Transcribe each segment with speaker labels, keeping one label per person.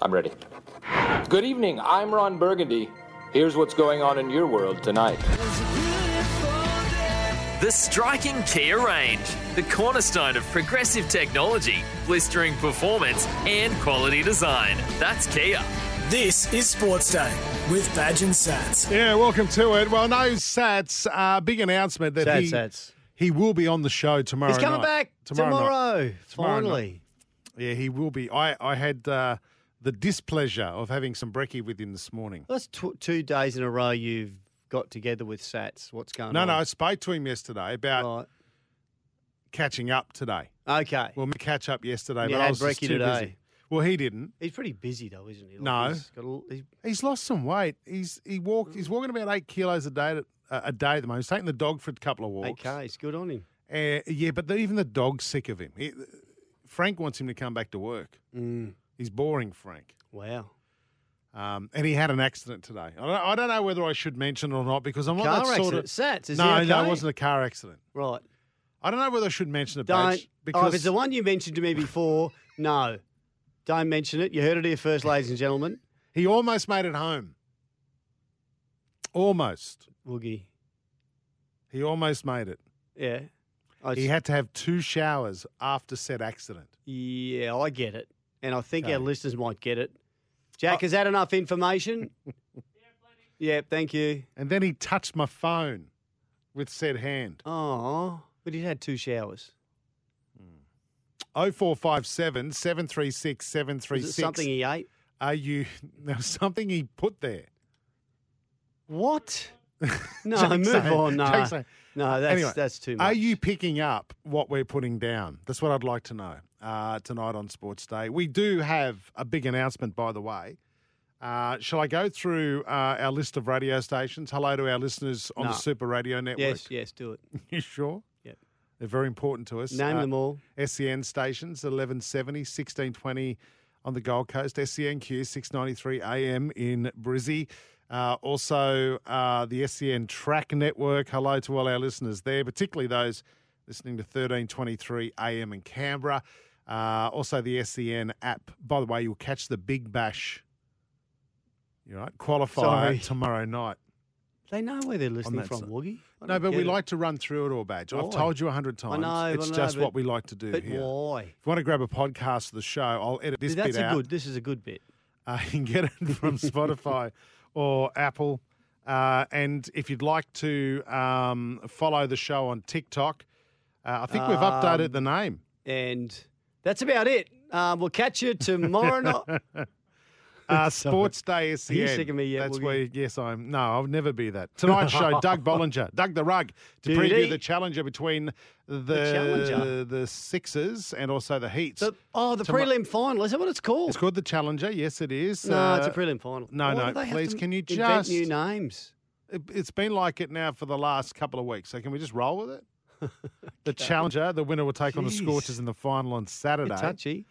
Speaker 1: I'm ready. Good evening. I'm Ron Burgundy. Here's what's going on in your world tonight.
Speaker 2: The striking Kia range, the cornerstone of progressive technology, blistering performance, and quality design. That's Kia.
Speaker 3: This is Sports Day with Badge and Sats.
Speaker 4: Yeah, welcome to it. Well, no Sats. Uh, big announcement that
Speaker 5: Sad
Speaker 4: he
Speaker 5: Sats.
Speaker 4: he will be on the show tomorrow.
Speaker 5: He's coming
Speaker 4: night.
Speaker 5: back tomorrow.
Speaker 4: night. Tomorrow night.
Speaker 5: finally.
Speaker 4: Yeah, he will be. I I had uh, the displeasure of having some brekkie with him this morning.
Speaker 5: That's tw- two days in a row you've got together with Sats. What's going
Speaker 4: No,
Speaker 5: on?
Speaker 4: no, I spoke to him yesterday about catching up today.
Speaker 5: Right. Okay.
Speaker 4: Well, we catch up yesterday,
Speaker 5: And you
Speaker 4: but I
Speaker 5: had
Speaker 4: was just
Speaker 5: brekkie
Speaker 4: too
Speaker 5: today.
Speaker 4: busy. Well, he didn't.
Speaker 5: he's pretty busy though, isn't he? Like,
Speaker 4: No.
Speaker 5: He's got a, l- he-
Speaker 4: He's lost some weight. He's he walked. He's walking about eight kilos a day. uh, A a day at the moment. He's taking the dog for a couple of walks.
Speaker 5: okay, it's good on him.
Speaker 4: Uh, yeah, but the, even the dog's sick of him. He- Frank wants him to come back to work. He's boring, Frank.
Speaker 5: Mm. Wow.
Speaker 4: Um, and he had an accident today. I don't, I don't know whether I should mention it or not because I'm not
Speaker 5: Car
Speaker 4: that
Speaker 5: accident.
Speaker 4: sort of.
Speaker 5: Sats, is he
Speaker 4: no, no,
Speaker 5: okay?
Speaker 4: it wasn't a car accident.
Speaker 5: Right.
Speaker 4: I don't know whether I should mention it,
Speaker 5: Don't.
Speaker 4: Badge,
Speaker 5: Oh,
Speaker 4: because
Speaker 5: if it's the one you mentioned to me before, no. Don't mention it. You heard it here first, ladies and gentlemen.
Speaker 4: he almost made it home. Almost,
Speaker 5: Woogie.
Speaker 4: he almost made it.
Speaker 5: Yeah. I
Speaker 4: He had to have two showers after said accident.
Speaker 5: Yeah, I get it. And I think our
Speaker 4: Okay. Uh,
Speaker 5: listeners might get it. Jack, is that enough information? yeah, thank you.
Speaker 4: And then he touched my phone with said hand.
Speaker 5: Oh, but he had two showers.
Speaker 4: Hmm. 0457 736
Speaker 5: Was it
Speaker 4: 736.
Speaker 5: something he ate?
Speaker 4: Are you now something he put there?
Speaker 5: What? No,
Speaker 4: Jake's
Speaker 5: move
Speaker 4: saying-
Speaker 5: on. No,
Speaker 4: Jake's saying-
Speaker 5: no, that's
Speaker 4: Anyway,
Speaker 5: that's too much.
Speaker 4: Are you picking up what we're putting down? That's what I'd like to know uh, tonight on Sports Day. We do have a big announcement, by the way. Uh, shall I go through uh, our list of radio stations? Hello to our listeners on
Speaker 5: No.
Speaker 4: the Super Radio Network.
Speaker 5: Yes, yes, do it.
Speaker 4: you sure?
Speaker 5: Yep.
Speaker 4: They're very important to us. Uh,
Speaker 5: Name them all.
Speaker 4: SEN stations, 1170, 1620 on the Gold Coast, E SENQ, 693 AM in Brizzy. Uh, also, uh, the SEN Track Network. Hello to all our listeners there, particularly those listening to 1323 AM in Canberra. Uh, also, the SEN app. By the way, you'll catch the Big Bash. You right? Qualifier
Speaker 5: Sorry.
Speaker 4: tomorrow night.
Speaker 5: They know where they're listening
Speaker 4: that
Speaker 5: from,
Speaker 4: side.
Speaker 5: Woogie. I
Speaker 4: No,
Speaker 5: don't
Speaker 4: but
Speaker 5: get
Speaker 4: we
Speaker 5: it.
Speaker 4: like to run through it all, Badge. I've
Speaker 5: Why?
Speaker 4: told you a hundred
Speaker 5: I
Speaker 4: times.
Speaker 5: know, I
Speaker 4: it's
Speaker 5: know,
Speaker 4: just
Speaker 5: but-
Speaker 4: what we like to do
Speaker 5: But
Speaker 4: here.
Speaker 5: why?
Speaker 4: If you want to grab a podcast of the show, I'll edit this
Speaker 5: That's
Speaker 4: bit
Speaker 5: a
Speaker 4: out.
Speaker 5: good. This is a good bit.
Speaker 4: Uh, you can get it from Spotify or Apple. Uh, and if you'd like to um, follow the show on TikTok, uh, I think we've updated the name.
Speaker 5: Um, And that's about it. Um, we'll catch you tomorrow night.
Speaker 4: Uh, Sports Day SEN.
Speaker 5: you sick of me yet,
Speaker 4: That's
Speaker 5: Woogie?
Speaker 4: where, yes, I'm. No, I'll never be that. Tonight's show, Doug Bollinger, Doug the Rug, to
Speaker 5: Did
Speaker 4: preview
Speaker 5: he?
Speaker 4: the challenger between the
Speaker 5: challenger?
Speaker 4: the Sixers and also the Heats.
Speaker 5: The- oh, the
Speaker 4: Tomo-
Speaker 5: prelim final. Is that what it's called?
Speaker 4: It's called the Challenger. Yes, it is.
Speaker 5: No, it's a
Speaker 4: Uh,
Speaker 5: prelim final. Why
Speaker 4: no, no,
Speaker 5: do they have
Speaker 4: please,
Speaker 5: to
Speaker 4: can you
Speaker 5: invent new
Speaker 4: just-
Speaker 5: names?
Speaker 4: It, it's been like it now for the last couple of weeks. So can we just roll with it? The challenger, the winner will take on the
Speaker 5: Jeez.
Speaker 4: Scorchers in the final on
Speaker 5: Bit
Speaker 4: Saturday.
Speaker 5: touchy.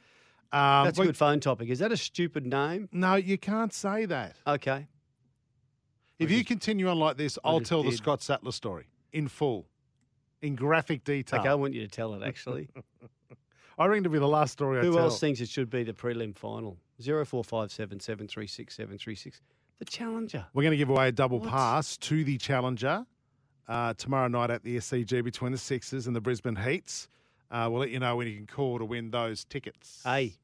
Speaker 4: Um,
Speaker 5: That's a
Speaker 4: we-
Speaker 5: good phone topic. Is that a stupid name?
Speaker 4: No, you can't say that.
Speaker 5: Okay.
Speaker 4: If you continue on like this,
Speaker 5: I
Speaker 4: I'll
Speaker 5: just
Speaker 4: tell the
Speaker 5: did.
Speaker 4: Scott Sattler story in full, in graphic detail.
Speaker 5: Okay, I want you to tell it actually.
Speaker 4: I reckon it'll be the last story I
Speaker 5: Who
Speaker 4: tell.
Speaker 5: else thinks it should be the prelim final? 0457 736 736. The challenger.
Speaker 4: We're going to give away a double
Speaker 5: What?
Speaker 4: pass to the challenger uh, tomorrow night at the SCG between the Sixers and the Brisbane Heats. Uh, we'll let you know when you can call to win those tickets.
Speaker 5: Hey,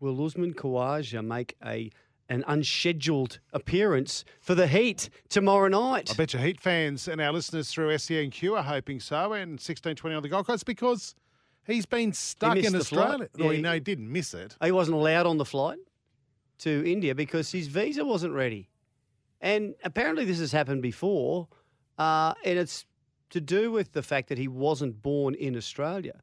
Speaker 5: will Usman Khawaja make a an unscheduled appearance for the Heat tomorrow night?
Speaker 4: I bet your Heat fans and our listeners through SENQ are hoping so, and 1620 on the Gold Coast because he's been stuck
Speaker 5: missed
Speaker 4: in
Speaker 5: the flight.
Speaker 4: Australia.
Speaker 5: Yeah,
Speaker 4: well, he,
Speaker 5: he-
Speaker 4: no, he didn't miss it.
Speaker 5: He wasn't allowed on the flight to India because his visa wasn't ready. And apparently, this has happened before, uh, and it's to do with the fact that he wasn't born in Australia.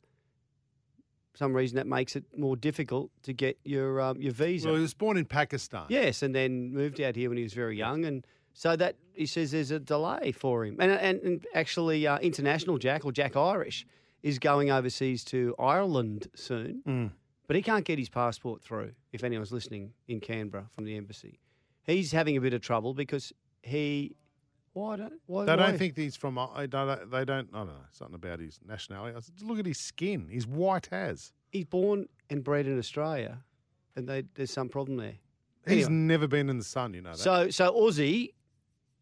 Speaker 5: For some reason that makes it more difficult to get your um, your visa.
Speaker 4: Well, he was born in Pakistan.
Speaker 5: Yes, and then moved out here when he was very young, and so that he says there's a delay for him, and and, and actually uh, international Jack or Jack Irish is going overseas to Ireland soon,
Speaker 4: Hmm.
Speaker 5: but he can't get his passport through. If anyone's listening in Canberra from the embassy, he's having a bit of trouble because he why don't why
Speaker 4: They
Speaker 5: why-
Speaker 4: don't think he's from. I don't. They don't. I don't know something about his nationality. I said, look at his skin. He's white as.
Speaker 5: he's born and bred in Australia, and they, there's some problem there.
Speaker 4: He's
Speaker 5: Anyway.
Speaker 4: never been in the sun. You know that.
Speaker 5: So, so Aussie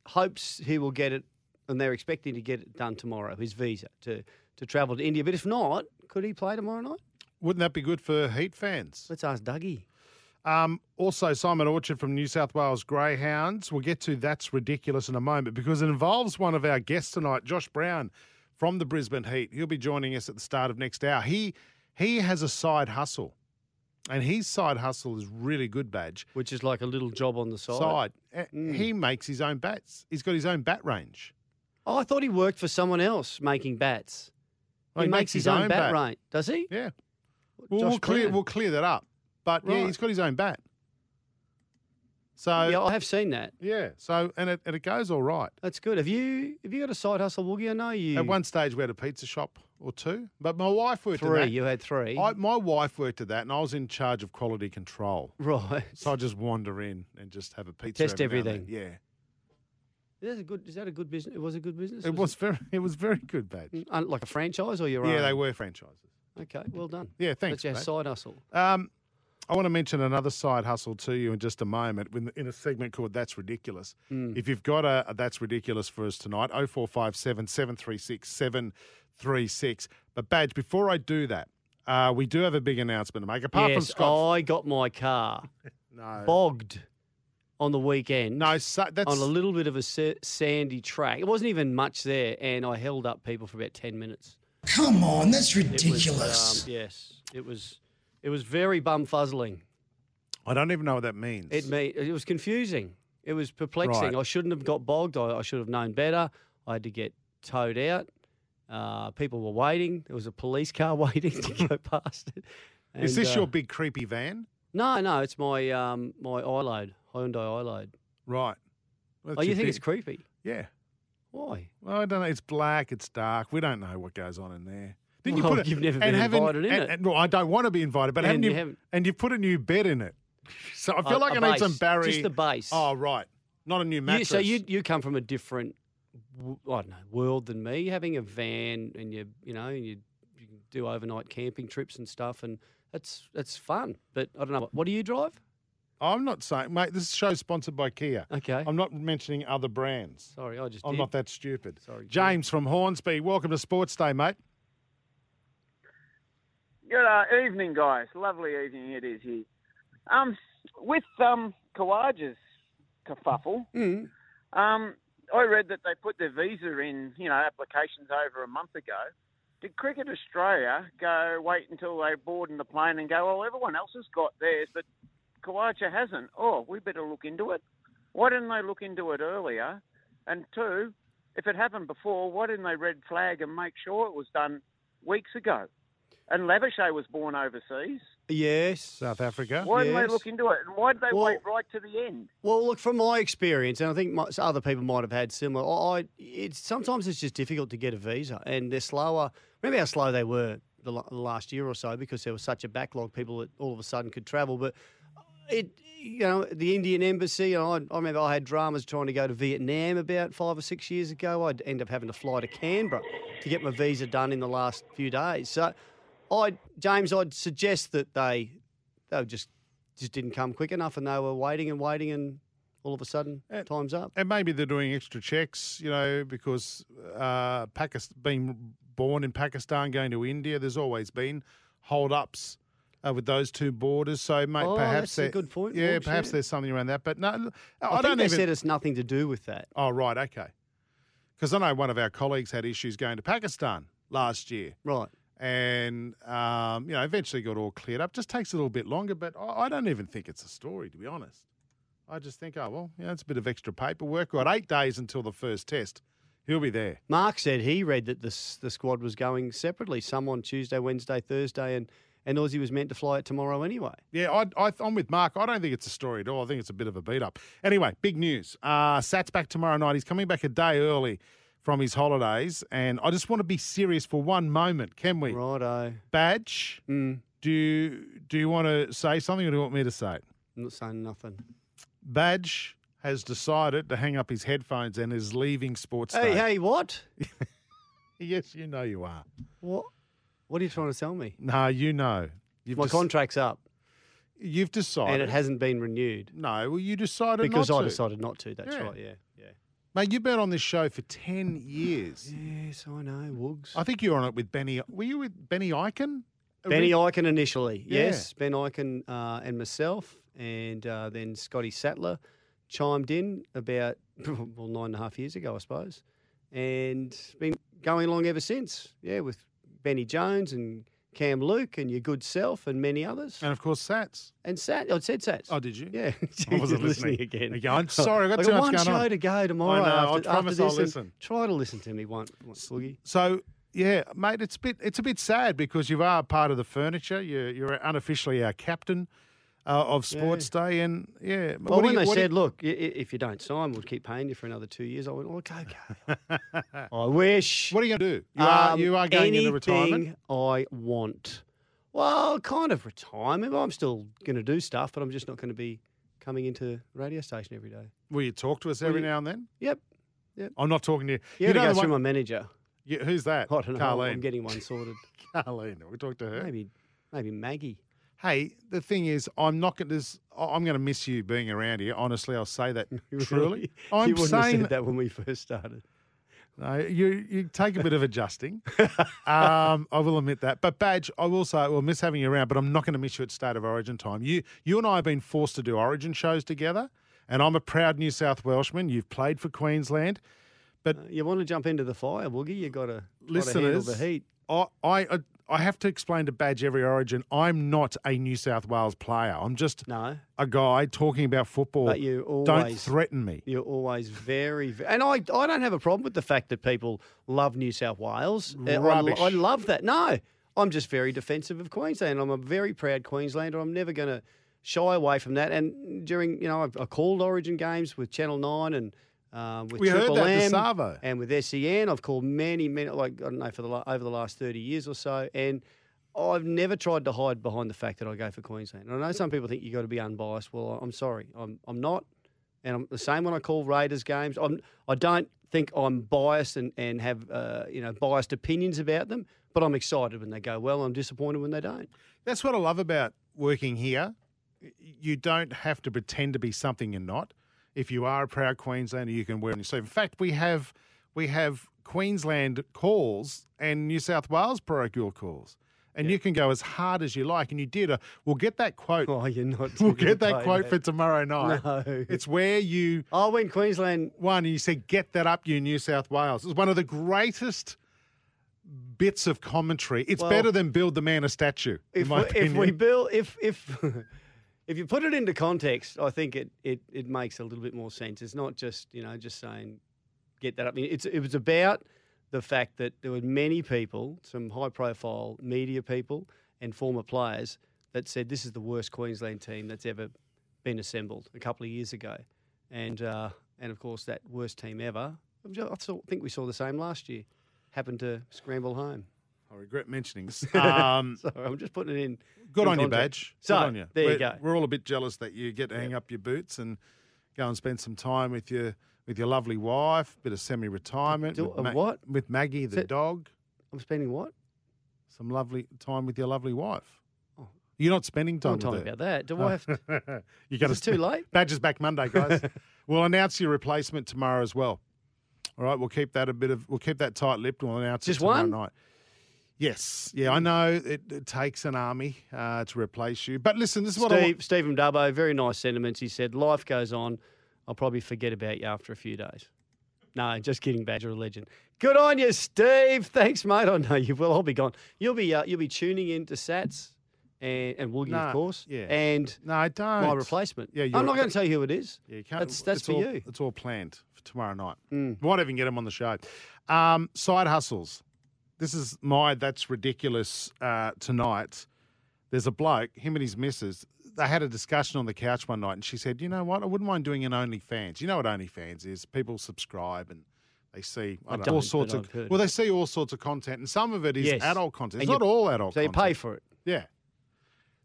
Speaker 5: hopes he will get it, and they're expecting to get it done tomorrow. His visa to to travel to India, but if not, could he play tomorrow night?
Speaker 4: Wouldn't that be good for Heat fans?
Speaker 5: Let's ask Dougie.
Speaker 4: Um, also, Simon Orchard from New South Wales Greyhounds. We'll get to that's ridiculous in a moment because it involves one of our guests tonight, Josh Brown from the Brisbane Heat. He'll be joining us at the start of next hour. He he has a side hustle, and his side hustle is really good. Badge
Speaker 5: Which is like a little job on the side. Mm.
Speaker 4: side. Uh,
Speaker 5: Hmm.
Speaker 4: He makes his own bats. He's got his own bat range.
Speaker 5: Oh, I thought he worked for someone else making bats.
Speaker 4: Oh,
Speaker 5: he, makes, his, own, bat, range, does he?
Speaker 4: Yeah. Well,
Speaker 5: Josh
Speaker 4: we'll clear
Speaker 5: Brown.
Speaker 4: we'll clear that up. But yeah,
Speaker 5: Right.
Speaker 4: he's got his own bat. So
Speaker 5: yeah, I have seen that.
Speaker 4: yeah, so and it and it goes all right.
Speaker 5: That's good. Have you have you got a side hustle, Woogie? I know you.
Speaker 4: At one stage, we had a pizza shop or two, but my wife worked
Speaker 5: three.
Speaker 4: at that.
Speaker 5: You had three.
Speaker 4: I, my wife worked at that, and I was in charge of quality control.
Speaker 5: right.
Speaker 4: So I just wander in and just have a pizza.
Speaker 5: Test
Speaker 4: every now and
Speaker 5: everything.
Speaker 4: then.
Speaker 5: That's a good. Is that a good business? It was a good business.
Speaker 4: Yeah, it was very, it was very good, badge.
Speaker 5: Mm, uh, like a franchise or your own.
Speaker 4: Yeah, they were franchises.
Speaker 5: Okay, well done.
Speaker 4: Yeah, thanks,
Speaker 5: That's
Speaker 4: mate.
Speaker 5: your side hustle.
Speaker 4: Um, I want to mention another side hustle to you in just a moment when, in a segment called That's Ridiculous.
Speaker 5: Mm.
Speaker 4: If you've got a, a That's Ridiculous for us tonight, 0457 736 736. But, Badge, before I do that, uh, we do have a big announcement to make. Apart from
Speaker 5: yes,
Speaker 4: Scott.
Speaker 5: I got my car
Speaker 4: no.
Speaker 5: bogged on the weekend
Speaker 4: No, so that's
Speaker 5: on a little bit of a sa- sandy track. It wasn't even much there, and I held up people for about ten minutes.
Speaker 3: Come on, that's
Speaker 5: It was,
Speaker 3: ridiculous.
Speaker 5: um, yes, it was. It was very bum fuzzling.
Speaker 4: I don't even know what that means.
Speaker 5: It me. It was confusing. It was perplexing.
Speaker 4: Right.
Speaker 5: I shouldn't have got bogged. I, I should have known better. I had to get towed out. Uh, people were waiting. There was a police car waiting to go past it.
Speaker 4: Is
Speaker 5: And,
Speaker 4: this
Speaker 5: uh,
Speaker 4: your big creepy van?
Speaker 5: No, no, it's my um my iLoad, Hyundai iLoad.
Speaker 4: Right. Well,
Speaker 5: oh,
Speaker 4: that's
Speaker 5: you
Speaker 4: your
Speaker 5: think it's
Speaker 4: big-
Speaker 5: creepy?
Speaker 4: Yeah.
Speaker 5: Why?
Speaker 4: Well, I don't know. It's black. It's dark. We don't know what goes on in there. Didn't
Speaker 5: Well,
Speaker 4: you put a,
Speaker 5: you've never
Speaker 4: and
Speaker 5: been
Speaker 4: haven't-
Speaker 5: invited in
Speaker 4: and-
Speaker 5: it.
Speaker 4: and- no, I don't want to be invited, but
Speaker 5: And
Speaker 4: haven't
Speaker 5: you
Speaker 4: you?
Speaker 5: haven't.
Speaker 4: And you've put a new bed in it. So I
Speaker 5: A-
Speaker 4: feel like
Speaker 5: a
Speaker 4: I need some
Speaker 5: base,
Speaker 4: Barry.
Speaker 5: just the base.
Speaker 4: Oh, right. Not a new
Speaker 5: You,
Speaker 4: mattress.
Speaker 5: so you you come from a different w- I don't know world than me. Having a van and you you know and you, you can do overnight camping trips and stuff, and that's that's fun. But I don't know what, what do you drive?
Speaker 4: I'm not saying, mate. This show's sponsored by Kia.
Speaker 5: Okay,
Speaker 4: I'm not mentioning other brands.
Speaker 5: sorry, I just
Speaker 4: I'm
Speaker 5: did.
Speaker 4: not that stupid.
Speaker 5: Sorry, Jim.
Speaker 4: James from Hornsby. Welcome to Sports Day, mate.
Speaker 6: Good uh, evening, guys. Lovely evening it is here. Um, with um, Kawaja's kerfuffle,
Speaker 5: Mm.
Speaker 6: um, I read that they put their visa in, you know, applications over a month ago. Did Cricket Australia go wait until they board in the plane and go, well, everyone else has got theirs, but Kawaja hasn't? Oh, we better look into it. Why didn't they look into it earlier? And two, if it happened before, why didn't they red flag and make sure it was done weeks ago? And Lavishay was born overseas.
Speaker 5: Yes,
Speaker 4: South Africa.
Speaker 6: Why didn't
Speaker 5: Yes.
Speaker 6: they look into it? And why did they
Speaker 5: Well-
Speaker 6: wait right to the end?
Speaker 5: Well, look, from my experience, and I think my, other people might have had similar. I, I it's sometimes it's just difficult to get a visa, and they're slower. Remember how slow they were the, la- the last year or so because there was such a backlog. People that all of a sudden could travel, but uh, it, you know, the Indian embassy. And I, I remember I had dramas trying to go to Vietnam about five or six years ago. I'd end up having to fly to Canberra to get my visa done in the last few days. So, I, James, I'd suggest that they, they were just just didn't come quick enough, and they were waiting and waiting, and all of a sudden,
Speaker 4: Uh,
Speaker 5: time's up.
Speaker 4: And maybe they're doing extra checks, you know, because uh, Pakistan, being born in Pakistan, going to India, there's always been hold-ups uh, with those two borders. So, mate,
Speaker 5: Oh,
Speaker 4: perhaps
Speaker 5: that's a
Speaker 4: they're-
Speaker 5: good point,
Speaker 4: Yeah,
Speaker 5: Morgs,
Speaker 4: perhaps
Speaker 5: yeah.
Speaker 4: there's something around that. But no, l- I,
Speaker 5: I,
Speaker 4: don't
Speaker 5: think they
Speaker 4: even.
Speaker 5: said it's nothing to do with that.
Speaker 4: oh, right, okay. Because I know one of our colleagues had issues going to Pakistan last year,
Speaker 5: Right.
Speaker 4: and um, you know, eventually got all cleared up. Just takes a little bit longer, but I, I don't even think it's a story, to be honest. I just think, oh, well, yeah, it's a bit of extra paperwork. We've got eight days until the first test. He'll be there.
Speaker 5: Mark said he read that the s- the squad was going separately. Some on Tuesday, Wednesday, Thursday, and and Aussie was meant to fly it tomorrow anyway.
Speaker 4: Yeah, I, I, I'm with Mark. I don't think it's a story at all. I think it's a bit of a beat up. Anyway, big news. Uh, Sat's back tomorrow night. He's coming back a day early from his holidays. And I just want to be serious for one moment, can we?
Speaker 5: Righto.
Speaker 4: Badge,
Speaker 5: Mm,
Speaker 4: do, you- do you want to say something or do you want me to say it?
Speaker 5: I'm not saying nothing.
Speaker 4: Badge has decided to hang up his headphones and is leaving Sports
Speaker 5: Hey,
Speaker 4: Day.
Speaker 5: hey, what?
Speaker 4: Yes, you know you are.
Speaker 5: What? What are you trying to sell me?
Speaker 4: No, you know. You've
Speaker 5: My
Speaker 4: dec-
Speaker 5: contract's up,
Speaker 4: You've decided.
Speaker 5: and it hasn't been renewed
Speaker 4: No, well, you decided
Speaker 5: because
Speaker 4: not
Speaker 5: I
Speaker 4: to.
Speaker 5: decided not to. That's
Speaker 4: Yeah.
Speaker 5: right. Yeah, yeah.
Speaker 4: Mate, you've been on this show for 10 years.
Speaker 5: Yes, I know. Woogs.
Speaker 4: I think you were on it with Benny. Were you with Benny Eichen?
Speaker 5: Benny Eichen initially,
Speaker 4: Yeah.
Speaker 5: yes. Ben Eichen uh, and myself, and uh, then Scotty Sattler chimed in about well nine and a half years ago, I suppose, and been going along ever since. Yeah, with Benny Jones and Cam Luke and your good self and many others.
Speaker 4: And of course, Sats.
Speaker 5: and Sat, I said Sats.
Speaker 4: Oh, did you?
Speaker 5: yeah,
Speaker 4: I wasn't
Speaker 5: You're
Speaker 4: listening.
Speaker 5: again.
Speaker 4: Okay, I'm sorry, I've got
Speaker 5: I
Speaker 4: too much
Speaker 5: one
Speaker 4: going
Speaker 5: show
Speaker 4: on.
Speaker 5: to go tomorrow.
Speaker 4: know, I
Speaker 5: after,
Speaker 4: promise
Speaker 5: after
Speaker 4: I'll
Speaker 5: this and
Speaker 4: listen.
Speaker 5: Try to listen to me once, once Boogie.
Speaker 4: So, yeah, mate, it's a bit, it's a bit sad because you are part of the furniture. You're, you're unofficially our captain uh, of Sports Day. And, yeah.
Speaker 5: Well,
Speaker 4: do
Speaker 5: when
Speaker 4: you-
Speaker 5: they
Speaker 4: what do you-
Speaker 5: said, "Look, i- i- if you don't sign, we'll keep paying you for another two years," I went,
Speaker 4: "Oh,
Speaker 5: "Okay, okay." I wish.
Speaker 4: Ah. What are you going to do? You, are,
Speaker 5: Um,
Speaker 4: you are going into
Speaker 5: anything
Speaker 4: retirement.
Speaker 5: I want. Well, kind of retirement. I'm still going to do stuff, but I'm just not going to be coming into the radio station every day.
Speaker 4: Will you talk to us every
Speaker 5: you-
Speaker 4: now and then?
Speaker 5: Yep.
Speaker 4: I'm not talking to you.
Speaker 5: Yeah,
Speaker 4: you
Speaker 5: it
Speaker 4: know
Speaker 5: goes
Speaker 4: the
Speaker 5: through
Speaker 4: one-
Speaker 5: my manager.
Speaker 4: Yeah, who's that?
Speaker 5: I don't know. I'm- I'm
Speaker 4: Carlene.
Speaker 5: getting one sorted.
Speaker 4: Carlene. We talked to her.
Speaker 5: maybe, maybe Maggie.
Speaker 4: Hey, the thing is, I'm not going to. I'm going to miss you being around here. Honestly, I'll say that truly. I'm
Speaker 5: you wouldn't have
Speaker 4: saying
Speaker 5: said that when we first started.
Speaker 4: No, you you take a bit of adjusting. um, I will admit that. But Badge, I will say, we'll miss having you around, but I'm not going to miss you at State of Origin time. You you and I have been forced to do Origin shows together, and I'm a proud New South Welshman. You've played for Queensland.
Speaker 5: Uh, You want to jump into the fire, Woogie? You got to handle
Speaker 4: listeners,
Speaker 5: the heat.
Speaker 4: I, I I have to explain to Badge every Origin. I'm not a New South Wales player. I'm just
Speaker 5: No.
Speaker 4: a guy talking about football.
Speaker 5: But you
Speaker 4: don't
Speaker 5: always-
Speaker 4: threaten me.
Speaker 5: You're always very, ve- and I, I don't have a problem with the fact that people love New South Wales. Uh, I lo-
Speaker 4: Rubbish.
Speaker 5: I, love that. No, I'm just very defensive of Queensland. I'm a very proud Queenslander. I'm never going to shy away from that. And during, you know, I've, I called Origin games with Channel Nine and um, with
Speaker 4: We heard
Speaker 5: Triple
Speaker 4: that, the
Speaker 5: M
Speaker 4: Savo.
Speaker 5: and with SEN. I've called many, many, like I don't know, for the la- over the last thirty years or so, and. I've never tried to hide behind the fact that I go for Queensland. And I know some people think you've got to be unbiased. Well, I'm sorry, I'm, I'm not. And I'm the same when I call Raiders games. I'm, I don't think I'm biased and, and have uh, you know biased opinions about them, but I'm excited when they go well. I'm disappointed when they don't.
Speaker 4: That's what I love about working here. You don't have to pretend to be something you're not. If you are a proud Queenslander, you can wear it on your sleeve. In fact, we have we have Queensland calls and New South Wales parochial calls, and you can go as hard as you like. And you did. A, we'll get that quote.
Speaker 5: Oh, you're not.
Speaker 4: we'll get that
Speaker 5: taking
Speaker 4: quote
Speaker 5: the
Speaker 4: for
Speaker 5: bait,
Speaker 4: tomorrow night.
Speaker 5: No.
Speaker 4: It's where you
Speaker 5: Oh, when Queensland.
Speaker 4: one and you said, "Get that up, you New South Wales." It's one of the greatest bits of commentary. It's
Speaker 5: Well,
Speaker 4: better than build the man a statue. in
Speaker 5: If we,
Speaker 4: my
Speaker 5: if we
Speaker 4: opinion.
Speaker 5: build, if if if you put it into context, I think it, it it makes a little bit more sense. It's not just you know just saying get that up. I mean, it's it was about the fact that there were many people, some high profile media people and former players, that said this is the worst Queensland team that's ever been assembled a couple of years ago, and uh, and of course that worst team ever. I ju- I saw- think we saw the same last year. Happened to scramble home.
Speaker 4: I regret mentioning. this. Um,
Speaker 5: So I'm just putting it in.
Speaker 4: good
Speaker 5: in
Speaker 4: on you,
Speaker 5: context.
Speaker 4: badge.
Speaker 5: So
Speaker 4: good on you.
Speaker 5: there
Speaker 4: we're,
Speaker 5: you go.
Speaker 4: We're all a bit jealous that you get to hang up your boots and go and spend some time with your with your lovely wife. Bit of semi-retirement.
Speaker 5: Do-
Speaker 4: with
Speaker 5: a what?
Speaker 4: With Maggie the
Speaker 5: So-
Speaker 4: dog.
Speaker 5: I'm spending what?
Speaker 4: Some lovely time with your lovely wife. You're not spending time
Speaker 5: I'm talking
Speaker 4: with her. Oh.
Speaker 5: about that. Do I have to?
Speaker 4: you got
Speaker 5: Is it too late?
Speaker 4: Badge is back Monday, guys. we'll announce your replacement tomorrow as well. All right, we'll keep that a bit of we'll keep that tight lipped. We'll announce
Speaker 5: Just
Speaker 4: it tomorrow
Speaker 5: one?
Speaker 4: night. Yes, yeah, I know it, it takes an army uh, to replace you. But listen, this is what I want.
Speaker 5: Steve, Stephen Dubbo, very nice sentiments. He said, "Life goes on. I'll probably forget about you after a few days." No, just kidding. Badger a legend. Good on you, Steve. Thanks, mate. I know you will. I'll be gone. You'll be uh, you'll be tuning in to Sats and, and Woogie,
Speaker 4: No,
Speaker 5: of course.
Speaker 4: yeah.
Speaker 5: And
Speaker 4: No, don't.
Speaker 5: my replacement.
Speaker 4: Yeah, you're-
Speaker 5: I'm not going to tell you who it is.
Speaker 4: Yeah, you can't.
Speaker 5: That's, that's
Speaker 4: it's
Speaker 5: for
Speaker 4: all,
Speaker 5: you. Mm.
Speaker 4: It's all planned for tomorrow night. We won't even get him on the show. Um, side hustles. This is my that's ridiculous uh, tonight. There's a bloke, him and his missus. They had a discussion on the couch one night, and she said, "You know what? I wouldn't mind doing an OnlyFans. You know what OnlyFans is? People subscribe and." They see I don't know, all
Speaker 5: don't,
Speaker 4: sorts
Speaker 5: but
Speaker 4: of
Speaker 5: I've heard
Speaker 4: well,
Speaker 5: of
Speaker 4: they see all sorts of content, and some of it is
Speaker 5: Yes.
Speaker 4: adult content. It's
Speaker 5: And you-
Speaker 4: not all adult.
Speaker 5: So you
Speaker 4: content.
Speaker 5: pay for it.
Speaker 4: Yeah.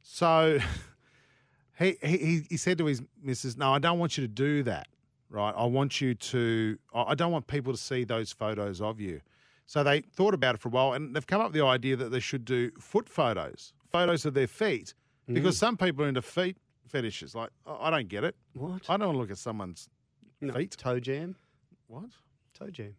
Speaker 4: So he, he- he he said to his missus, "No, I don't want you to do that, right? I want you to. I I don't want people to see those photos of you." So they thought about it for a while, and they've come up with the idea that they should do foot photos, photos of their feet, because
Speaker 5: Mm.
Speaker 4: some people are into feet fetishes. Like I I don't get it.
Speaker 5: What?
Speaker 4: I don't want to look at someone's
Speaker 5: No.
Speaker 4: feet.
Speaker 5: Toe jam.
Speaker 4: What?
Speaker 5: Toe jam.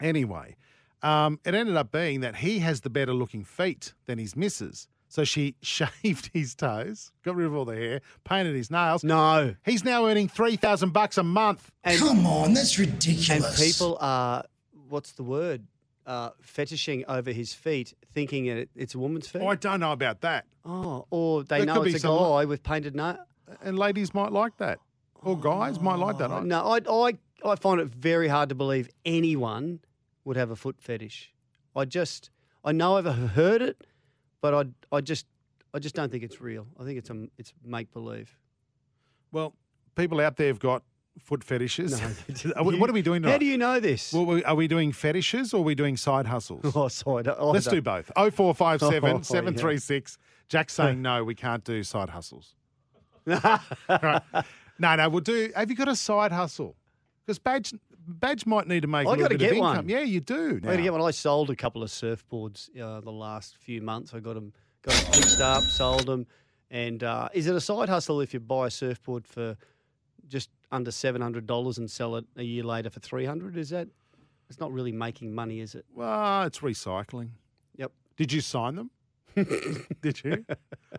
Speaker 4: Anyway, um, it ended up being that he has the better looking feet than his missus. So she shaved his toes, got rid of all the hair, painted his nails.
Speaker 5: No.
Speaker 4: He's now earning three thousand bucks a month.
Speaker 3: Come on, that's
Speaker 5: And
Speaker 3: ridiculous.
Speaker 5: people are, what's the word? Uh, fetishing over his feet, thinking it, it's a woman's feet.
Speaker 4: Oh, I don't know about that.
Speaker 5: Oh, or they
Speaker 4: There
Speaker 5: know
Speaker 4: could be
Speaker 5: it's a
Speaker 4: some-
Speaker 5: guy with painted nail.
Speaker 4: And ladies might like that, or guys might like that. I-
Speaker 5: No, I, I, I find it very hard to believe anyone would have a foot fetish. I just, I know I've heard it, but I, I just, I just don't think it's real. I think it's a, it's make believe.
Speaker 4: Well, people out there have got foot fetishes.
Speaker 5: No.
Speaker 4: Are we- what are we doing?
Speaker 5: How
Speaker 4: Tonight?
Speaker 5: do you know this?
Speaker 4: Well, we- are we doing fetishes or are we doing side hustles?
Speaker 5: oh, sorry. I- I
Speaker 4: Let's
Speaker 5: don't-
Speaker 4: do both. Oh four five
Speaker 5: Oh,
Speaker 4: seven
Speaker 5: yeah.
Speaker 4: seven three six. Jack's saying no, we can't do side hustles. No, no, we'll do. Have you got a side hustle? Because badge, badge might need to make a
Speaker 5: I
Speaker 4: little
Speaker 5: gotta
Speaker 4: bit of
Speaker 5: get one.
Speaker 4: income. Yeah, you do.
Speaker 5: I'm gonna
Speaker 4: now.
Speaker 5: get one. I sold a couple of surfboards uh, the last few months. I got them, got 'em fixed up, sold them. And uh, is it a side hustle if you buy a surfboard for just under seven hundred dollars and sell it a year later for three hundred? Is that? It's not really making money, is it?
Speaker 4: Well, it's recycling.
Speaker 5: Yep.
Speaker 4: Did you sign them? Did you?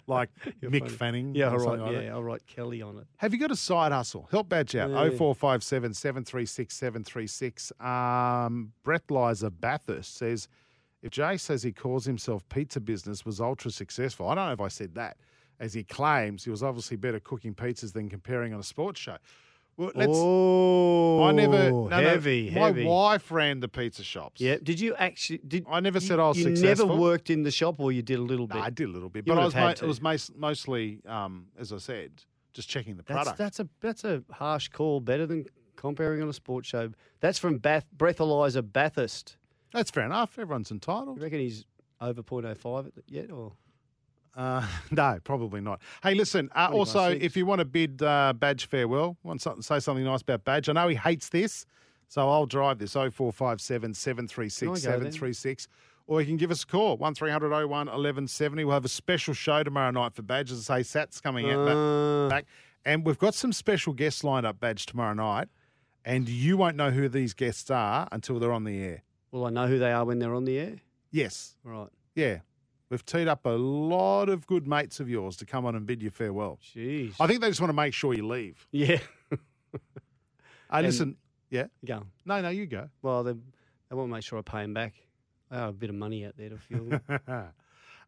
Speaker 4: Like Mick Fanning?
Speaker 5: Yeah,
Speaker 4: or
Speaker 5: all right.
Speaker 4: something like that?
Speaker 5: yeah, I'll write Kelly on it.
Speaker 4: Have you got a side hustle? Help Badge out.
Speaker 5: Yeah.
Speaker 4: 0457 736 736. Um, Brett Liza Bathurst says, if Jay says he calls himself pizza business was ultra successful, I don't know if I said that, as he claims he was obviously better cooking pizzas than comparing on a sports show. Well, let's.
Speaker 5: oh,
Speaker 4: I never. no, no,
Speaker 5: heavy, heavy.
Speaker 4: My wife ran the pizza shops.
Speaker 5: Yeah. Did you actually? Did
Speaker 4: I never
Speaker 5: you-
Speaker 4: said I was
Speaker 5: you
Speaker 4: successful.
Speaker 5: never worked in the shop, or you did a little bit.
Speaker 4: No, I did a little bit,
Speaker 5: You
Speaker 4: but I
Speaker 5: would
Speaker 4: was,
Speaker 5: have
Speaker 4: mo-
Speaker 5: had
Speaker 4: it
Speaker 5: to.
Speaker 4: was most, mostly, um, as I said, just checking the
Speaker 5: That's,
Speaker 4: product.
Speaker 5: that's a that's a harsh call. Better than comparing on a sports show. That's from Bath, breathalyzer Bathurst.
Speaker 4: That's fair enough. Everyone's
Speaker 5: You
Speaker 4: entitled.
Speaker 5: reckon he's over 0.05 at the- yet? Or
Speaker 4: Uh, no, probably not. Hey, listen. Uh,
Speaker 5: Probably by
Speaker 4: also,
Speaker 5: six.
Speaker 4: if you want to bid uh, Badge farewell, want something, say something nice about Badge. I know he hates this, so I'll drive this 0457 736
Speaker 5: Can I go then?
Speaker 4: 736. Or you can give us a call, 1300 01 1170. We'll have a special show tomorrow night for Badge. As I say, Sat's coming out. back-
Speaker 5: Uh.
Speaker 4: back. And we've got some special guests lined up, Badge, tomorrow night. And you won't know who these guests are until they're on the air.
Speaker 5: will I know who they are when they're on the air?
Speaker 4: Yes.
Speaker 5: Right.
Speaker 4: Yeah. We've teed up a lot of good mates of yours to come on and bid you farewell.
Speaker 5: Jeez.
Speaker 4: I think they just want to make sure you leave.
Speaker 5: yeah.
Speaker 4: Uh, listen, yeah.
Speaker 5: Go.
Speaker 4: No, no, you go.
Speaker 5: Well, they they want to make sure I pay him back. I have a bit of money out there to fuel them before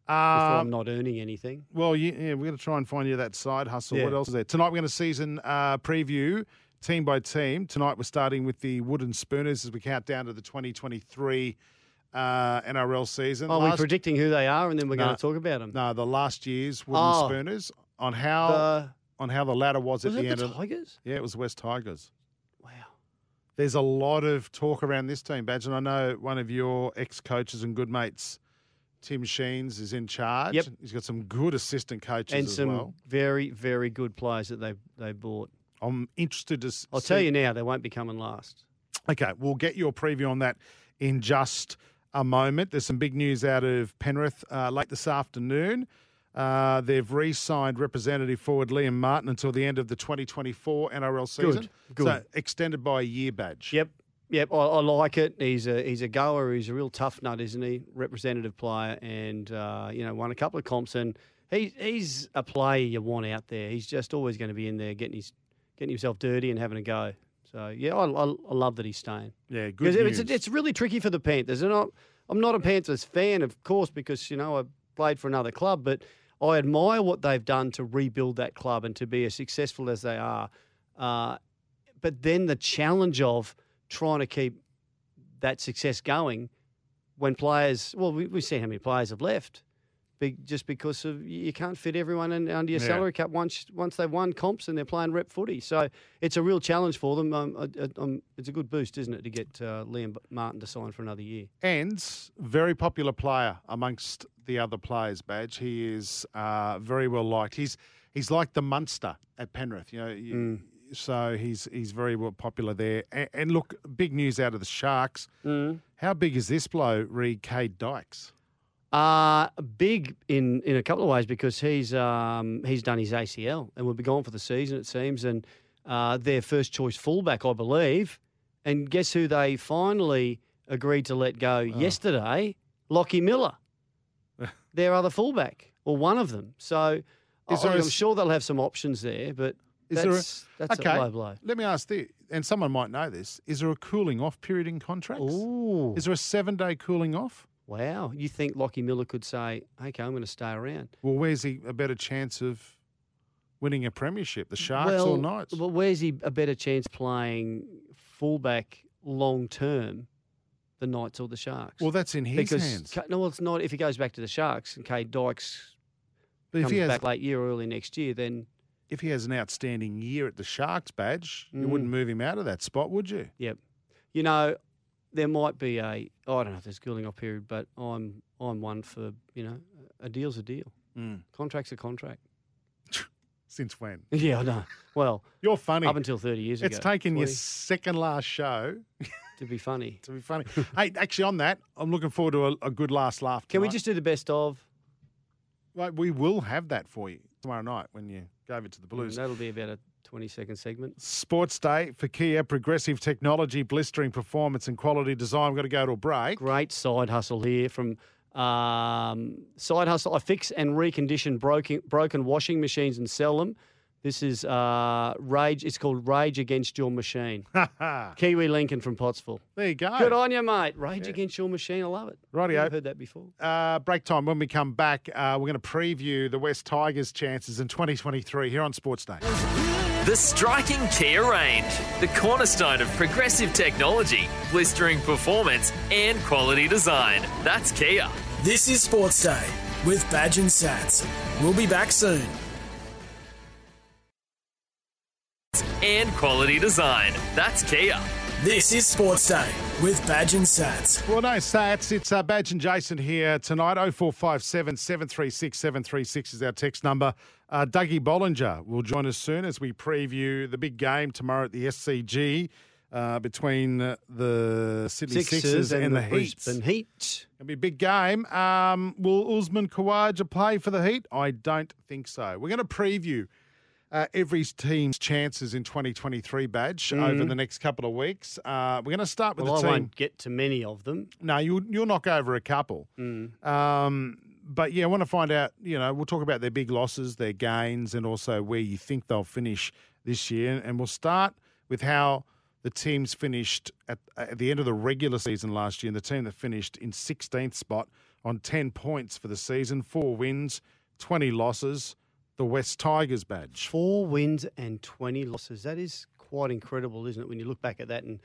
Speaker 5: I'm
Speaker 4: Um,
Speaker 5: not earning anything.
Speaker 4: well, you, yeah, we're going to try and find you that side hustle. What
Speaker 5: Yeah.
Speaker 4: else is there? Tonight, we're going to season uh, preview team by team. Tonight, we're starting with the Wooden Spooners as we count down to the 2023 uh, NRL season.
Speaker 5: Are we
Speaker 4: Last-
Speaker 5: predicting who they are and then we're
Speaker 4: No.
Speaker 5: going to talk about them?
Speaker 4: no, the last year's Wooden
Speaker 5: Oh.
Speaker 4: Spooners on how
Speaker 5: Uh,
Speaker 4: on how the ladder was,
Speaker 5: was
Speaker 4: at the
Speaker 5: it
Speaker 4: end
Speaker 5: the
Speaker 4: of.
Speaker 5: Tigers?
Speaker 4: Yeah, it was West Tigers.
Speaker 5: Wow.
Speaker 4: There's a lot of talk around this team, Badge, and I know one of your ex coaches and good mates, Tim Sheens, is in charge.
Speaker 5: Yep.
Speaker 4: He's got some good assistant coaches
Speaker 5: And
Speaker 4: as
Speaker 5: some
Speaker 4: well.
Speaker 5: very, very good players that they they bought.
Speaker 4: I'm interested to s-
Speaker 5: I'll
Speaker 4: see-
Speaker 5: tell you now, they won't be coming last.
Speaker 4: Okay, we'll get your preview on that in just a moment. There's some big news out of Penrith uh, late this afternoon. Uh, they've re signed representative forward Liam Martin until the end of the 2024 NRL season.
Speaker 5: good.
Speaker 4: So extended by a year badge.
Speaker 5: Yep, yep. I, I like it. He's a he's a goer. He's a real tough nut, isn't he? Representative player, and uh, you know won a couple of comps. And he's he's a player you want out there. He's just always going to be in there getting his getting himself dirty and having a go. So yeah, I, I, I love that he's staying.
Speaker 4: Yeah, good.
Speaker 5: Because
Speaker 4: News.
Speaker 5: it's, it's really tricky for the Panthers. And I'm, I'm not a Panthers fan, of course, because, you know, I played for another club, but I admire what they've done to rebuild that club and to be as successful as they are. Uh, but then the challenge of trying to keep that success going when players, well, we, we've seen how many players have left. Be, just because of you can't fit everyone in, under your
Speaker 4: Yeah.
Speaker 5: salary cap once once they've won comps and they're playing rep footy, so it's a real challenge for them. Um, I, I, um, it's a good boost, isn't it, to get uh, Liam Martin to sign for another year?
Speaker 4: and very popular player amongst the other players. Badge, he is uh, very well liked. He's he's like the Munster at Penrith, you know. You,
Speaker 5: Mm.
Speaker 4: So he's he's very well popular there. And, and look, big news out of the Sharks.
Speaker 5: Mm.
Speaker 4: How big is this blow, Reed Cade Dykes?
Speaker 5: Uh, big in, in a couple of ways because he's um, he's done his ACL and will be gone for the season it seems. And uh, their first choice fullback, I believe. And guess who they finally agreed to let
Speaker 4: Oh.
Speaker 5: go yesterday? Lockie Miller, their other fullback or one of them. So
Speaker 4: Is
Speaker 5: I,
Speaker 4: there a
Speaker 5: am
Speaker 4: s-
Speaker 5: sure they'll have some options there, but
Speaker 4: Is there a-
Speaker 5: that's that's a low blow.
Speaker 4: Let me ask this, and someone might know this: Is there a cooling off period in contracts?
Speaker 5: Ooh,
Speaker 4: Is there a seven day cooling off?
Speaker 5: wow! You think Lockie Miller could say, "Okay, I'm going to stay around"?
Speaker 4: Well, where's he a better chance of winning a premiership? The Sharks or Knights?
Speaker 5: Well, where's he a better chance playing fullback long term, the Knights or the Sharks?
Speaker 4: Well, that's in his
Speaker 5: because
Speaker 4: hands.
Speaker 5: Ka- no, well, it's not. If he goes back to the Sharks and Kay Dykes
Speaker 4: but if
Speaker 5: comes
Speaker 4: he has
Speaker 5: back late year or early next year, then
Speaker 4: if he has an outstanding year at the Sharks badge,
Speaker 5: Mm.
Speaker 4: you wouldn't move him out of that spot, would you?
Speaker 5: yep. You know, there might be a. oh, I don't know if there's a cooling off period, but I'm I'm one for you know a deal's a deal. Contract's a contract.
Speaker 4: Hmm. Since when?
Speaker 5: Yeah, I know. Well,
Speaker 4: You're funny.
Speaker 5: up until 30 years ago.
Speaker 4: it's taken your
Speaker 5: 40,
Speaker 4: second last show
Speaker 5: to be funny.
Speaker 4: to be funny. hey, actually, on that, I'm looking forward to a, a good last laugh.
Speaker 5: Can we
Speaker 4: tonight.
Speaker 5: just do the best of?
Speaker 4: Right, we will have that for you tomorrow night when you gave it to the Blues.
Speaker 5: Mm, That'll be about a 20 second segment.
Speaker 4: Sports Day for Kia, progressive technology, blistering performance, and quality design. We've got to go to a break.
Speaker 5: great side hustle here from um, side hustle. I fix and recondition broken broken washing machines and sell them. This is uh, rage. It's called Rage Against Your Machine.
Speaker 4: there
Speaker 5: Kiwi Lincoln from Pottsville.
Speaker 4: you go.
Speaker 5: Good on you, mate. Rage Against Your Machine. I love it.
Speaker 4: Rightio.
Speaker 5: I've heard that before.
Speaker 4: uh, break time. When we come back, uh, we're going to preview the West Tigers' chances in 2023 here on Sports Day.
Speaker 2: The striking Kia range, the cornerstone of progressive technology, blistering performance, and quality design. That's Kia.
Speaker 3: This is Sports Day with Badge and Sats. We'll be back soon.
Speaker 2: And quality design. That's Kia.
Speaker 3: This is Sports Day with Badge and Sats.
Speaker 4: Well, no, Sats, it's uh, Badge and Jason here tonight. 0457 736 736 is our text number. Uh, Dougie Bollinger will join us soon as we preview the big game tomorrow at the SCG uh, between uh, the Sydney Sixers, and, the, Heats.
Speaker 5: Brisbane Heat.
Speaker 4: It'll be a big game. Um, will Usman Khawaja play for the Heat? I don't think so. We're going to preview uh, every team's chances in 2023 badge over the next couple of weeks. Uh, we're going to start with
Speaker 5: Mm-hmm. Well, I
Speaker 4: the team.
Speaker 5: won't get to many of them.
Speaker 4: No, you'll you'll knock over a couple. Um, but yeah, I want to find out. You know, we'll talk about their big losses, their gains, and also where you think they'll finish this year. And we'll start with how the teams finished at, at the end of the regular season last year, and the team that finished in 16th spot on 10 points for the season, four wins, 20 losses. The West Tigers badge.
Speaker 5: Four wins and 20 losses. That is quite incredible, isn't it? When you look back at that, and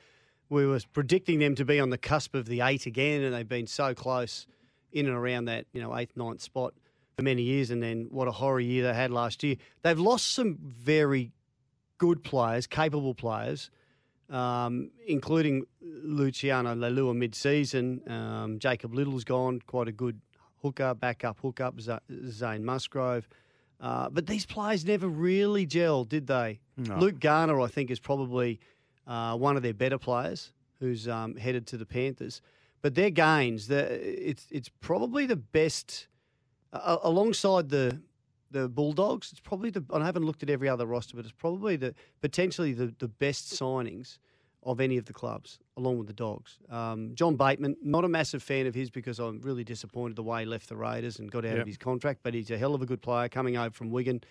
Speaker 5: we were predicting them to be on the cusp of the eight again, and they've been so close in and around that, you know, eighth, ninth spot for many years. And then what a horror year they had last year. They've lost some very good players, capable players, um, including Luciano Lalua mid season. Um, Jacob Little's gone, quite a good hooker, backup hookup, Z- Zane Musgrove. Uh, but these players never really gelled, did they? Luke Garner, I think, is probably uh, one of their better players who's um, headed to the Panthers. But their gains, the, it's, it's probably the best uh, alongside the the Bulldogs, it's probably the. I haven't looked at every other roster, but it's probably the potentially the, the best signings of any of the clubs, along with the Dogs. Um, John Bateman, not a massive fan of his because I'm really disappointed the way he left the Raiders and got out
Speaker 4: Yep.
Speaker 5: of his contract, but he's a hell of a good player coming over from Wigan.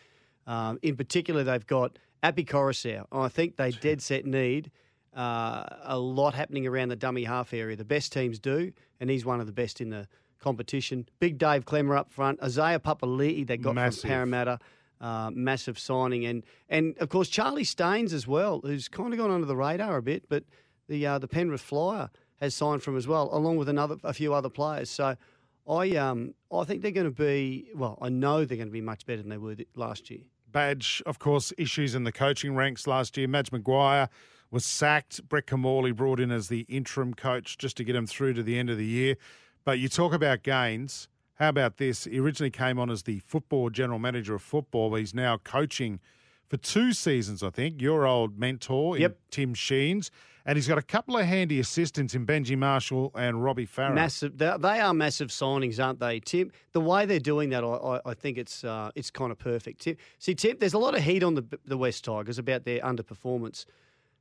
Speaker 5: Um, in particular, they've got Appy Coruscant. I think they dead set need uh, a lot happening around the dummy half area. The best teams do, and he's one of the best in the competition. Big Dave Clemmer up front. Isaiah Papali'i they got
Speaker 4: Massive.
Speaker 5: from Parramatta. Uh, massive signing. And, and, of course, Charlie Staines as well, who's kind of gone under the radar a bit, but the, uh, the Penrith Flyer has signed from as well, along with another a few other players. So I, um, I think they're going to be, well, I know they're going to be much better than they were th- last year.
Speaker 4: Badge, of course, issues in the coaching ranks last year. Madge McGuire was sacked. Brett Camorley brought in as the interim coach just to get him through to the end of the year. But you talk about gains. How about this? He originally came on as the football general manager of football, but he's now coaching for two seasons, I think. Your old mentor, in
Speaker 5: Yep.
Speaker 4: Tim Sheens, and he's got a couple of handy assistants in Benji Marshall and Robbie Farrow.
Speaker 5: Massive. They, they are massive signings, aren't they, Tim? The way they're doing that, I, I, I think it's uh, it's kind of perfect. Tim, see, Tim, there's a lot of heat on the the West Tigers about their underperformance.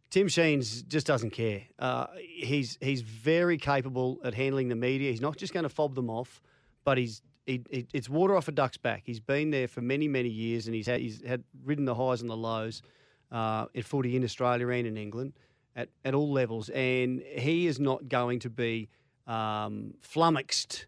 Speaker 5: Tim Sheens just doesn't care. Uh, he's he's very capable at handling the media. He's not just going to fob them off, but he's he, he, it's water off a duck's back. He's been there for many many years, and he's had he's had ridden the highs and the lows uh, at footy in Australia and in England at, at all levels. And he is not going to be um, flummoxed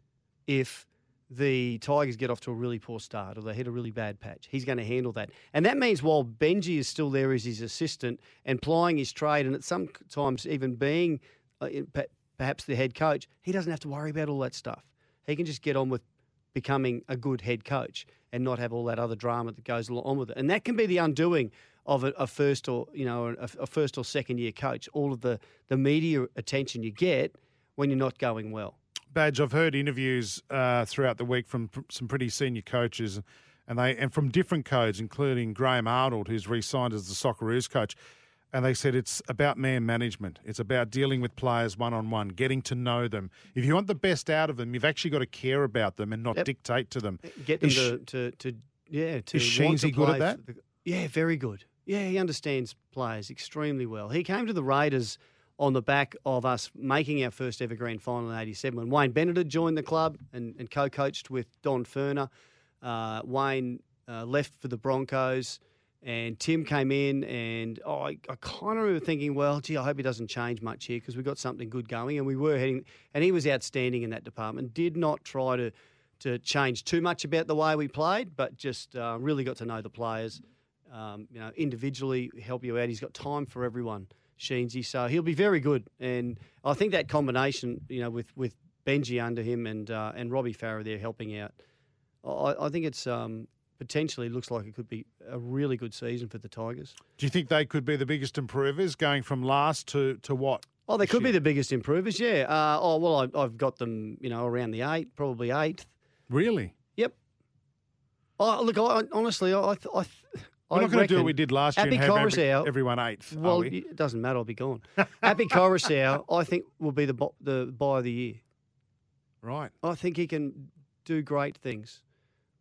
Speaker 5: if the Tigers get off to a really poor start or they hit a really bad patch. He's going to handle that. And that means while Benji is still there as his assistant and plying his trade and at sometimes even being uh, in- pe- perhaps the head coach, he doesn't have to worry about all that stuff. He can just get on with becoming a good head coach and not have all that other drama that goes along with it. And that can be the undoing of a, a first or you know a, a first or second year coach. All of the the media attention you get when you're not going well.
Speaker 4: Badge, I've heard interviews uh, throughout the week from pr- some pretty senior coaches, and they and from different codes, including Graham Arnold, who's re-signed as the Socceroos coach. And they said it's about man management. It's about dealing with players one on one, getting to know them. If you want the best out of them, you've actually got to care about them and not
Speaker 5: Yep. Uh,
Speaker 4: dictate to them.
Speaker 5: Get them
Speaker 4: Is-
Speaker 5: to, to to yeah to
Speaker 4: is
Speaker 5: want to
Speaker 4: Sheensy good at
Speaker 5: play
Speaker 4: that?
Speaker 5: for the- yeah, very good. Yeah, he understands players extremely well. He came to the Raiders on the back of us making our first ever grand final in 87 when Wayne Bennett had joined the club and, and co-coached with Don Ferner. Uh, Wayne uh, left for the Broncos and Tim came in and oh, I, I kind of remember thinking, well, gee, I hope he doesn't change much here because we've got something good going and we were heading – and he was outstanding in that department. Did not try to to change too much about the way we played but just uh, really got to know the players um, you know, individually help you out. He's got time for everyone, Sheensy. So he'll be very good. And I think that combination, you know, with, with Benji under him and uh, and Robbie Farrow there helping out, I, I think it's um, potentially looks like it could be a really good season for the Tigers.
Speaker 4: Do you think they could be the biggest improvers, going from last to to what?
Speaker 5: Oh, they
Speaker 4: this
Speaker 5: could be
Speaker 4: year?
Speaker 5: the biggest improvers, yeah. Uh, oh, well, I, I've got them, you know, around the eight, probably eighth.
Speaker 4: really.
Speaker 5: Yep. Oh, look, I, honestly, I, I, th- I th-
Speaker 4: We're
Speaker 5: I
Speaker 4: not going to do what
Speaker 5: reckon-
Speaker 4: we did last year and
Speaker 5: Abby
Speaker 4: have every-
Speaker 5: Coruscant-
Speaker 4: everyone eighth. are
Speaker 5: Well,
Speaker 4: we?
Speaker 5: it doesn't matter. I'll be gone. Happy Coruscant, I think, will be the bo- the buy of the year.
Speaker 4: right.
Speaker 5: I think he can do great things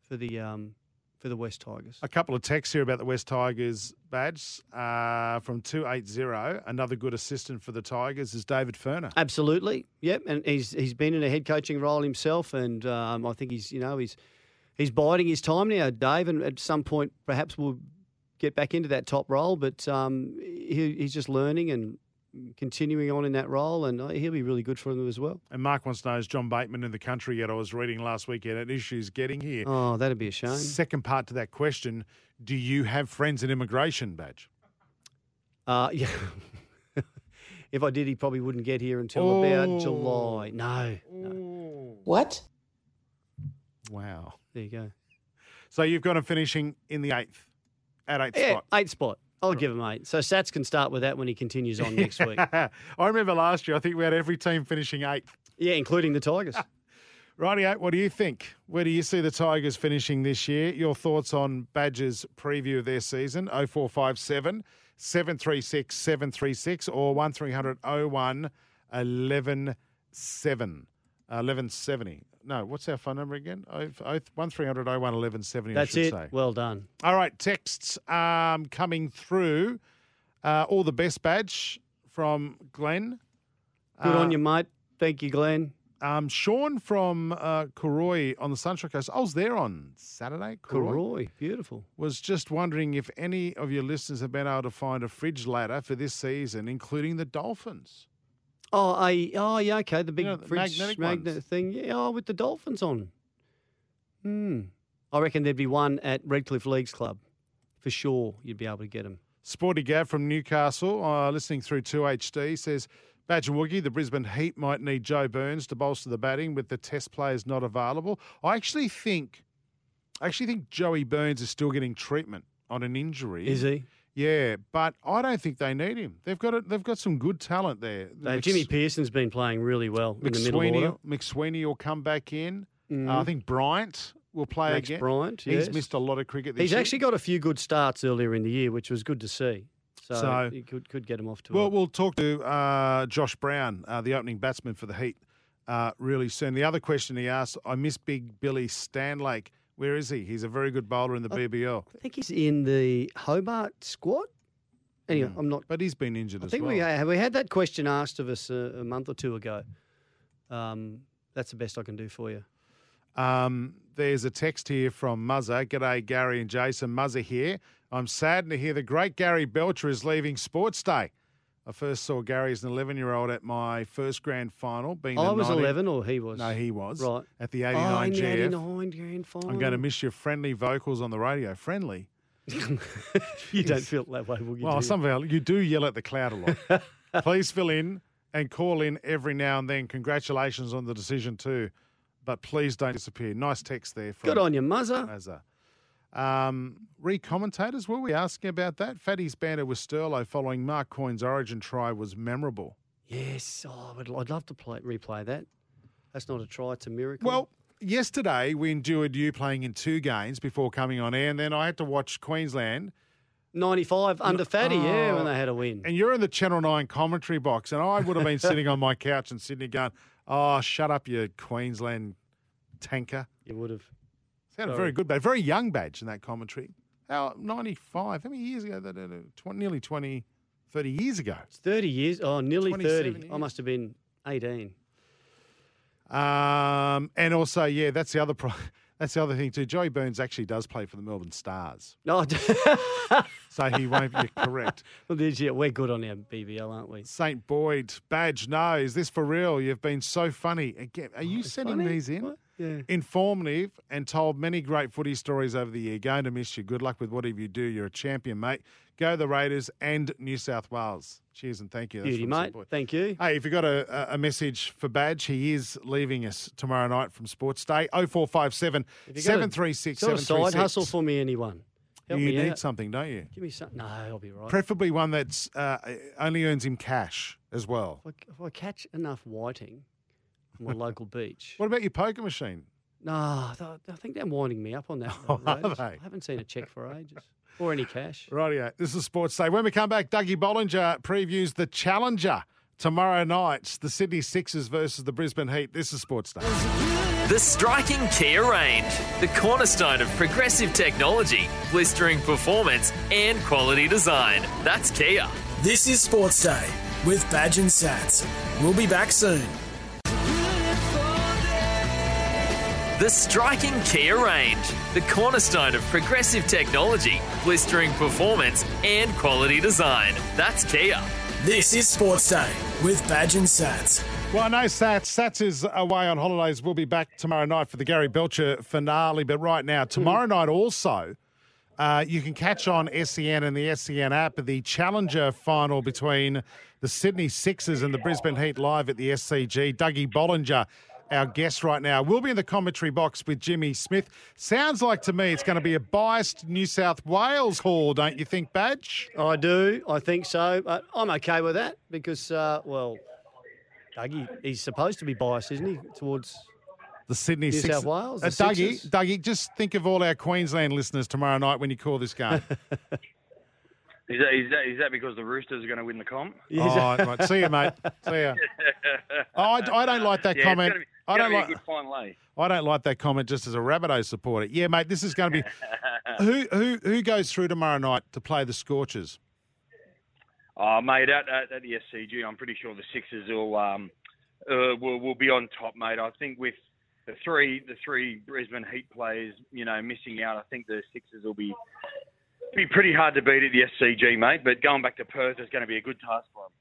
Speaker 5: for the um, for the West Tigers.
Speaker 4: A couple of texts here about the West Tigers badge uh, from 280. Another good assistant for the Tigers is David Ferner.
Speaker 5: Absolutely, yep. And he's he's been in a head coaching role himself, and um, I think he's you know he's he's biding his time now, Dave. And at some point, perhaps we'll get back into that top role, but um, he, he's just learning and continuing on in that role, and uh, he'll be really good for them as well.
Speaker 4: And Mark wants to know is John Bateman in the country yet? I was reading last weekend at Issues Getting Here.
Speaker 5: Oh, that'd be a shame.
Speaker 4: Second part to that question Do you have friends in immigration, badge?
Speaker 5: Uh, yeah. if I did, he probably wouldn't get here until
Speaker 4: Oh.
Speaker 5: about July. No, no.
Speaker 7: What?
Speaker 4: Wow.
Speaker 5: There you go.
Speaker 4: So you've got him finishing in the eighth, at eighth
Speaker 5: Yeah,
Speaker 4: spot.
Speaker 5: eight spot. I'll give him eight. So Sats can start with that when he continues on next week.
Speaker 4: I remember last year, I think we had every team finishing eighth.
Speaker 5: Yeah, including the Tigers.
Speaker 4: Rightio, what do you think? Where do you see the Tigers finishing this year? Your thoughts on Badger's preview of their season, 0457 736 736 or 1300 01 1170. 1170. No, what's our phone number again? Oh, oh, 1300 01 1170,
Speaker 5: That's
Speaker 4: I should
Speaker 5: it.
Speaker 4: say.
Speaker 5: Well done.
Speaker 4: All right, texts um, coming through. Uh, all the best, Badge, from Glenn.
Speaker 5: Good
Speaker 4: Uh,
Speaker 5: on you, mate. Thank you, Glenn.
Speaker 4: um, Sean from uh, Kuroi on the Sunshine Coast. I was there on Saturday. Kuroi,
Speaker 5: Kuroi, beautiful.
Speaker 4: was just wondering if any of your listeners have been able to find a fridge ladder for this season, including the Dolphins.
Speaker 5: Oh, I, oh yeah, okay. The big
Speaker 4: know, the
Speaker 5: fridge
Speaker 4: magnetic
Speaker 5: magnet
Speaker 4: ones.
Speaker 5: thing. Yeah, oh, with the dolphins on. Hmm. I reckon there'd be one at Redcliffe Leagues Club. For sure, you'd be able to get them.
Speaker 4: Sporty Gav from Newcastle, uh, listening through 2HD, says Badge and Woogie, the Brisbane Heat might need Joe Burns to bolster the batting with the test players not available. I actually think I actually think Joey Burns is still getting treatment on an injury.
Speaker 5: Is he?
Speaker 4: Yeah, but I don't think they need him. They've got a, they've got some good talent there.
Speaker 5: Uh,
Speaker 4: Mc-
Speaker 5: Jimmy Pearson's been playing really well in the middle order. Mm.
Speaker 4: McSweeney, McSweeney will come back in. Uh, I think Bryant will play
Speaker 5: Max
Speaker 4: again.
Speaker 5: Bryant, yes.
Speaker 4: He's missed a lot of cricket this
Speaker 5: He's
Speaker 4: year.
Speaker 5: actually got a few good starts earlier in the year, which was good to see. So,
Speaker 4: So-
Speaker 5: you could could get him off to
Speaker 4: Well,
Speaker 5: a-
Speaker 4: we'll talk to uh, Josh Brown, uh, the opening batsman for the Heat, uh, really soon. The other question he asked, I miss Big Billy Stanlake. Where is he? He's a very good bowler
Speaker 5: Oh,
Speaker 4: in the BBL,
Speaker 5: I think he's in the Hobart squad. Anyway, I'm not.
Speaker 4: but he's been injured
Speaker 5: I
Speaker 4: Mm, as
Speaker 5: think
Speaker 4: well.
Speaker 5: we ha- we had that question asked of us uh, a, a month or two ago. Um, that's the best I can do for you.
Speaker 4: Um, there's a text here from Muzza. G'day, Gary and Jason. Muzza here. I'm saddened to hear the great Gary Belcher is leaving Sports Day. I first saw Gary as an 11 year old at my first grand final. Being
Speaker 5: Oh, I
Speaker 4: the
Speaker 5: was
Speaker 4: 19
Speaker 5: 11, or he was.
Speaker 4: No, he was.
Speaker 5: Right.
Speaker 4: At the
Speaker 5: Oh,
Speaker 4: 89
Speaker 5: in the
Speaker 4: GF.
Speaker 5: 89 grand final.
Speaker 4: I'm going to miss your friendly vocals on the radio. Friendly?
Speaker 5: You don't feel that way, will you?
Speaker 4: well,
Speaker 5: do you?
Speaker 4: somehow you do yell at the cloud a lot. Please fill in and call in every now and then. Congratulations on the decision too, but please don't disappear. Nice text there. From
Speaker 5: Good on you, Muzza.
Speaker 4: Mazza. Um, re-commentators, were we asking about that? Fatty's banter with Sterlo following Mark Coyne's origin try was memorable.
Speaker 5: Yes. Oh, I would, I'd love to play, replay that. That's not a try, it's a miracle.
Speaker 4: Well, yesterday we endured you playing in two games before coming on air, and then I had to watch Queensland Uh,
Speaker 5: 95 under Fatty, yeah, when they had a win.
Speaker 4: and you're in the Channel 9 commentary box, and I would have been sitting on my couch in Sydney going, oh, shut up, you Queensland tanker.
Speaker 5: you would have.
Speaker 4: Sounded
Speaker 5: Sorry.
Speaker 4: very good, but very young badge in that commentary. How, 95, how many years ago? That, uh, 20, nearly 20, 30 years ago.
Speaker 5: It's 30 years. Oh, nearly 30.
Speaker 4: 27
Speaker 5: I
Speaker 4: years.
Speaker 5: must have been 18.
Speaker 4: Um, and also, yeah, that's the other pro- that's the other thing too. Joey Burns actually does play for the Melbourne Stars,
Speaker 5: No, I d-
Speaker 4: so he won't be correct.
Speaker 5: well, this year, we're good on our BBL, aren't we?
Speaker 4: St. Boyd badge. No, is this for real? You've been so funny. Again, are you sending
Speaker 5: Oh, funny?
Speaker 4: these in?
Speaker 5: What? Yeah.
Speaker 4: Informative and told many great footy stories over the year. Going to miss you. Good luck with whatever you do. You're a champion, mate. Go the Raiders and New South Wales. Cheers and thank you. That's
Speaker 5: Beauty,
Speaker 4: from St.
Speaker 5: mate.
Speaker 4: Boyd.
Speaker 5: Thank you.
Speaker 4: Hey, if you got a, a- a message for Badge, he is leaving us tomorrow night from Sports Day. 0457
Speaker 5: You got a-
Speaker 4: 736
Speaker 5: sort of side
Speaker 4: 736.
Speaker 5: hustle for me, anyone. Help
Speaker 4: You
Speaker 5: me
Speaker 4: need
Speaker 5: out.
Speaker 4: something, don't you?
Speaker 5: Give me some. No, I'll be right.
Speaker 4: Preferably one that's uh, only earns him cash as well.
Speaker 5: If I- if I catch enough whiting on my local beach.
Speaker 4: What about your poker machine?
Speaker 5: No,
Speaker 4: Oh,
Speaker 5: I thought- I think they're winding me up on that. one,
Speaker 4: are
Speaker 5: Raiders.
Speaker 4: they?
Speaker 5: I haven't seen a check for ages or any cash.
Speaker 4: Rightio. This is Sports Day. When we come back, Dougie Bollinger previews the Challenger tomorrow night. The Sydney Sixers versus the Brisbane Heat. This is Sports Day.
Speaker 2: The striking Kia range, the cornerstone of progressive technology, blistering performance, and quality design. That's Kia.
Speaker 3: This is Sports Day with Badge and Sats. We'll be back soon.
Speaker 2: The striking Kia range, the cornerstone of progressive technology, blistering performance, and quality design. That's Kia.
Speaker 3: This is Sports Day with Badge and Sats.
Speaker 4: Well, no, Sats. Sats is away on holidays. We'll be back tomorrow night for the Gary Belcher finale. But right now, tomorrow night also, uh, you can catch on SEN and the SEN app the Challenger final between the Sydney Sixers and the Brisbane Heat live at the SCG. Dougie Bollinger, our guest right now, will be in the commentary box with Jimmy Smith. Sounds like to me it's going to be a biased New South Wales call, don't you think, Badge?
Speaker 5: I do. I think so. But I'm okay with that because, uh, well, Dougie, he's supposed to be biased, isn't he? Towards
Speaker 4: The Sydney
Speaker 5: New
Speaker 4: Sixers.
Speaker 5: South Wales,
Speaker 4: Uh,
Speaker 5: the
Speaker 4: Dougie,
Speaker 5: Sixers.
Speaker 4: Dougie, just think of all our Queensland listeners tomorrow night when you call this game.
Speaker 8: Is that, is that, is that because the Roosters are going to win the comp?
Speaker 4: oh, right. See you, mate. See you. Oh, I, I don't like that
Speaker 8: Yeah,
Speaker 4: comment.
Speaker 8: It's
Speaker 4: I
Speaker 8: going
Speaker 4: don't
Speaker 8: to be, it's gonna
Speaker 4: like.
Speaker 8: be a good final, eh?
Speaker 4: I don't like that comment. Just as a Rabbitoh supporter, yeah, mate. This is going to be who who who goes through tomorrow night to play the Scorchers.
Speaker 8: Oh, mate, at, at, at the SCG, I'm pretty sure the Sixers will um uh, will, will be on top, mate. I think with the three the three Brisbane Heat players, you know, missing out, I think the Sixers will be be pretty hard to beat at the SCG, mate. But going back to Perth is going to be a good task for them.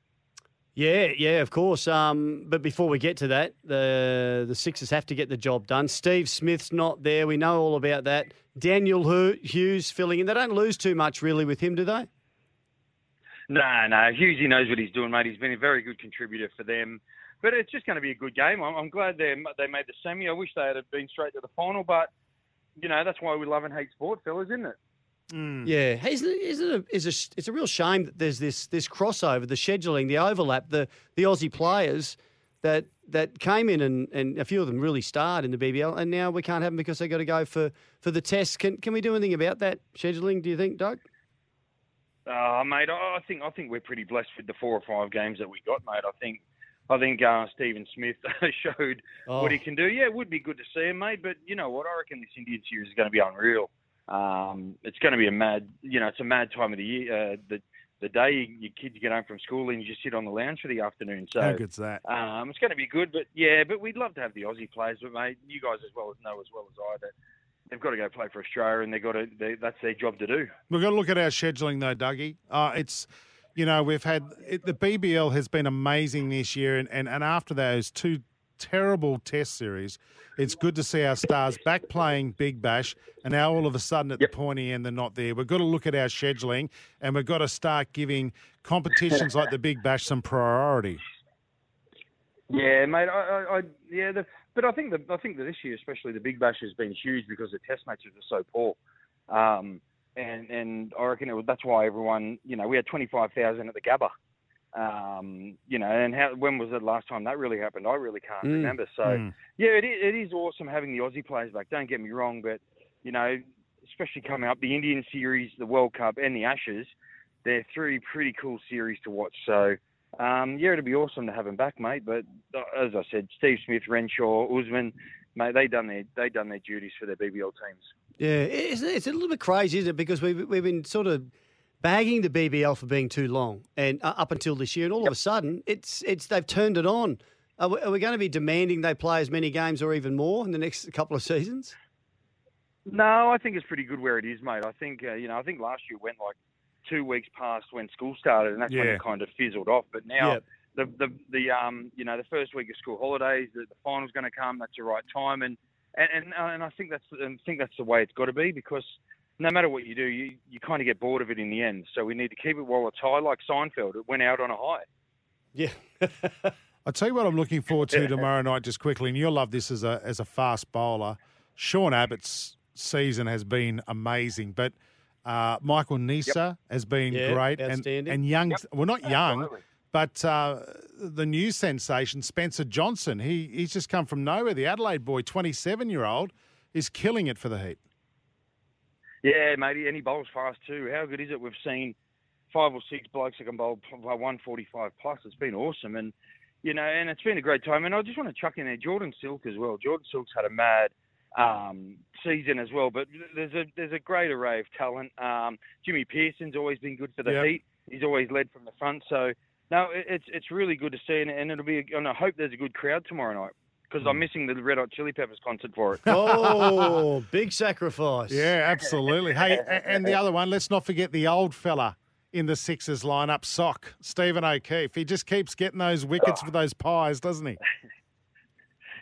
Speaker 5: Yeah, yeah, of course. Um, but before we get to that, the the Sixers have to get the job done. Steve Smith's not there. We know all about that. Daniel Hu- Hughes filling in. They don't lose too much, really, with him, do they?
Speaker 8: No, no. Hughes, he knows what he's doing, mate. He's been a very good contributor for them. But it's just going to be a good game. I'm, I'm glad they they made the semi. I wish they had been straight to the final, but you know that's why we love and hate sport, fellas, isn't it?
Speaker 5: Yeah, Hey, is it, is it a, is a, it's a real shame that there's this this crossover, the scheduling, the overlap, the the Aussie players that that came in and, and a few of them really starred in the BBL, and now we can't have them because they got to go for for the test. Can can we do anything about that scheduling? Do you think, Doug?
Speaker 8: Uh, mate, I I think I think we're pretty blessed with the four or five games that we got, mate. I think I think uh, Stephen Smith showed what he
Speaker 9: Oh.
Speaker 8: can do. Yeah, it would be good to see him, mate. But you know what? I reckon this Indian series is going to be unreal. Um, it's going to be a mad, you know, it's a mad time of the year. Uh, the the day you, your kids get home from school and you just sit on the lounge for the afternoon. So
Speaker 4: How good's that?
Speaker 8: um, it's going to be good, but yeah, but we'd love to have the Aussie players, but mate, you guys as well as know as well as I that they've got to go play for Australia and they've got to. They, that's their job to do.
Speaker 4: We've got to look at our scheduling, though, Dougie. Uh, it's, you know, we've had it, the BBL has been amazing this year, and, and, and after those two terrible test series, it's good to see our stars back playing Big Bash, and now all of a sudden at the pointy end, they're not there. We've got to look at our scheduling, and we've got to start giving competitions like the Big Bash some priority.
Speaker 8: Yeah, mate. I, I, I yeah, the, but I think the, I think that this year, especially the Big Bash, has been huge because the Test matches are so poor. Um, and and I reckon it, was- that's why everyone, you know, we had twenty five thousand at the Gabba. Um, you know, and how, when was the last time that really happened? I really can't
Speaker 10: Hmm.
Speaker 11: Mm.
Speaker 8: remember. So
Speaker 11: Mm.
Speaker 8: yeah, it is, it is awesome having the Aussie players back. Don't get me wrong, but you know, especially coming up the Indian series, the World Cup, and the Ashes, they're three pretty cool series to watch. So. Um, yeah, it'd be awesome to have him back, mate. But uh, as I said, Steve Smith, Renshaw, Usman, mate, they done their they done their duties for their BBL teams.
Speaker 5: Yeah, it's, it's a little bit crazy, isn't it? Because we've, we've been sort of bagging the BBL for being too long, and uh, up until this year, and all of a sudden, it's it's they've turned it on. Are we, are we going to be demanding they play as many games or even more in the next couple of seasons?
Speaker 4: Uh,
Speaker 8: No, I think it's pretty good where it is, mate. I think uh, you know, I think last year went like two weeks past when school started, and that's when
Speaker 11: Yeah.
Speaker 8: it kind of fizzled off. But now
Speaker 11: Yep.
Speaker 8: the, the the um you know the first week of school holidays, the, the final's going to come. That's the right time, and and and, uh, and I think that's and I think that's the way it's got to be because no matter what you do, you you kind of get bored of it in the end. So we need to keep it while it's high, like Seinfeld. It went out on a high.
Speaker 4: I tell you what, I'm looking forward to tomorrow night, just quickly, and you'll love this as a as a fast bowler. Sean Abbott's season has been amazing, but uh, Michael Nisa has been
Speaker 5: Yeah,
Speaker 4: great, and
Speaker 5: outstanding.
Speaker 4: and young, well, not young,
Speaker 5: Absolutely.
Speaker 4: but uh, the new sensation, Spencer Johnson. He he's just come from nowhere. The Adelaide boy, 27 year old, is killing it for the Heat.
Speaker 8: Yeah, mate, and he bowls fast too. How good is it? We've seen five or six blokes that can bowl p- by 145 plus. It's been awesome, and you know, and it's been a great time. And I just want to chuck in there Jordan Silk as well. Jordan Silk's had a mad um, season as well, but there's a there's a great array of talent. Um, Jimmy Pearson's always been good for the
Speaker 11: Yep.
Speaker 8: Heat. He's always led from the front, so no, it, it's it's really good to see, and, and it'll be. And I hope there's a good crowd tomorrow night because I'm missing the Red Hot Chili Peppers concert for it.
Speaker 5: Oh, big sacrifice!
Speaker 4: Yeah, absolutely. Hey, a- and the other one, let's not forget the old fella in the Sixers lineup, Sock, Stephen O'Keefe. He just keeps getting those wickets for those pies, doesn't he?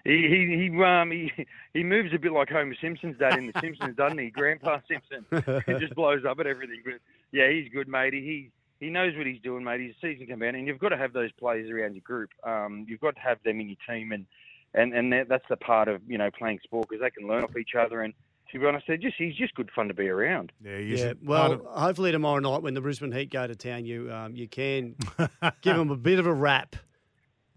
Speaker 8: He he he um he, he moves a bit like Homer Simpson's dad in The Simpsons, doesn't he? Grandpa Simpson. He just blows up at everything. But yeah, he's good, mate. He he knows what he's doing, mate. He's a season commander, and you've got to have those players around your group. Um, you've got to have them in your team, and and and that, that's the part of you know playing sport because they can learn off each other. And to be honest, they're just he's just good fun to be around.
Speaker 4: Yeah,
Speaker 5: Yeah, well, hopefully tomorrow night when the Brisbane Heat go to town, you um, you can give them a bit of a rap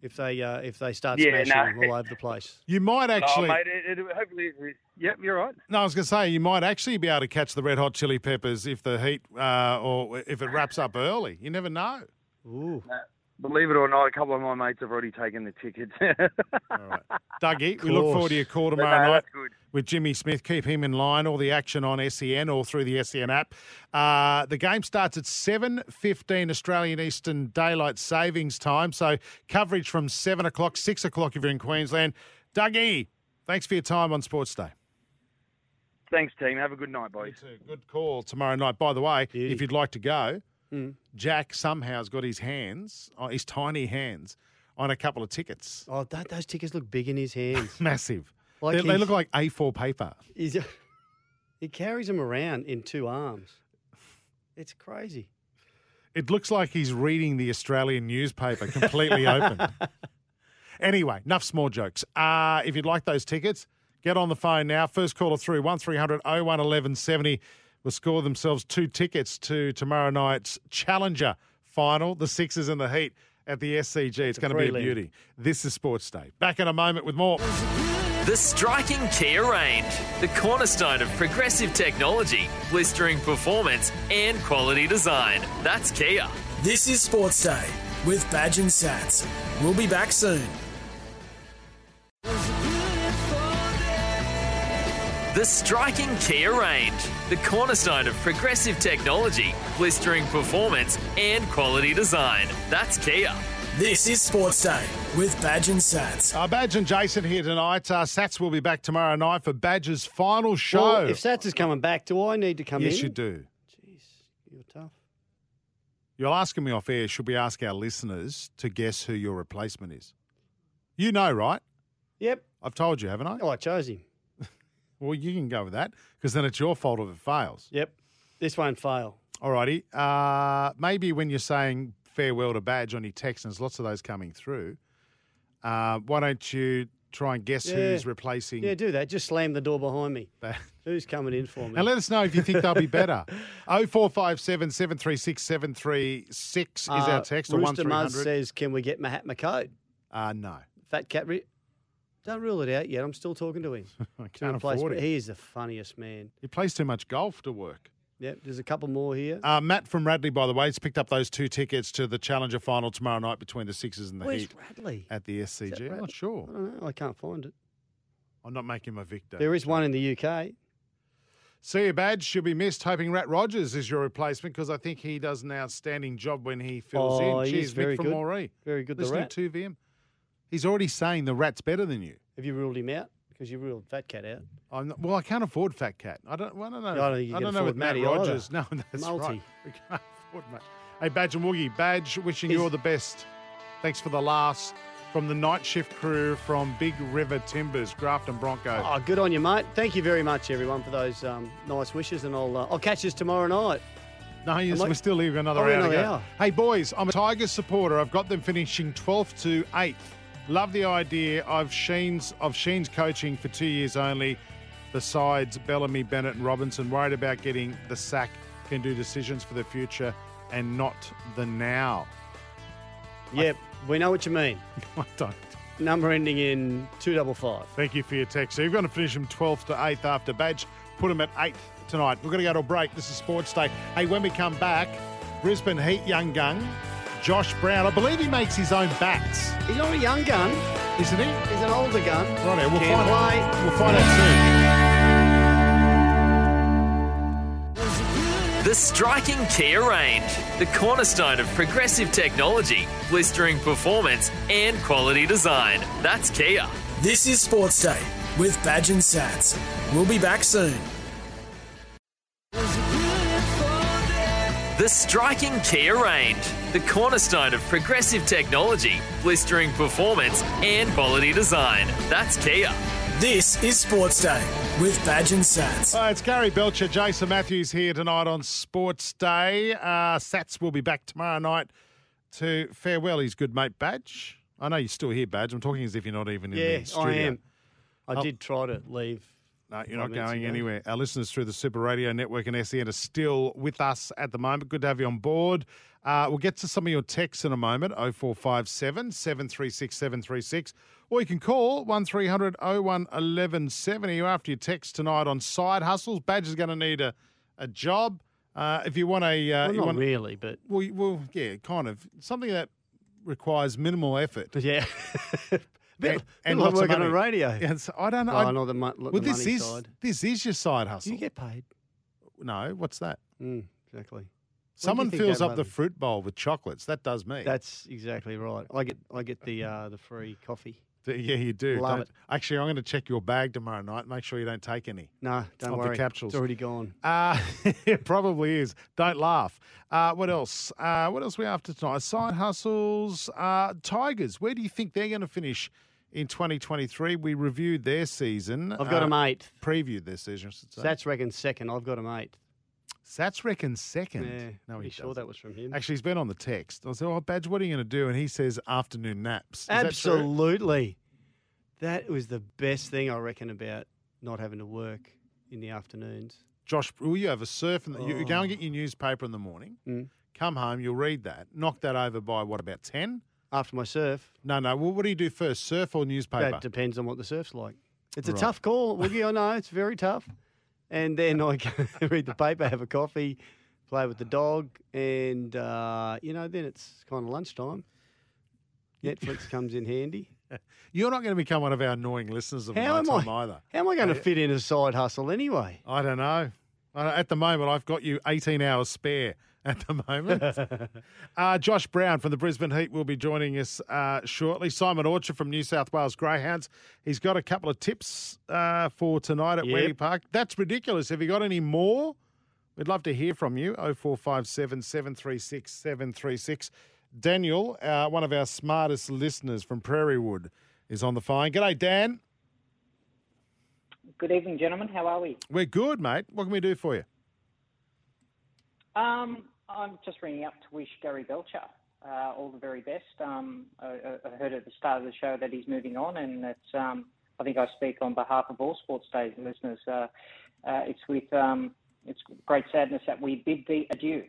Speaker 5: if they uh, if they start
Speaker 8: Yeah,
Speaker 5: smashing
Speaker 8: no.
Speaker 5: all over the place.
Speaker 4: You might actually.
Speaker 8: oh, mate, it, it, hopefully, it, yep, you're right.
Speaker 4: No, I was going to say you might actually be able to catch the red hot chili peppers if the heat uh, or if it wraps up early. You never know.
Speaker 5: Ooh.
Speaker 8: Believe it or not, a couple of my mates have already taken the tickets.
Speaker 4: Dougie, we look forward to your call tomorrow
Speaker 8: No,
Speaker 4: night
Speaker 8: that's good.
Speaker 4: with Jimmy Smith. Keep him in line. All the action on SEN or through the SEN app. Uh, the game starts at seven fifteen Australian Eastern Daylight Savings Time. So coverage from seven o'clock, six o'clock if you're in Queensland. Dougie, thanks for your time on Sports Day.
Speaker 8: Thanks, team. Have a good night, boys.
Speaker 4: Good call. Tomorrow night, by the way, if you'd like to go,
Speaker 5: Mm.
Speaker 4: Jack somehow's got his hands, oh, his tiny hands, on a couple of tickets.
Speaker 5: Oh, that, those tickets look big in his hands.
Speaker 4: Massive.
Speaker 5: Like
Speaker 4: they, they
Speaker 5: he's-
Speaker 4: look like A4 paper.
Speaker 5: He's, he carries them around in two arms. It's crazy.
Speaker 4: It looks like he's reading the Australian newspaper completely open. Anyway, enough small jokes. Uh, if you'd like those tickets, get on the phone now. First caller through 1300 01 1170 will score themselves two tickets to tomorrow night's Challenger final, the Sixers and the Heat at the SCG. It's going to be a
Speaker 5: three-leg.
Speaker 4: beauty. This is Sports Day. Back in a moment with more.
Speaker 2: The striking Kia range, the cornerstone of progressive technology, blistering performance, and quality design. That's Kia.
Speaker 3: This is Sports Day with Badge and Sats. We'll be back soon.
Speaker 2: The striking Kia range, the cornerstone of progressive technology, blistering performance, and quality design. That's Kia.
Speaker 3: This is Sports Day with Badge and Sats.
Speaker 4: Uh, Badge and Jason here tonight. Uh, Sats will be back tomorrow night for Badge's final show.
Speaker 5: Well, if Sats is coming back, do I need to come
Speaker 4: yes,
Speaker 5: in?
Speaker 4: you do.
Speaker 5: Jeez, you're tough.
Speaker 4: You're asking me off air. Should we ask our listeners to guess who your replacement is? You know, right?
Speaker 5: Yep.
Speaker 4: I've told you, haven't I?
Speaker 5: Oh, I chose him.
Speaker 4: Well, you can go with that because then it's your fault if it fails.
Speaker 5: Yep. This won't fail.
Speaker 4: All righty. Uh, maybe when you're saying farewell to Badge on your text, and there's lots of those coming through, uh, why don't you try and guess
Speaker 5: Yeah.
Speaker 4: who's replacing
Speaker 5: Yeah, do that. Just slam the door behind me.
Speaker 4: Badge?
Speaker 5: Who's coming in for me?
Speaker 4: And let us know if you think they'll be better. 0457 736 736 is
Speaker 5: Uh,
Speaker 4: our text or
Speaker 5: Rooster Muzz
Speaker 4: 1300.
Speaker 5: says, "Can we get Mahatma Code?
Speaker 4: Uh, no.
Speaker 5: Fat Cat." Ri- Don't rule it out yet. I'm still talking to him.
Speaker 4: I
Speaker 5: To
Speaker 4: can't
Speaker 5: replace-
Speaker 4: afford it.
Speaker 5: He is the funniest man.
Speaker 4: He plays too much golf to work.
Speaker 5: Yep. There's a couple more here.
Speaker 4: Uh, Matt from Radley, by the way, has picked up those two tickets to the Challenger final tomorrow night between the Sixers and the
Speaker 5: Where's
Speaker 4: Heat
Speaker 5: Radley?
Speaker 4: at the SCG. I'm
Speaker 5: Radley?
Speaker 4: not
Speaker 5: I
Speaker 4: sure.
Speaker 5: don't know. I can't find it.
Speaker 4: I'm not making my victor.
Speaker 5: There is one in the UK.
Speaker 4: See you, Badge. She'll be missed. Hoping Rat Rogers is your replacement because I think he does an outstanding job when he fills
Speaker 5: Oh,
Speaker 4: in.
Speaker 5: he is
Speaker 4: Cheers,
Speaker 5: very
Speaker 4: Mick from
Speaker 5: good.
Speaker 4: Moree.
Speaker 5: Very good.
Speaker 4: Listen
Speaker 5: the rat.
Speaker 4: to 2VM. He's already saying the rat's better than you.
Speaker 5: Have you ruled him out? Because you ruled Fat Cat out.
Speaker 4: I'm not, well, I can't afford Fat Cat. I don't. Well, I don't know.
Speaker 5: I don't think you can
Speaker 4: know
Speaker 5: afford
Speaker 4: with Matt
Speaker 5: Matty
Speaker 4: Rogers.
Speaker 5: either.
Speaker 4: No, that's right.
Speaker 5: Multi.
Speaker 4: We can't afford Matt. Hey, Badge and Woogie. Badge, wishing you
Speaker 5: Is-
Speaker 4: all the best. Thanks for the last from the night shift crew from Big River Timbers, Grafton Broncos.
Speaker 5: Oh, good on you, mate. Thank you very much, everyone, for those um, nice wishes, and I'll uh, I'll catch you tomorrow night.
Speaker 4: no, yes,
Speaker 5: like-
Speaker 4: we're still here for another
Speaker 5: Oh,
Speaker 4: hour. to
Speaker 5: another
Speaker 4: go.
Speaker 5: hour.
Speaker 4: Hey, boys, I'm a Tigers supporter. I've got them finishing 12th to 8th. Love the idea of Sheen's of Sheen's coaching for two years only. The sides Bellamy, Bennett, and Robinson worried about getting the sack can do decisions for the future and not the now.
Speaker 5: Yep, we know what you mean.
Speaker 4: I don't.
Speaker 5: Number ending in two double five.
Speaker 4: Thank you for your text. So you're going to finish them 12th to 8th after badge. Put them at 8th tonight. We're going to go to a break. This is Sports Day. Hey, when we come back, Brisbane Heat Young Gun, Josh Brown. I believe he makes his own bats,
Speaker 5: He's not a young gun.
Speaker 4: isn't he?
Speaker 5: He's an older gun.
Speaker 4: Right, we'll
Speaker 5: Can't
Speaker 4: find
Speaker 5: play.
Speaker 4: out. We'll find out
Speaker 2: The striking Kia range, the cornerstone of progressive technology, blistering performance, and quality design. That's Kia.
Speaker 3: This is Sports Day with Badge and Sats. We'll be back soon.
Speaker 2: The striking Kia range, the cornerstone of progressive technology, blistering performance, and quality design. That's Kia.
Speaker 3: This is Sports Day with Badge and Sats.
Speaker 4: soon. Uh, it's Gary Belcher, Jason Matthews here tonight on Sports Day. Uh, Sats will be back tomorrow night to farewell his good mate Badge. I know you're still here, Badge. I'm talking as if you're not even in
Speaker 5: Yeah,
Speaker 4: the
Speaker 5: I
Speaker 4: studio.
Speaker 5: am. I
Speaker 4: Oh.
Speaker 5: did try to leave.
Speaker 4: No, you're
Speaker 5: Five
Speaker 4: not
Speaker 5: minutes
Speaker 4: going
Speaker 5: ago.
Speaker 4: anywhere. Our listeners through the Super Radio Network and SEN are still with us at the moment. Good to have you on board. Uh, we'll get to some of your texts in a moment 0457 736 736. Or you can call 1300 01 1170 after your text tonight on side hustles. Badge is going to need a, a job. Uh, if you want a. Uh,
Speaker 5: Well,
Speaker 4: you
Speaker 5: not
Speaker 4: want,
Speaker 5: really, but
Speaker 4: well, you- well, yeah, kind of. Something that requires minimal effort.
Speaker 5: but yeah. bit, bit
Speaker 4: and
Speaker 5: like
Speaker 4: lots of
Speaker 5: working on the
Speaker 4: money.
Speaker 5: radio.
Speaker 4: Yeah, it's- I don't know.
Speaker 5: Oh,
Speaker 4: I-
Speaker 5: I know the, mo- the
Speaker 4: well,
Speaker 5: money
Speaker 4: this is
Speaker 5: side.
Speaker 4: this is your side hustle.
Speaker 5: Do you get paid?
Speaker 4: No, what's that?
Speaker 5: Mm, exactly.
Speaker 4: Someone
Speaker 5: think
Speaker 4: fills
Speaker 5: that
Speaker 4: up the
Speaker 5: one-
Speaker 4: fruit bowl with chocolates. That does me.
Speaker 5: That's exactly right. I get I get the uh, the free coffee.
Speaker 4: Do- Yeah, you do.
Speaker 5: Love
Speaker 4: don't- Actually, I'm going to check your bag tomorrow night. Make sure you don't take any.
Speaker 5: No, don't
Speaker 4: of
Speaker 5: worry.
Speaker 4: The capsules.
Speaker 5: It's already gone.
Speaker 4: Uh, it probably is. Don't laugh. Uh, what else? Uh, what else we after tonight? Side hustles. Uh, Tigers. Where do you think they're going to finish in 2023? We reviewed their season.
Speaker 5: I've got
Speaker 4: uh,
Speaker 5: them eighth.
Speaker 4: Previewed their season. I should say.
Speaker 5: Sats reckons second. I've got them eighth.
Speaker 4: Sats reckons second.
Speaker 5: Yeah,
Speaker 4: no, he
Speaker 5: pretty sure
Speaker 4: doesn't.
Speaker 5: that was from him.
Speaker 4: Actually, he's been on the text. I said, "Oh, Badge, what are you going to do?" And he says, "Afternoon naps." Is that true?
Speaker 5: Absolutely. That was the best thing I reckon about not having to work in the afternoons. Oh.
Speaker 4: Josh, will you have a surf? In the, You go and get your newspaper in the morning.
Speaker 5: Mm.
Speaker 4: Come home, you'll read that. Knock that over by what about ten?
Speaker 5: After my surf,
Speaker 4: No, no. Well, what do you do first, surf or newspaper?
Speaker 5: that depends on what the surf's like. It's a
Speaker 4: Right.
Speaker 5: tough call, Woogie. I know it's very tough. And then I go read the paper, have a coffee, play with the dog, and uh, you know, then it's kind of lunchtime. Netflix comes in handy.
Speaker 4: You're not going to become one of our annoying listeners of
Speaker 5: How
Speaker 4: my
Speaker 5: am
Speaker 4: time
Speaker 5: I-
Speaker 4: either.
Speaker 5: How am I going to
Speaker 4: Yeah.
Speaker 5: fit in a side hustle anyway?
Speaker 4: I don't know. I don't- At the moment, I've got you 18 hours spare at the moment. uh, Josh Brown from the Brisbane Heat will be joining us uh, shortly. Simon Orchard from New South Wales Greyhounds. He's got a couple of tips uh, for tonight at
Speaker 5: Yep.
Speaker 4: Wendy Park. That's ridiculous. Have you got any more? We'd love to hear from you. 0457 736 736. Daniel, uh, one of our smartest listeners from Prairie Wood, is on the phone. G'day, Dan.
Speaker 9: Good evening, gentlemen. How are we?
Speaker 4: We're good, mate. What can we do for you?
Speaker 9: Um, I'm just ringing up to wish Gary Belcher uh, all the very best. Um, I, I- I heard at the start of the show that he's moving on, and that's, um, I think I speak on behalf of all Sports Days listeners. Uh, uh, it's with um, it's great sadness that we bid thee adieu.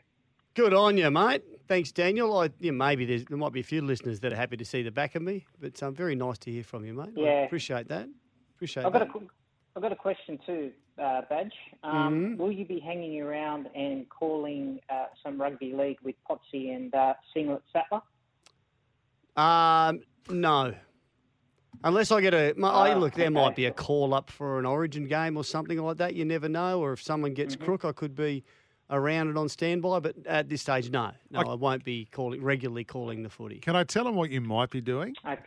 Speaker 5: Good on you, mate. Thanks, Daniel. I, yeah, maybe there's, there might be a few listeners that are happy to see the back of me, but um, very nice to hear from you, mate. I
Speaker 9: Yeah.
Speaker 5: appreciate that. Appreciate
Speaker 9: I've got a,
Speaker 5: that.
Speaker 9: qu- I've got a question too, uh, Badge. Um, Will you be hanging around and calling uh, some rugby league with Potsy and uh, Singlet Sattler?
Speaker 5: Um, no. Unless I get a my, I
Speaker 9: Ah,
Speaker 5: look, there
Speaker 9: okay.
Speaker 5: might be a call up for an Origin game or something like that. You never know. Or if someone gets
Speaker 9: Mm-hmm.
Speaker 5: crook, I could be around and on standby. But at this stage, no, no, I, won't be calling regularly calling the footy.
Speaker 4: Can I tell them what you might be doing?
Speaker 9: Okay.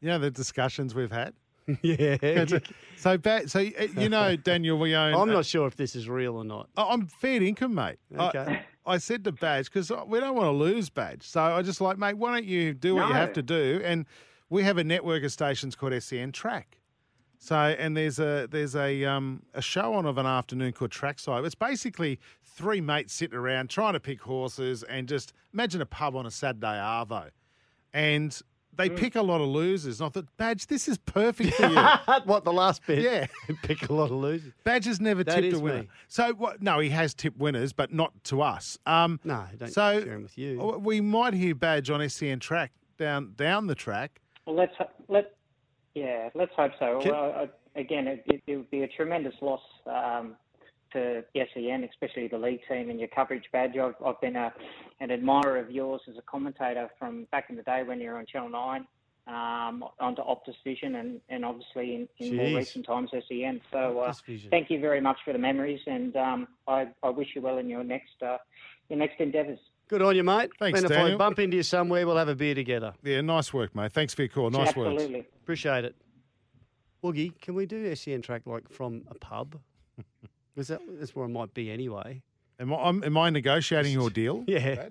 Speaker 4: You know the discussions we've had.
Speaker 5: yeah,
Speaker 4: so, so, ba- so uh, you know, Daniel, we own.
Speaker 5: I'm not sure if this is real or not.
Speaker 4: I- I'm fair income, mate. I-
Speaker 5: Okay.
Speaker 4: I, said to Badge because we don't want to lose Badge, so I just like, mate, why don't you do what you have
Speaker 9: No.
Speaker 4: to do? And we have a network of stations called SEN Track. So, and there's a there's a um, a show on of an afternoon called Trackside. It's basically three mates sitting around trying to pick horses and just imagine a pub on a Saturday arvo, and they
Speaker 5: Mm.
Speaker 4: pick a lot of losers. And I thought, Badge, this is perfect for you.
Speaker 5: what the last bit?
Speaker 4: yeah.
Speaker 5: pick a lot of losers.
Speaker 4: Badger's never
Speaker 5: That
Speaker 4: tipped
Speaker 5: is
Speaker 4: a winner.
Speaker 5: me.
Speaker 4: So what, no, he has tipped winners, but not to us. Um,
Speaker 5: No, don't
Speaker 4: so
Speaker 5: share 'em with you.
Speaker 4: w- we might hear Badge on SCN track down down the track.
Speaker 9: Well, let's ho- let yeah, let's hope so.
Speaker 5: Can-
Speaker 9: well, I, again, it, it, it would be a tremendous loss um, to the SEN, especially the league team and your coverage badge. I've, I've been a, an admirer of yours as a commentator from back in the day when you were on Channel Nine, um, onto Optus Vision, and, and obviously in, in
Speaker 5: Jeez.
Speaker 9: more recent times SEN. So uh,
Speaker 5: Optus Vision.
Speaker 9: thank you very much for the memories, and um, I, I wish you well in your next uh, your next endeavours.
Speaker 5: Good on you, mate.
Speaker 4: Thanks,
Speaker 5: and if I
Speaker 4: Daniel.
Speaker 5: bump into you somewhere, we'll have a beer together.
Speaker 4: Yeah, nice work, mate. Thanks for your call. Oh, Nice words.
Speaker 9: Absolutely.
Speaker 5: Appreciate it. Woogie, can we do SEN track like from a pub? Because that, that's where I might be anyway.
Speaker 4: Am I, I'm- am I negotiating your deal?
Speaker 5: Yeah.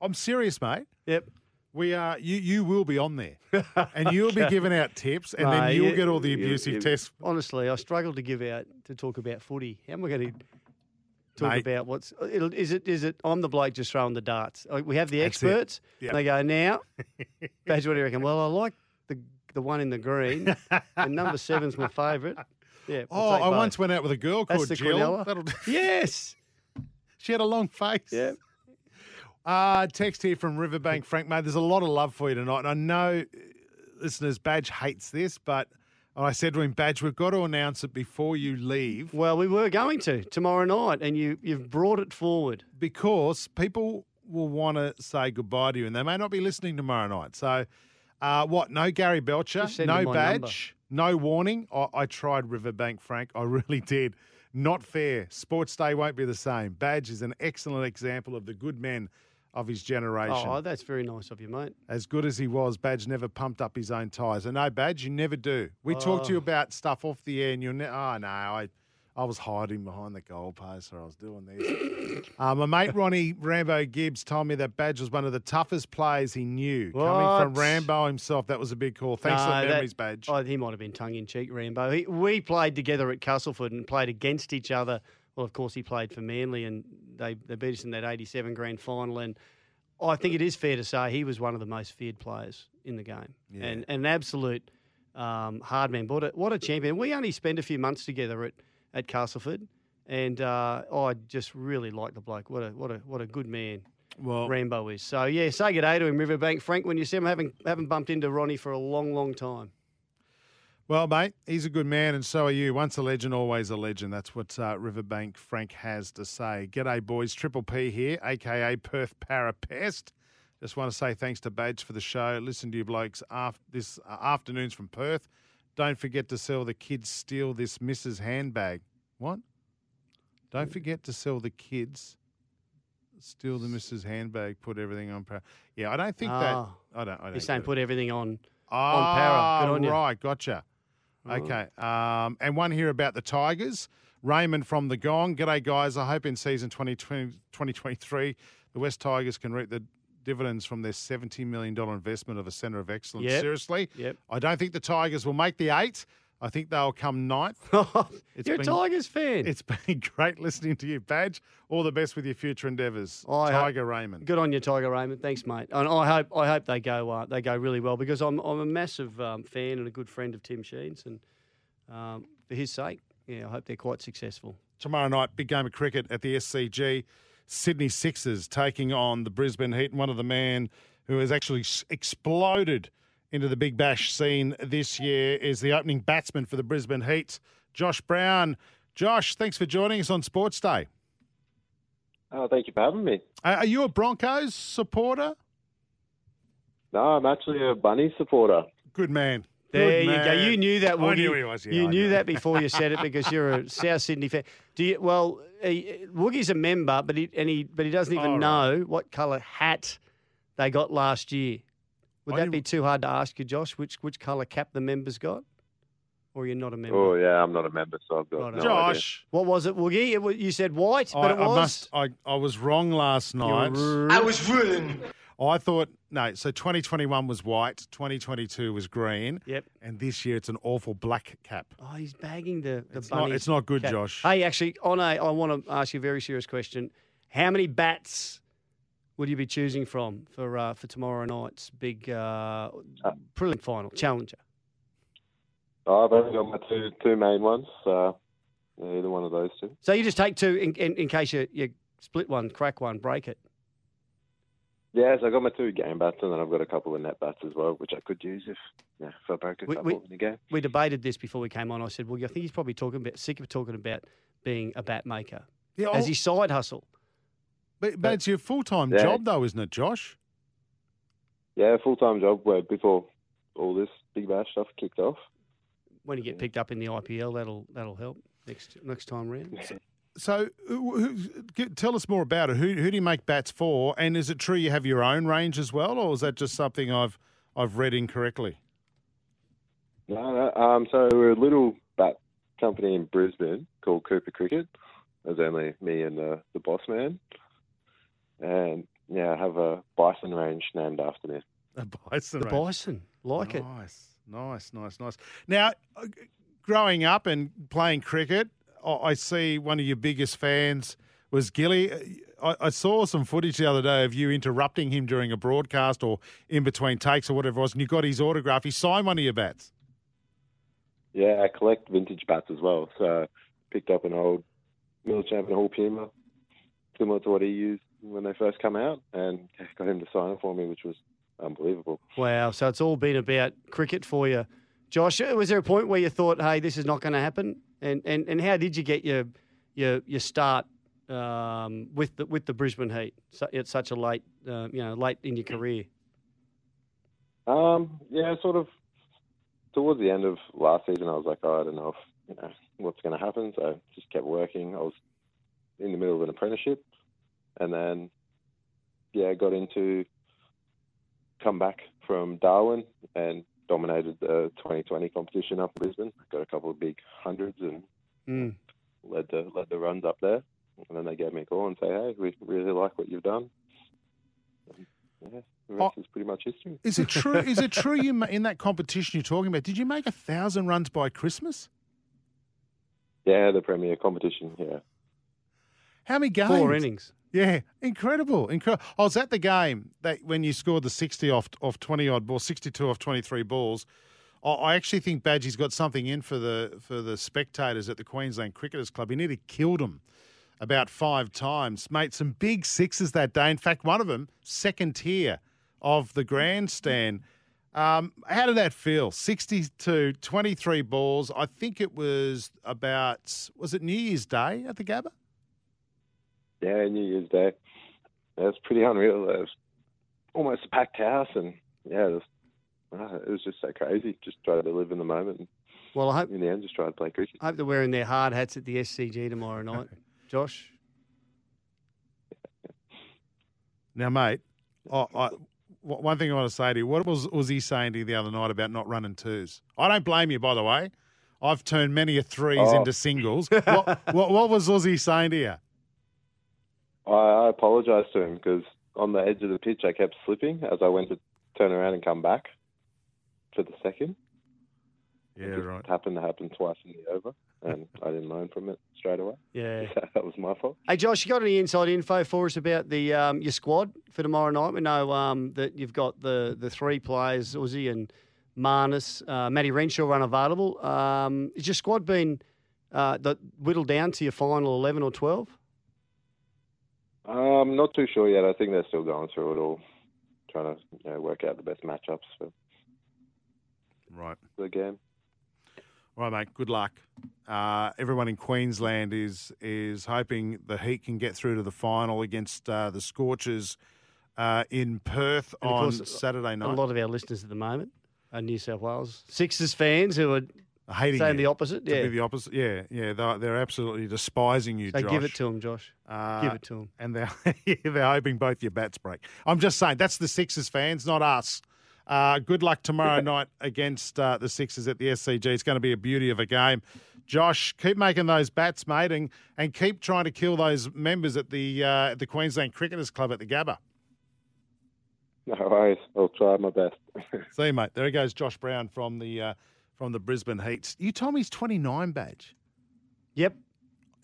Speaker 4: I'm serious, mate.
Speaker 5: Yep.
Speaker 4: We are. You you will be on there, and you'll be giving out tips, and
Speaker 5: No,
Speaker 4: then you'll
Speaker 5: you-
Speaker 4: get all the
Speaker 5: you-
Speaker 4: abusive
Speaker 5: you-
Speaker 4: tests.
Speaker 5: Honestly, I struggle to give out to talk about footy. How am I going to talk
Speaker 4: Mate.
Speaker 5: about what's? It'll, is it? Is it? I'm the bloke just throwing the darts. Like, We have the
Speaker 4: That's it.
Speaker 5: experts.
Speaker 4: Yep.
Speaker 5: And they go now. Badge, what do you reckon? Well, I like the the one in the green. and number seven's my favourite. Yeah.
Speaker 4: Oh,
Speaker 5: we'll take
Speaker 4: I
Speaker 5: both.
Speaker 4: once went out with a girl
Speaker 5: That's
Speaker 4: called
Speaker 5: the
Speaker 4: Jill.
Speaker 5: Quinella.
Speaker 4: That'll-
Speaker 5: Yes.
Speaker 4: she had a long face.
Speaker 5: Yeah.
Speaker 4: Uh, text here from Riverbank Frank, mate. There's a lot of love for you tonight. And I know uh, listeners, Badge hates this, but I said to him, Badge, we've got to announce it before you leave
Speaker 5: Well, we were going to tomorrow night, and you you've brought it forward.
Speaker 4: because people will want to say goodbye to you and they may not be listening tomorrow night. So, uh, what? No Gary Belcher,
Speaker 5: Just send
Speaker 4: no
Speaker 5: him my
Speaker 4: Badge, no warning. I, I tried Riverbank Frank. I really did. Not fair. Sports Day won't be the same. Badge is an excellent example of the good men of his generation.
Speaker 5: Oh, that's very nice of you, mate.
Speaker 4: As good as he was, Badge never pumped up his own tyres. And no, Badge, you never do. We talk to you
Speaker 5: Oh.
Speaker 4: about stuff off the air, and you're ne- oh no, I, I was hiding behind the goalpost, or I was doing this. uh, my mate Ronnie Rambo Gibbs told me that Badge was one of the toughest players he knew, coming from
Speaker 5: What?
Speaker 4: Rambo himself. That was a big call. Thanks for
Speaker 5: No,
Speaker 4: the
Speaker 5: that-
Speaker 4: memories, Badge.
Speaker 5: Oh, he might have been tongue in cheek, Rambo. He, we played together at Castleford and played against each other. Well, of course, he played for Manly and they, they beat us in that 87 grand final. And I think it is fair to say he was one of the most feared players in the game
Speaker 11: Yeah.
Speaker 5: and, and an absolute um, hard man. What a, what a champion. We only spent a few months together at, at Castleford. And uh, I just really like the bloke. What a what a what a good man
Speaker 4: well,
Speaker 5: Rambo is. So yeah, say good day to him, Riverbank Frank. When you see him, I haven't haven't bumped into Ronnie for a long, long time.
Speaker 4: Well, mate, he's a good man, and so are you. Once a legend, always a legend. That's what uh, Riverbank Frank has to say. G'day, boys. Triple P here, aka Perth Parapest. Just want to say thanks to Badge for the show. Listen to you blokes after this uh, afternoons from Perth. Don't forget to sell the kids steal this Mrs. handbag. What? Don't forget to sell the kids steal the Mrs. handbag. Put everything on. Par- yeah, I don't think
Speaker 5: Oh.
Speaker 4: that. I don't. I don't
Speaker 5: You're saying
Speaker 4: get it.
Speaker 5: put everything on on
Speaker 4: Ah,
Speaker 5: power. Good on you.
Speaker 4: right, gotcha.
Speaker 5: Right.
Speaker 4: Okay, um, and one here about the Tigers. Raymond from the Gong. G'day, guys. I hope in season 2020, 2023, the West Tigers can reap the dividends from their $70 million investment of a centre of excellence.
Speaker 5: Yep.
Speaker 4: Seriously?
Speaker 5: Yep.
Speaker 4: I don't think the Tigers will make the eight. I think they'll come ninth.
Speaker 5: You're a Tigers fan.
Speaker 4: It's been great listening to you, Badge. All the best with your future endeavours.
Speaker 5: I hope-
Speaker 4: Tiger Raymond.
Speaker 5: Good on you, Tiger Raymond. Thanks, mate. And I hope I hope they go uh, they go really well because I'm I'm a massive um, fan and a good friend of Tim Sheens and um, for his sake, yeah, I hope they're quite successful.
Speaker 4: Tomorrow night, big game of cricket at the SCG. Sydney Sixers taking on the Brisbane Heat. And one of the man who has actually s- exploded into the Big Bash scene this year is the opening batsman for the Brisbane Heat, Josh Brown. Josh, thanks for joining us on Sports Day.
Speaker 12: Oh, thank you for having me.
Speaker 4: Uh, are you a Broncos supporter?
Speaker 12: No, I'm actually a bunny supporter.
Speaker 4: Good man.
Speaker 5: There
Speaker 4: Good
Speaker 5: you go.
Speaker 4: man.
Speaker 5: You knew that.
Speaker 4: I
Speaker 5: Woogie.
Speaker 4: knew he was. Yeah,
Speaker 5: you
Speaker 4: I
Speaker 5: knew that before you said it because you're a South Sydney fan. Do you? Well, he, Woogie's a member, but he and he but he doesn't even
Speaker 4: All right.
Speaker 5: know what colour hat they got last year. Would that be too hard to ask you, Josh? Which which colour cap the members got? Or you're not a member?
Speaker 12: Oh, yeah, I'm not a member, so I've got
Speaker 5: Righto.
Speaker 12: no
Speaker 5: what was it, Woogie? It, wa- you said white, but
Speaker 4: I,
Speaker 5: it
Speaker 4: I
Speaker 5: was.
Speaker 4: must. I, I was wrong last night.
Speaker 5: I was
Speaker 4: ruined. I thought no. So 2021 was white. 2022 was green.
Speaker 5: Yep.
Speaker 4: And this year it's an awful black cap.
Speaker 5: Oh, he's bagging the the
Speaker 4: not-
Speaker 5: bunnies.
Speaker 4: it's not good, Josh.
Speaker 5: Hey, actually, on a, I want to ask you a very serious question. How many bats will you be choosing from for uh, for tomorrow night's big uh, prelim final challenger?
Speaker 12: idea. Oh, I've only got my two two main ones, so yeah, either one of those two.
Speaker 5: So you just take two in, in, in case you, you split one, crack one, break it.
Speaker 12: Yeah, so I've got my two game bats, and then I've got a couple of net bats as well, which I could use if, yeah, if I broke a
Speaker 5: We-
Speaker 12: couple
Speaker 5: we-
Speaker 12: in the game.
Speaker 5: We debated this before we came on. I said, well, I think he's probably talking about sick of talking about being a bat maker
Speaker 4: Yeah,
Speaker 5: as
Speaker 4: oh.
Speaker 5: his side hustle.
Speaker 4: But, but, it's your full time
Speaker 12: Yeah.
Speaker 4: job though, isn't it, Josh?
Speaker 12: Yeah, full time job where before all this Big Bash stuff kicked off.
Speaker 5: When you get picked up in the IPL, that'll that'll help next next time round.
Speaker 4: So uh, who, who, get, tell us more about it. Who, who do you make bats for? And is it true you have your own range as well, or is that just something I've I've read incorrectly?
Speaker 12: No, no. Um, so we're a little bat company in Brisbane called Cooper Cricket. There's only me and the, the boss man. And yeah, I have a bison range named after me.
Speaker 4: A bison.
Speaker 5: The
Speaker 4: range.
Speaker 5: bison, like it.
Speaker 4: Nice, nice, nice, nice. Now, uh, g- growing up and playing cricket, I I see one of your biggest fans was Gilly. Uh, I, I saw some footage the other day of you interrupting him during a broadcast or in between takes or whatever it was, and you got his autograph. He signed one of your bats.
Speaker 12: Yeah, I collect vintage bats as well. So I picked up an old mill champion Hall Puma, similar to what he used when they first come out, and got him to sign it for me, which was unbelievable.
Speaker 5: Wow. So it's all been about cricket for you. Josh, was there a point where you thought, hey, this is not going to happen? And, and and how did you get your your your start um, with the with the Brisbane Heat su- at such a late uh, you know late in your career?
Speaker 12: Um, yeah, sort of towards the end of last season, I was like, oh, I don't know if, you know, what's going to happen. So I just kept working. I was in the middle of an apprenticeship, and then yeah, got into come back from Darwin and dominated the 2020 competition up in Brisbane. Got a couple of big hundreds and
Speaker 5: Mm.
Speaker 12: led the led the runs up there. And then they gave me a call and say, "Hey, we really like what you've done." And, yeah, the rest is pretty much history.
Speaker 4: Oh. Is it true? is it true? You ma- in that competition you're talking about? Did you make a thousand runs by Christmas?
Speaker 12: Yeah, the premier competition. Yeah.
Speaker 4: How many games?
Speaker 5: Four innings.
Speaker 4: Yeah, incredible. Incredible. I was at the game that when you scored the 60 off off 20 odd balls, 62 off 23 balls. I- I actually think Badgie's got something in for the for the spectators at the Queensland Cricketers Club. He nearly killed them about five times, mate. Some big sixes that day. In fact, one of them second tier of the grandstand. Um, how did that feel? 62, 23 balls. I think it was about was it New Year's Day at the Gabba?
Speaker 12: Yeah, New Year's Day. It was pretty unreal. It was almost a packed house, and yeah, it was, uh, it was just so crazy. Just try to live in the moment. And
Speaker 5: Well, I hope
Speaker 12: in the end, just try to play cricket.
Speaker 5: I hope they're wearing their hard hats at the SCG tomorrow night. Josh,
Speaker 4: Now, mate, I, I, w- one thing I want to say to you: What was was he saying to you the other night about not running twos? I don't blame you, by the way. I've turned many a threes
Speaker 12: Oh.
Speaker 4: into singles. what, what, what was Aussie saying to you?
Speaker 12: I, I apologised to him because on the edge of the pitch, I kept slipping as I went to turn around and come back for the second.
Speaker 4: Yeah, right.
Speaker 12: Happened to happen twice in the over, and I didn't learn from it straight away.
Speaker 5: yeah.
Speaker 12: that was my fault.
Speaker 5: Hey Josh, you got any inside info for us about the um, your squad for tomorrow night? We know um, that you've got the the three players, Aussie and Marnus, uh, Matty Renshaw are unavailable. Um, is your squad been uh, the, whittled down to your final eleven or twelve?
Speaker 12: I'm Um, not too sure yet. I think they're still going through it all, trying to you know, work out the best matchups for
Speaker 4: Right.
Speaker 12: the game.
Speaker 4: All right, mate. Good luck. Uh, everyone in Queensland is is hoping the Heat can get through to the final against uh, the Scorchers uh, in Perth
Speaker 5: And of
Speaker 4: on
Speaker 5: course,
Speaker 4: Saturday
Speaker 5: A
Speaker 4: night.
Speaker 5: lot of our listeners at the moment are New South Wales Sixers fans who are
Speaker 4: Hating
Speaker 5: saying
Speaker 4: you.
Speaker 5: the opposite.
Speaker 4: To
Speaker 5: Yeah,
Speaker 4: be the opposite. Yeah, yeah. They're, they're absolutely despising you.
Speaker 5: so
Speaker 4: Josh.
Speaker 5: give it to them, Josh.
Speaker 4: Uh,
Speaker 5: give it to them.
Speaker 4: And they're, yeah, they're hoping both your bats break. I'm just saying, that's the Sixers fans, not us. Uh, good luck tomorrow night against uh, the Sixers at the SCG. It's going to be a beauty of a game. Josh, keep making those bats, mate, and, and keep trying to kill those members at the uh, at the Queensland Cricketers Club at the Gabba.
Speaker 12: No worries. I'll try my best.
Speaker 4: See you, mate. There he goes, Josh Brown from the uh, from the Brisbane Heats. You told me he's 29 badge.
Speaker 5: Yep.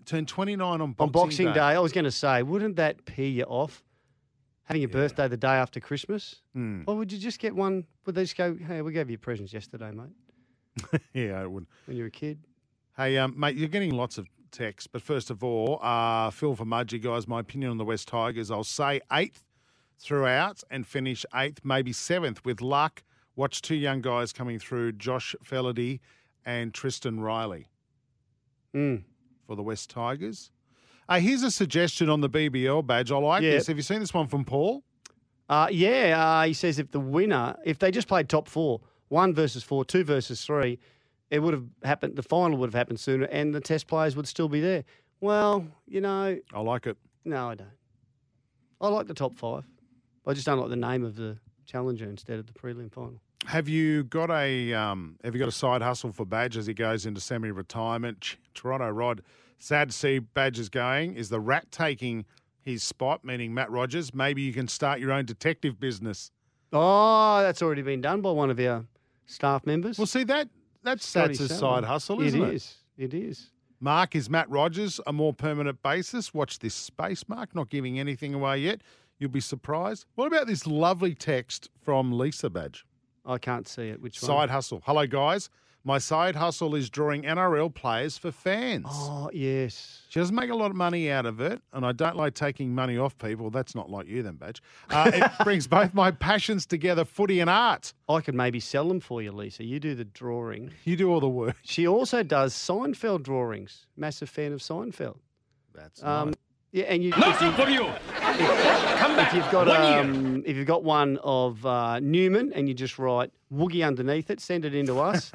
Speaker 4: Turned 29 on Boxing,
Speaker 5: On Boxing Day, I was going to say, wouldn't that pee you off? Having your birthday the day after Christmas?
Speaker 4: Hmm.
Speaker 5: Or would you just get one? Would they just go, hey, we gave you presents yesterday, mate,
Speaker 4: yeah, I wouldn't.
Speaker 5: when you were a kid?
Speaker 4: Hey, um, mate, you're getting lots of texts, but first of all, uh, Phil from Mudgee, guys, my opinion on the West Tigers, I'll say eighth throughout and finish eighth, maybe seventh with luck. Watch two young guys coming through, Josh Felody and Tristan Riley
Speaker 5: Mm.
Speaker 4: for the West Tigers. Uh, here's a suggestion on the BBL badge. I like
Speaker 5: Yeah.
Speaker 4: this. Have you seen this one from Paul?
Speaker 5: Uh, yeah, uh, he says if the winner, if they just played top four, one versus four, two versus three, it would have happened, the final would have happened sooner and the test players would still be there. Well, you know,
Speaker 4: I like it.
Speaker 5: no, I don't. I like the top five. I just don't like the name of the challenger instead of the prelim final.
Speaker 4: Have you got a um, Have you got a side hustle for Badge as he goes into semi-retirement? Ch- Toronto Rod, sad to see Badge is going. Is the rat taking his spot? Meaning Matt Rogers. Maybe you can start your own detective business.
Speaker 5: Oh, that's already been done by one of our staff members.
Speaker 4: Well, see that that's that's a side hustle, isn't it?
Speaker 5: It is. It is.
Speaker 4: Mark is Matt Rogers a more permanent basis? Watch this space, Mark. Not giving anything away yet. You'll be surprised. What about this lovely text from Lisa Badge?
Speaker 5: I can't see it. Which
Speaker 4: Side hustle. Hello, guys. My side hustle is drawing NRL players for fans.
Speaker 5: one? Oh, yes.
Speaker 4: She doesn't make a lot of money out of it, and I don't like taking money off people. That's not like you, then, Badge. Uh, it brings both my passions together footy and art.
Speaker 5: I could maybe sell them for you, Lisa. You do the drawing.
Speaker 4: You do all the work.
Speaker 5: She also does Seinfeld drawings. Massive fan of Seinfeld.
Speaker 4: That's
Speaker 5: Um,
Speaker 4: nice.
Speaker 5: Yeah, and you. if you- If you've got um, if you've got one of uh, Newman and you just write Woogie underneath it, send it in to us,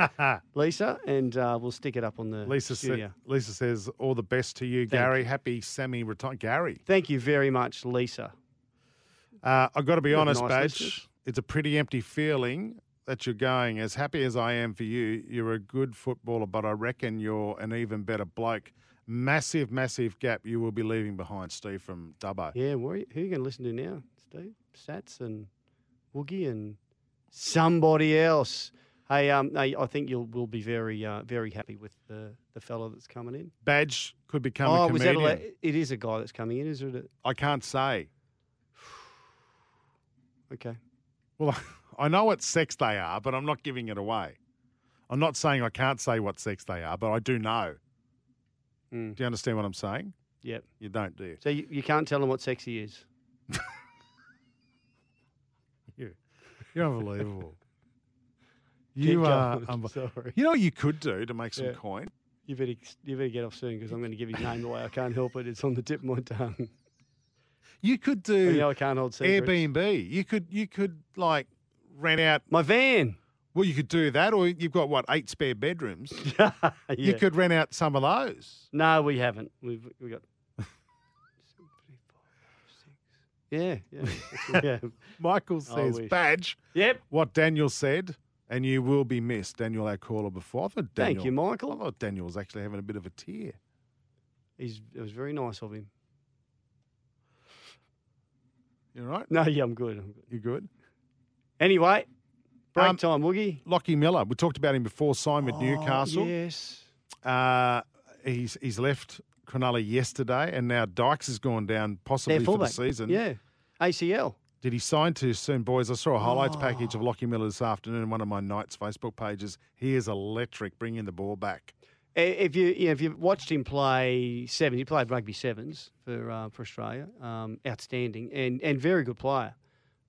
Speaker 5: Lisa, and uh, we'll stick it up on the
Speaker 4: Lisa, sa-
Speaker 5: studio.
Speaker 4: Lisa says, All the best to you, Gary. Happy semi retire. Gary.
Speaker 5: Thank you very much, Lisa.
Speaker 4: Uh, I've got to be
Speaker 5: You have
Speaker 4: honest,
Speaker 5: nice
Speaker 4: Badge.
Speaker 5: listeners.
Speaker 4: It's a pretty empty feeling that you're going. As happy as I am for you, you're a good footballer, but I reckon you're an even better bloke. Massive, massive gap you will be leaving behind, Steve, from Dubbo.
Speaker 5: Yeah, where are you- who are you going to listen to now, Steve? Sats and Woogie and somebody else. Hey, um, I, I think you'll will be very uh, very happy with the the fella that's coming in. Oh,
Speaker 4: Badge could become a
Speaker 5: was
Speaker 4: comedian.
Speaker 5: that a, le- it is a guy that's coming in, is it? a-
Speaker 4: I can't say.
Speaker 5: Okay.
Speaker 4: Well, I know what sex they are, but I'm not giving it away. I'm not saying I can't say what sex they are, but I do know.
Speaker 5: Hmm.
Speaker 4: Do you understand what I'm saying?
Speaker 5: Yep.
Speaker 4: You don't, do you?
Speaker 5: So you, you can't tell him what sex he is.
Speaker 4: you You're unbelievable.
Speaker 5: Keep
Speaker 4: You are.
Speaker 5: going.
Speaker 4: unbe-
Speaker 5: Sorry.
Speaker 4: You know what you could do to make some
Speaker 5: Yeah.
Speaker 4: coin?
Speaker 5: You better you better get off soon because I'm going to give his name away. I can't help it. It's on the tip of my tongue.
Speaker 4: You could do.
Speaker 5: You know I can't hold secrets.
Speaker 4: Airbnb. You could you could like rent out
Speaker 5: my van.
Speaker 4: Well, you could do that, or you've got what eight spare bedrooms. You
Speaker 5: Yeah.
Speaker 4: could rent out some of those.
Speaker 5: No, we haven't. We've we got. Yeah, yeah, that's what we have.
Speaker 4: Michael
Speaker 5: I
Speaker 4: says
Speaker 5: wish.
Speaker 4: badge.
Speaker 5: Yep.
Speaker 4: What Daniel said, and you will be missed. Daniel, our caller before. I thought
Speaker 5: Thank
Speaker 4: Daniel,
Speaker 5: you, Michael.
Speaker 4: I thought Daniel was actually having a bit of a tear.
Speaker 5: He's, it was very nice of him.
Speaker 4: You all right?
Speaker 5: No, yeah, I'm good. I'm good.
Speaker 4: You good? Um,
Speaker 5: Anyway, break time, Woogie. Oh,
Speaker 4: Lockie Miller. We talked about him before. Signed with Newcastle.
Speaker 5: Yes.
Speaker 4: Uh, he's he's left Cronulla yesterday, and now Dykes has gone down possibly
Speaker 5: Their
Speaker 4: for the
Speaker 5: fullback.
Speaker 4: season.
Speaker 5: Yeah. ACL.
Speaker 4: Did he sign too soon, boys? I saw a highlights
Speaker 5: Oh.
Speaker 4: package of Lockie Miller this afternoon on one of my night's Facebook pages. He is electric, bringing the ball back.
Speaker 5: I- If you, you know, if you've watched him play sevens, he played rugby sevens for uh, for Australia. Um, outstanding and and very good player.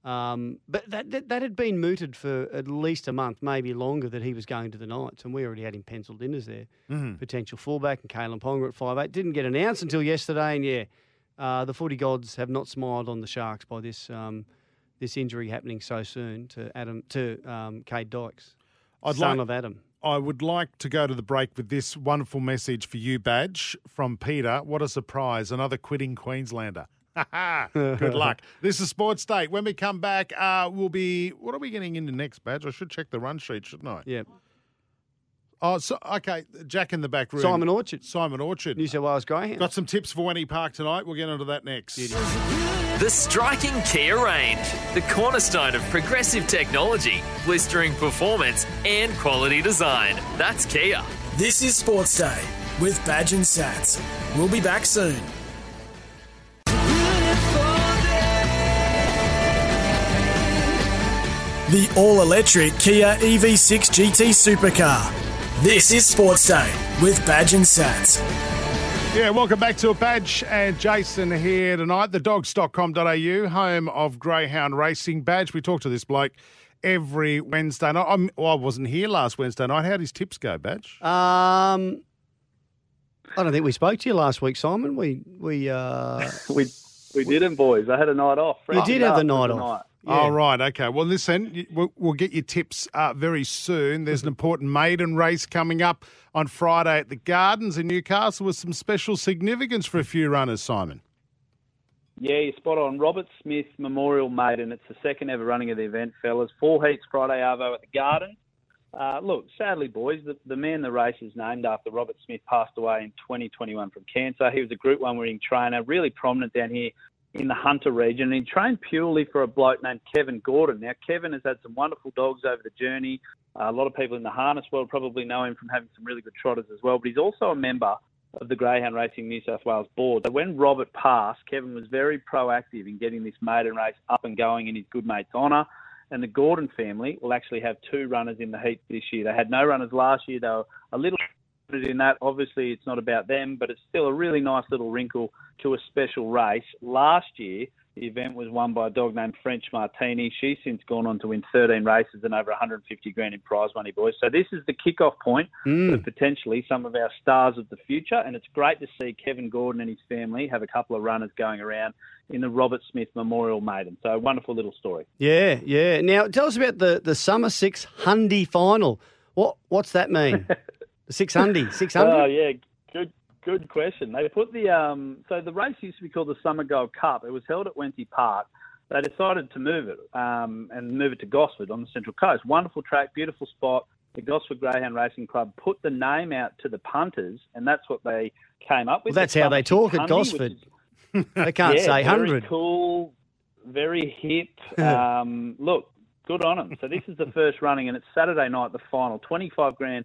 Speaker 5: Um, but that, that that had been mooted for at least a month, maybe longer, that he was going to the Knights, and we already had him penciled in as their
Speaker 13: Hmm.
Speaker 5: potential fullback, and Kalen Ponga at five eight didn't get announced until yesterday, and yeah, uh, the footy gods have not smiled on the Sharks by this um, this injury happening so soon to Adam to um, Cade Dykes,
Speaker 4: I'd
Speaker 5: son
Speaker 4: like-
Speaker 5: of Adam.
Speaker 4: I would like to go to the break with this wonderful message for you, Badge, from Peter. What a surprise. Another quitting Queenslander. Ha ha. Good luck. This is Sports Day. When we come back, uh, we'll be. What are we getting into next, Badge? I should check the run sheet, shouldn't I?
Speaker 5: Yep.
Speaker 4: Oh, so, okay. Jack in the back room.
Speaker 5: Simon Orchard.
Speaker 4: Simon Orchard.
Speaker 5: New South Wales Greyhound.
Speaker 4: Got some tips for Wenny Park tonight. We'll get onto that next.
Speaker 2: The striking Kia range, the cornerstone of progressive technology, blistering performance, and quality design. That's Kia.
Speaker 3: This is Sports Day with Badge and Sats. We'll be back soon.
Speaker 5: Mm-hmm.
Speaker 3: The all electric Kia E EV6 GT Supercar. This is Sports Day with Badge and Sats.
Speaker 4: Yeah, welcome back to a badge and Jason here tonight. The dogs.com.au, home of Greyhound Racing Badge. We talk to this bloke every Wednesday night. I'm, well, I wasn't here last Wednesday night. How would his tips go, Badge?
Speaker 5: Um, I don't think we spoke to you last week, Simon. We we uh,
Speaker 11: we we didn't, boys. I had a night off.
Speaker 5: You did have the night off.
Speaker 4: All right, okay. Well, listen, y- we'll, we'll get your tips uh, very soon. There's an
Speaker 11: Mm-hmm.
Speaker 4: important maiden race coming up on Friday at the Gardens in Newcastle with some special significance for a few runners, Simon.
Speaker 11: Yeah, you're spot on. Robert Smith Memorial Maiden. It's the second ever running of the event, fellas. Four heats Friday, Arvo at the Garden. Uh, look, sadly, boys, the, the man the race is named after, Robert Smith, passed away in 2021 from cancer. He was a Group 1 winning trainer, really prominent down here in the Hunter region. And he trained purely for a bloke named Kevin Gordon. Now, Kevin has had some wonderful dogs over the journey. Uh, a lot of people in the harness world probably know him from having some really good trotters as well, but he's also a member of the Greyhound Racing New South Wales board. So when Robert passed, Kevin was very proactive in getting this maiden race up and going in his good mate's honour. And the Gordon family will actually have two runners in the heat this year. They had no runners last year. They were a little in that. Obviously, it's not about them, but it's still a really nice little wrinkle to a special race. Last year, the event was won by a dog named French Martini. She's since gone on to win 13 races and over 150 grand in prize money, boys. So this is the kickoff point
Speaker 14: Mm.
Speaker 11: for potentially some of our stars of the future. And it's great to see Kevin Gordon and his family have a couple of runners going around in the Robert Smith Memorial Maiden. So wonderful little story.
Speaker 5: yeah, yeah. Now tell us about the the summer six hundy final. What what's that mean? the six hundy, six
Speaker 11: Oh
Speaker 5: hundy.
Speaker 11: yeah, good good question. They put the um, so the race used to be called the Summer Gold Cup. It was held at Wenty Park, they decided to move it um, and move it to Gosford on the Central Coast. Wonderful track, beautiful spot. The Gosford Greyhound Racing Club put the name out to the punters, and that's what they came up
Speaker 5: Well,
Speaker 11: with.
Speaker 5: that's
Speaker 11: They
Speaker 5: how they
Speaker 11: started
Speaker 5: talk at
Speaker 11: Cundy, which
Speaker 5: Gosford.
Speaker 11: is-
Speaker 5: they can't
Speaker 11: yeah,
Speaker 5: say
Speaker 11: very
Speaker 5: 100.
Speaker 11: cool, very hip. Um, look, good on them. So this is the first running, and it's Saturday night, the final. 25 grand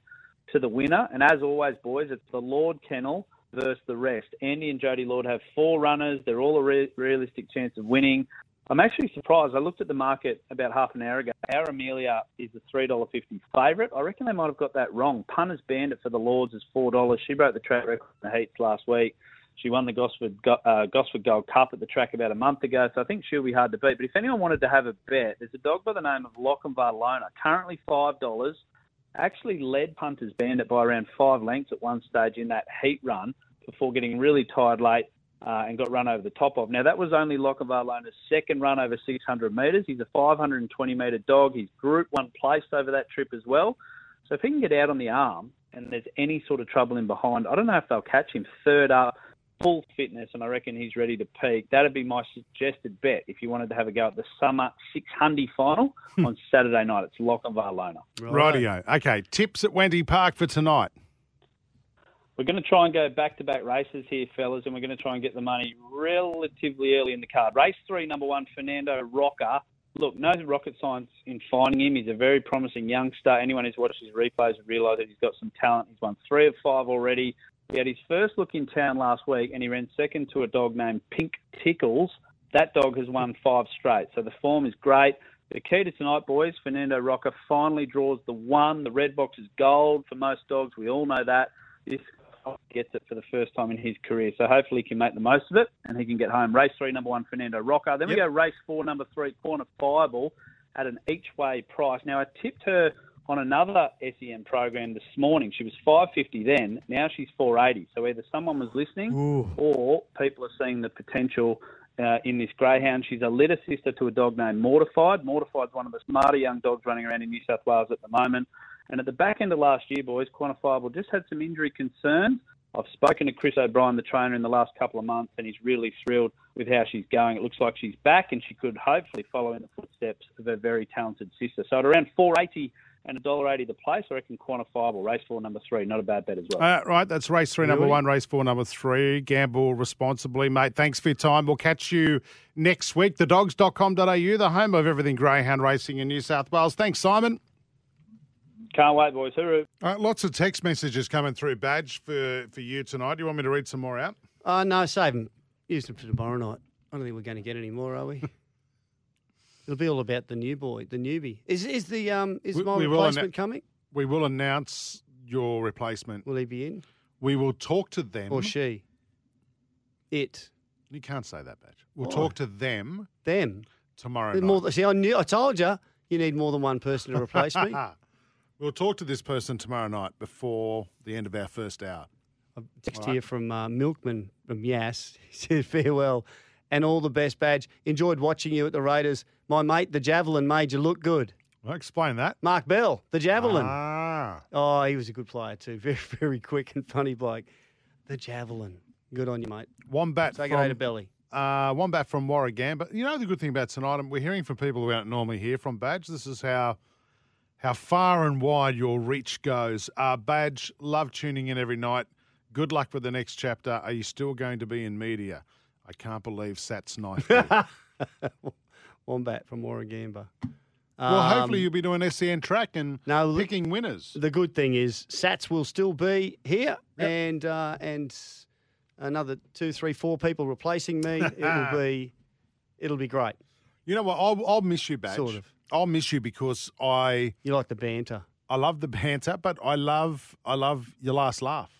Speaker 11: to the winner. And as always, boys, it's the Lord Kennel versus the rest. Andy and Jody Lord have four runners. They're all a re- realistic chance of winning. I'm actually surprised. I looked at the market about half an hour ago. Our Amelia is a $3.50 favourite. I reckon they might have got that wrong. Punters banned it for the Lords as $4. She broke the track record in the heats last week. She won the Gosford Go- uh, Gosford Gold Cup at the track about a month ago, so I think she'll be hard to beat. But if anyone wanted to have a bet, there's a dog by the name of Lochinvar Lona, currently five dollars. Actually led punters banned it by around five lengths at one stage in that heat run before getting really tired late uh, and got run over the top of. Now that was only Lochinvar Lona's second run over 600 metres. He's a 520 metre dog. He's Group One placed over that trip as well. So if he can get out on the arm and there's any sort of trouble in behind, I don't know if they'll catch him third up full fitness, and I reckon he's ready to peak. That'd be my suggested bet if you wanted to have a go at the summer six hundred final on Saturday night. It's Lock and Varlona.
Speaker 4: Rightio. Okay, tips at Wendy Park for tonight.
Speaker 11: We're going to try and go back to back races here, fellas, and we're going to try and get the money relatively early in the card. Race three, number one, Fernando Rocker. Look, no rocket science in finding him. He's a very promising youngster. Anyone who's watched his replays would realise that he's got some talent. He's won three of five already. He had his first look in town last week, and he ran second to a dog named Pink Tickles. That dog has won five straight, so the form is great. The key to tonight, boys, Fernando Rocker finally draws the one. The red box is gold for most dogs. We all know that. This gets it for the first time in his career, so hopefully he can make the most of it and he can get home. Race three, number one, Fernando Rocker. Then we go race four, number three, Corner Fireball at an each way price. Now I tipped her on another SEM program this morning. She was 550 then. Now she's 480. So either someone was listening or people are seeing the potential uh, in this greyhound. She's a litter sister to a dog named Mortified. Mortified's one of the smarter young dogs running around in New South Wales at the moment. And at the back end of last year, boys, Quantifiable just had some injury concerns. I've spoken to Chris O'Brien, the trainer, in the last couple of months, and he's really thrilled with how she's going. It looks like she's back, and she could hopefully follow in the footsteps of her very talented sister. So at around 480 and $1.80 the place, I reckon Quantifiable, race four, number three, not a bad bet as well.
Speaker 4: Uh, right, that's race three, number
Speaker 11: Really?
Speaker 4: one, race four, number three. Gamble responsibly, mate. Thanks for your time. We'll catch you next week. Thedogs.com.au, the home of everything greyhound racing in New South Wales. Thanks, Simon.
Speaker 11: Can't wait, boys. Hooroo.
Speaker 4: All right, lots of text messages coming through, Badge, for, for you tonight. Do you want me to read some more out?
Speaker 5: Uh, no, save them. Use them for tomorrow night. I don't think we're going to get any more, are we? It'll be all about the new boy, the newbie. Is is the um is
Speaker 4: We-
Speaker 5: my
Speaker 4: we will
Speaker 5: replacement
Speaker 4: anno-
Speaker 5: coming?
Speaker 4: We will announce your replacement.
Speaker 5: Will he be in?
Speaker 4: We will talk to them.
Speaker 5: Or she. It.
Speaker 4: You can't say that, Badge. We'll
Speaker 5: Why?
Speaker 4: talk to them
Speaker 5: Them.
Speaker 4: tomorrow
Speaker 5: There's
Speaker 4: night.
Speaker 5: More, see, I knew. I told you. You need more than one person to replace me.
Speaker 4: we'll talk to this person tomorrow night before the end of our first hour.
Speaker 5: Text
Speaker 4: All right.
Speaker 5: here from uh, Milkman from Yass. He said, Farewell and all the best, Badge. Enjoyed watching you at the Raiders. My mate, the Javelin, made you look good.
Speaker 4: Well, explain that.
Speaker 5: Mark Bell, the Javelin.
Speaker 4: Ah.
Speaker 5: Oh, he was a good player too. Very, very quick and funny bloke. The Javelin. Good on you, mate.
Speaker 4: Wombat
Speaker 5: Say
Speaker 4: from,
Speaker 5: g'day to Belly.
Speaker 4: Uh, Wombat from Warragamba. You know the good thing about tonight, and we're hearing from people we don't normally hear from, Badge. This is how how far and wide your reach goes. Uh, Badge, love tuning in every night. Good luck with the next chapter. Are you still going to be in media? I can't believe Sat's knife. you.
Speaker 5: Wombat from Warragamba.
Speaker 4: well, hopefully
Speaker 5: Um,
Speaker 4: you'll be doing SEN track and
Speaker 5: no,
Speaker 4: picking winners.
Speaker 5: The good thing is Sats will still be here, and uh, and another two, three, four people replacing me. it will be, it'll be great.
Speaker 4: You know what? I'll, I'll miss you, Badge.
Speaker 5: Sort of.
Speaker 4: I'll miss you because I.
Speaker 5: You like the banter.
Speaker 4: I love the banter, but I love I love your last laugh.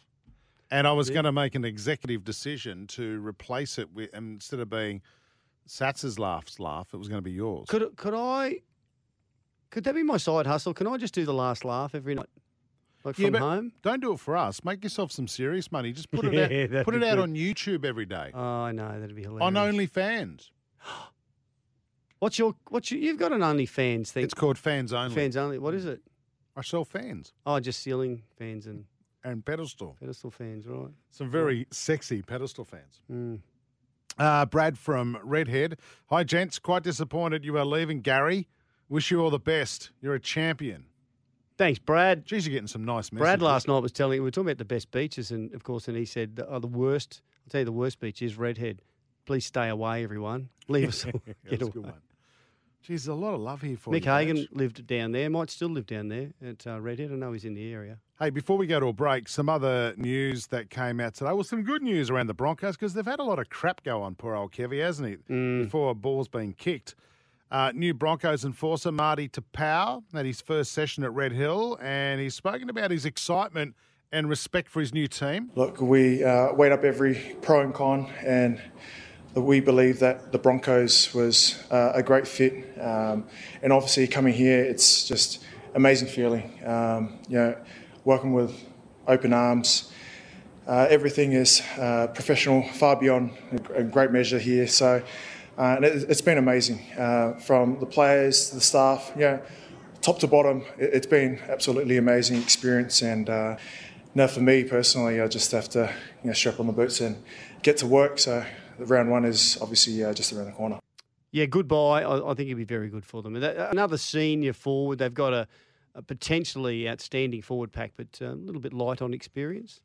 Speaker 4: And I was
Speaker 5: Yeah.
Speaker 4: going to make an executive decision to replace it with and instead of being Sats's laughs laugh, it was going to be yours.
Speaker 5: Could could I? Could that be my side hustle? Can I just do the last laugh every night, like
Speaker 4: Yeah,
Speaker 5: from
Speaker 4: but
Speaker 5: home?
Speaker 4: Don't do it for us. Make yourself some serious money. Just put it
Speaker 5: Yeah,
Speaker 4: out,
Speaker 5: that'd
Speaker 4: put
Speaker 5: be
Speaker 4: it out
Speaker 5: good.
Speaker 4: on YouTube every day
Speaker 5: Oh, I know that'd be hilarious.
Speaker 4: on OnlyFans.
Speaker 5: What's your what's your, you've got an OnlyFans thing?
Speaker 4: It's called Fans Only.
Speaker 5: Fans only. What is it?
Speaker 4: I sell fans
Speaker 5: Oh, just ceiling fans and
Speaker 4: and pedestal.
Speaker 5: pedestal fans, right?
Speaker 4: Some very sexy pedestal fans.
Speaker 5: Mm.
Speaker 4: Uh, Brad from Redhead. Hi, gents. Quite disappointed you are leaving, Gary. Wish you all the best. You're a champion.
Speaker 5: Thanks, Brad.
Speaker 4: Geez, you're getting some nice messages.
Speaker 5: Brad last night was telling, we were talking about the best beaches, and of course, and he said, the, oh, the worst, I'll tell you, the worst beach is Redhead. Please stay away, everyone. Leave us all.
Speaker 4: That
Speaker 5: Get
Speaker 4: was a
Speaker 5: away.
Speaker 4: good one. Geez, there's a lot of love here for
Speaker 5: Mick
Speaker 4: you.
Speaker 5: Hagan
Speaker 4: Badge.
Speaker 5: lived down there, might still live down there at uh, Redhead. I know he's in the area.
Speaker 4: Hey, before we go to a break, some other news that came out today. Well, some good news around the Broncos because they've had a lot of crap go on, poor old Kevy, hasn't he? Before a ball's been kicked. Uh, new Broncos enforcer Marty Tapau had his first session at Red Hill and he's spoken about his excitement and respect for his new team.
Speaker 14: Look, we uh, weighed up every pro and con, and we believe that the Broncos was uh, a great fit. Um, and obviously, coming here, it's just amazing feeling. Um, you know, welcome with open arms. Uh, everything is uh, professional, far beyond a great measure here. So, uh, and it, it's been amazing uh, from the players, the staff. You know, top to bottom, it, it's been absolutely amazing experience. And uh, now for me personally, I just have to you know, strap on the boots and get to work. So round one is obviously uh, just around the corner.
Speaker 5: Yeah, goodbye. I, I think he'd be very good for them. And that- uh, Another senior forward. They've got a, a potentially outstanding forward pack, but uh, a little bit light on experience.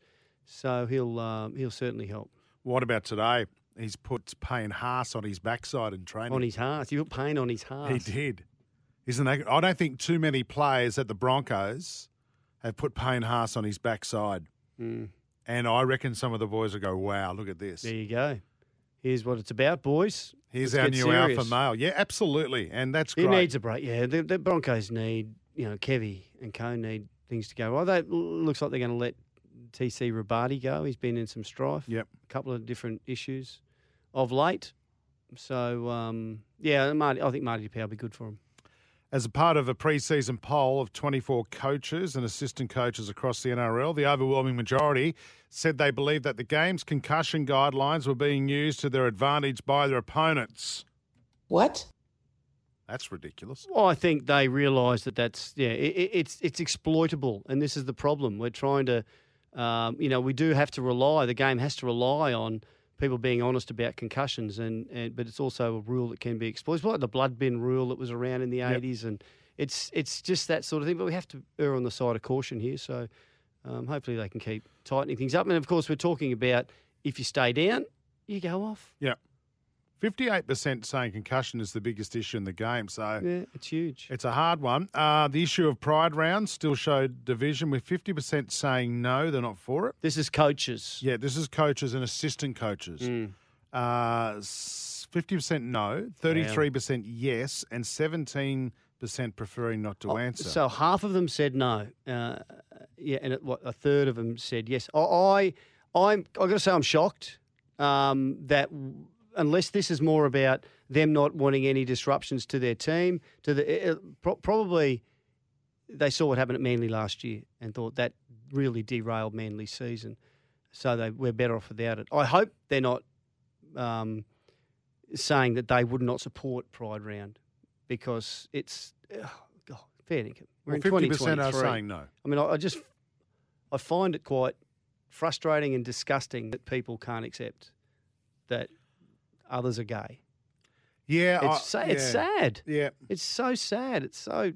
Speaker 5: So he'll um, he'll certainly help.
Speaker 4: What about today? He's put Payne Haas on his backside in training.
Speaker 5: On his heart. You put pain on his heart.
Speaker 4: He did. Isn't that? I don't think too many players at the Broncos have put Payne Haas on his backside. And I reckon some of the boys will go, wow, look at this.
Speaker 5: Mm. There you go. Here's what it's about, boys.
Speaker 4: Here's
Speaker 5: Let's
Speaker 4: our
Speaker 5: get
Speaker 4: new
Speaker 5: serious.
Speaker 4: alpha male. Yeah, absolutely. And that's
Speaker 5: He
Speaker 4: great.
Speaker 5: needs a break. Yeah, the, the Broncos need, you know, Kevy and Co need things to go. Well, they looks like they're going to let TC Rabati go. He's been in some strife.
Speaker 4: Yep.
Speaker 5: A couple of different issues of late. So, um, yeah, Marty, I think Marty DePau would be good for him.
Speaker 4: As a part of a pre-season poll of 24 coaches and assistant coaches across the NRL, the overwhelming majority said they believe that the game's concussion guidelines were being used to their advantage by their opponents.
Speaker 5: What?
Speaker 4: That's ridiculous.
Speaker 5: Well, I think they realise that that's yeah, it, it- it's it's exploitable, and this is the problem. We're trying to, um, you know, we do have to rely. The game has to rely on people being honest about concussions, and, and but it's also a rule that can be exploited, like the blood bin rule that was around in the eighties, and it's it's just that sort of thing. But we have to err on the side of caution here. So um, hopefully they can keep tightening things up. And of course, we're talking about if you stay down, you go off.
Speaker 4: Yeah. 58% saying concussion is the biggest issue in the game. So
Speaker 5: Yeah, it's huge.
Speaker 4: It's a hard one. Uh, the issue of pride rounds still showed division with 50% saying no, they're not for it.
Speaker 5: This is coaches. Hmm.
Speaker 4: Yeah, this is coaches and assistant coaches. Uh, s- 50% no, 33% yes, and 17% preferring not to answer.
Speaker 5: Oh, So half of them said no. Uh, yeah, and it, what, a third of them said yes. I, I I'm I got to say I'm shocked um, that w- unless this is more about them not wanting any disruptions to their team, to the uh, pro- probably they saw what happened at Manly last year and thought that really derailed Manly's season. So they we're better off without it. I hope they're not um, saying that they would not support Pride Round because it's oh, God, fair dinkum. We're
Speaker 4: Well,
Speaker 5: in
Speaker 4: 50% are
Speaker 5: 2023.
Speaker 4: saying no.
Speaker 5: I mean, I, I just I find it quite frustrating and disgusting that people can't accept that others are gay.
Speaker 4: yeah,
Speaker 5: it's,
Speaker 4: I-
Speaker 5: sa- it's
Speaker 4: yeah.
Speaker 5: sad.
Speaker 4: Yeah,
Speaker 5: it's so sad. It's so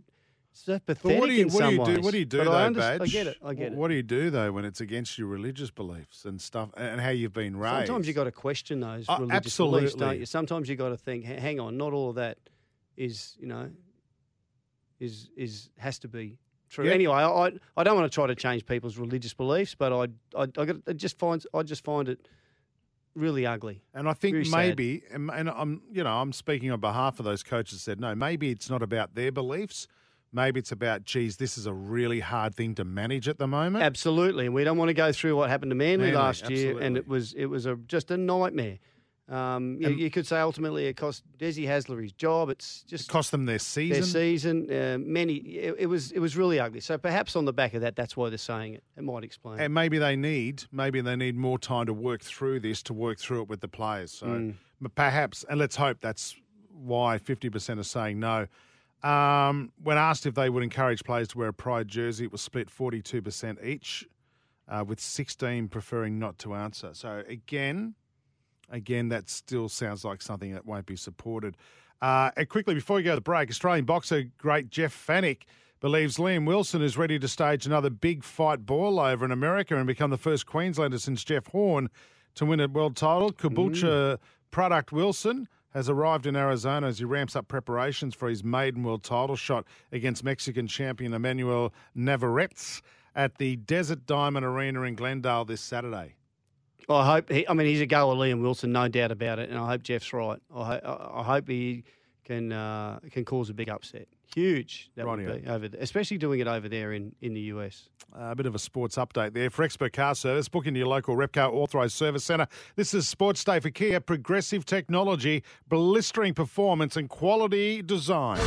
Speaker 5: so pathetic.
Speaker 4: But what do you
Speaker 5: in
Speaker 4: what do
Speaker 5: some
Speaker 4: you do?
Speaker 5: ways.
Speaker 4: What do you do
Speaker 5: But
Speaker 4: though,
Speaker 5: I, underst- I
Speaker 4: Badge?
Speaker 5: get it. I get
Speaker 4: Wh-
Speaker 5: it.
Speaker 4: What do you do though when it's against your religious beliefs and stuff, and how you've been raised?
Speaker 5: Sometimes you got to question those
Speaker 4: Oh,
Speaker 5: religious beliefs,
Speaker 4: absolutely.
Speaker 5: don't you? Sometimes you got to think, "H- hang on, not all of that is, you know, is is has to be true.
Speaker 4: Yeah.
Speaker 5: Anyway, I I- I don't want to try to change people's religious beliefs, but I I, I, got, I just find I just find it really ugly.
Speaker 4: And I think
Speaker 5: Very sad.
Speaker 4: maybe, and and I'm, you know, I'm speaking on behalf of those coaches. Said no, maybe it's not about their beliefs. Maybe it's about, geez, this is a really hard thing to manage at the moment.
Speaker 5: Absolutely, and we don't want to go through what happened to Manly,
Speaker 4: Manly,
Speaker 5: last year, and
Speaker 4: absolutely.
Speaker 5: it was it was a just a nightmare. Um, you, you could say ultimately it cost Desi Hasler his job. It's just
Speaker 4: Cost them their season.
Speaker 5: Their season, uh, many. It, it was it was really ugly. So perhaps on the back of that, that's why they're saying it. It might explain.
Speaker 4: and maybe they need, maybe they need more time to work through this, to work through it with the players. So
Speaker 5: Mm.
Speaker 4: m- perhaps, and let's hope that's why 50% are saying no. Um, when asked if they would encourage players to wear a pride jersey, it was split 42% each, uh, with 16 preferring not to answer. So again, Again, that still sounds like something that won't be supported. Uh, and quickly, before we go to the break, Australian boxer great Jeff Fannick believes Liam Wilson is ready to stage another big fight ball over in America and become the first Queenslander since Jeff Horn to win a world title. Caboolture product Wilson has arrived in Arizona as he ramps up preparations for his maiden world title shot against Mexican champion Emmanuel Navarrete at the Desert Diamond Arena in Glendale this Saturday.
Speaker 5: I hope. He, I mean, he's a goer, Liam Wilson, no doubt about it. And I hope Jeff's right. I, ho- I- I hope he can uh, can cause a big upset. Huge that
Speaker 4: Rightio.
Speaker 5: would be over, there, especially doing it over there in, in the US.
Speaker 4: Uh, a bit of a sports update there for Expert Car Service. Book into your local Repco authorised service centre. This is Sports Day for Kia. Progressive technology, blistering performance, and quality design.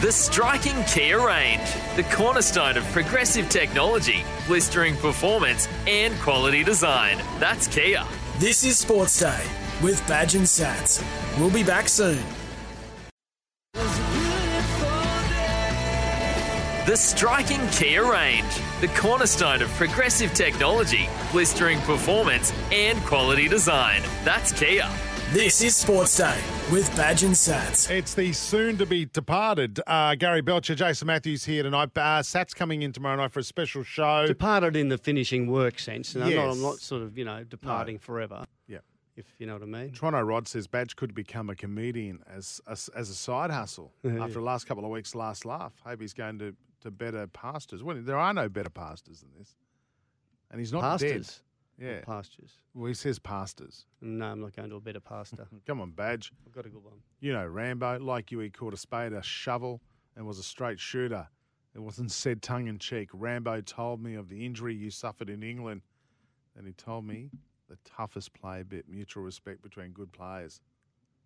Speaker 2: The striking Kia range, the cornerstone of progressive technology, blistering performance, and quality design. That's Kia.
Speaker 3: This is Sports Day with Badge and Sats. We'll be back soon.
Speaker 2: The striking Kia range, the cornerstone of progressive technology, blistering performance, and quality design. That's Kia.
Speaker 3: This is Sports Day with Badge and Sats.
Speaker 4: It's the soon to be departed uh, Gary Belcher, Jason Matthews here tonight. Uh, Sats coming in tomorrow night for a special show.
Speaker 5: Departed in the finishing work sense. And I'm, not, I'm not
Speaker 4: Yes.
Speaker 5: sort of, you know, departing forever.
Speaker 4: Yeah.
Speaker 5: If you know what I mean.
Speaker 4: Toronto Rod says Badge could become a comedian as as, as a side hustle
Speaker 5: Yeah.
Speaker 4: after the last couple of weeks' last laugh. Hope he's going to, to better pastors. Well, there are no better pastors than this, and he's not
Speaker 5: Pastors?
Speaker 4: dead. Yeah,
Speaker 5: pastures.
Speaker 4: Well, he says pastors.
Speaker 5: No, I'm not going to a better pastor.
Speaker 4: Come on, Badge.
Speaker 5: I've got a good one.
Speaker 4: You know Rambo, like you, he caught a spade, a shovel, and was a straight shooter. It wasn't said tongue in cheek. Rambo told me of the injury you suffered in England, and he told me the toughest play bit mutual respect between good players.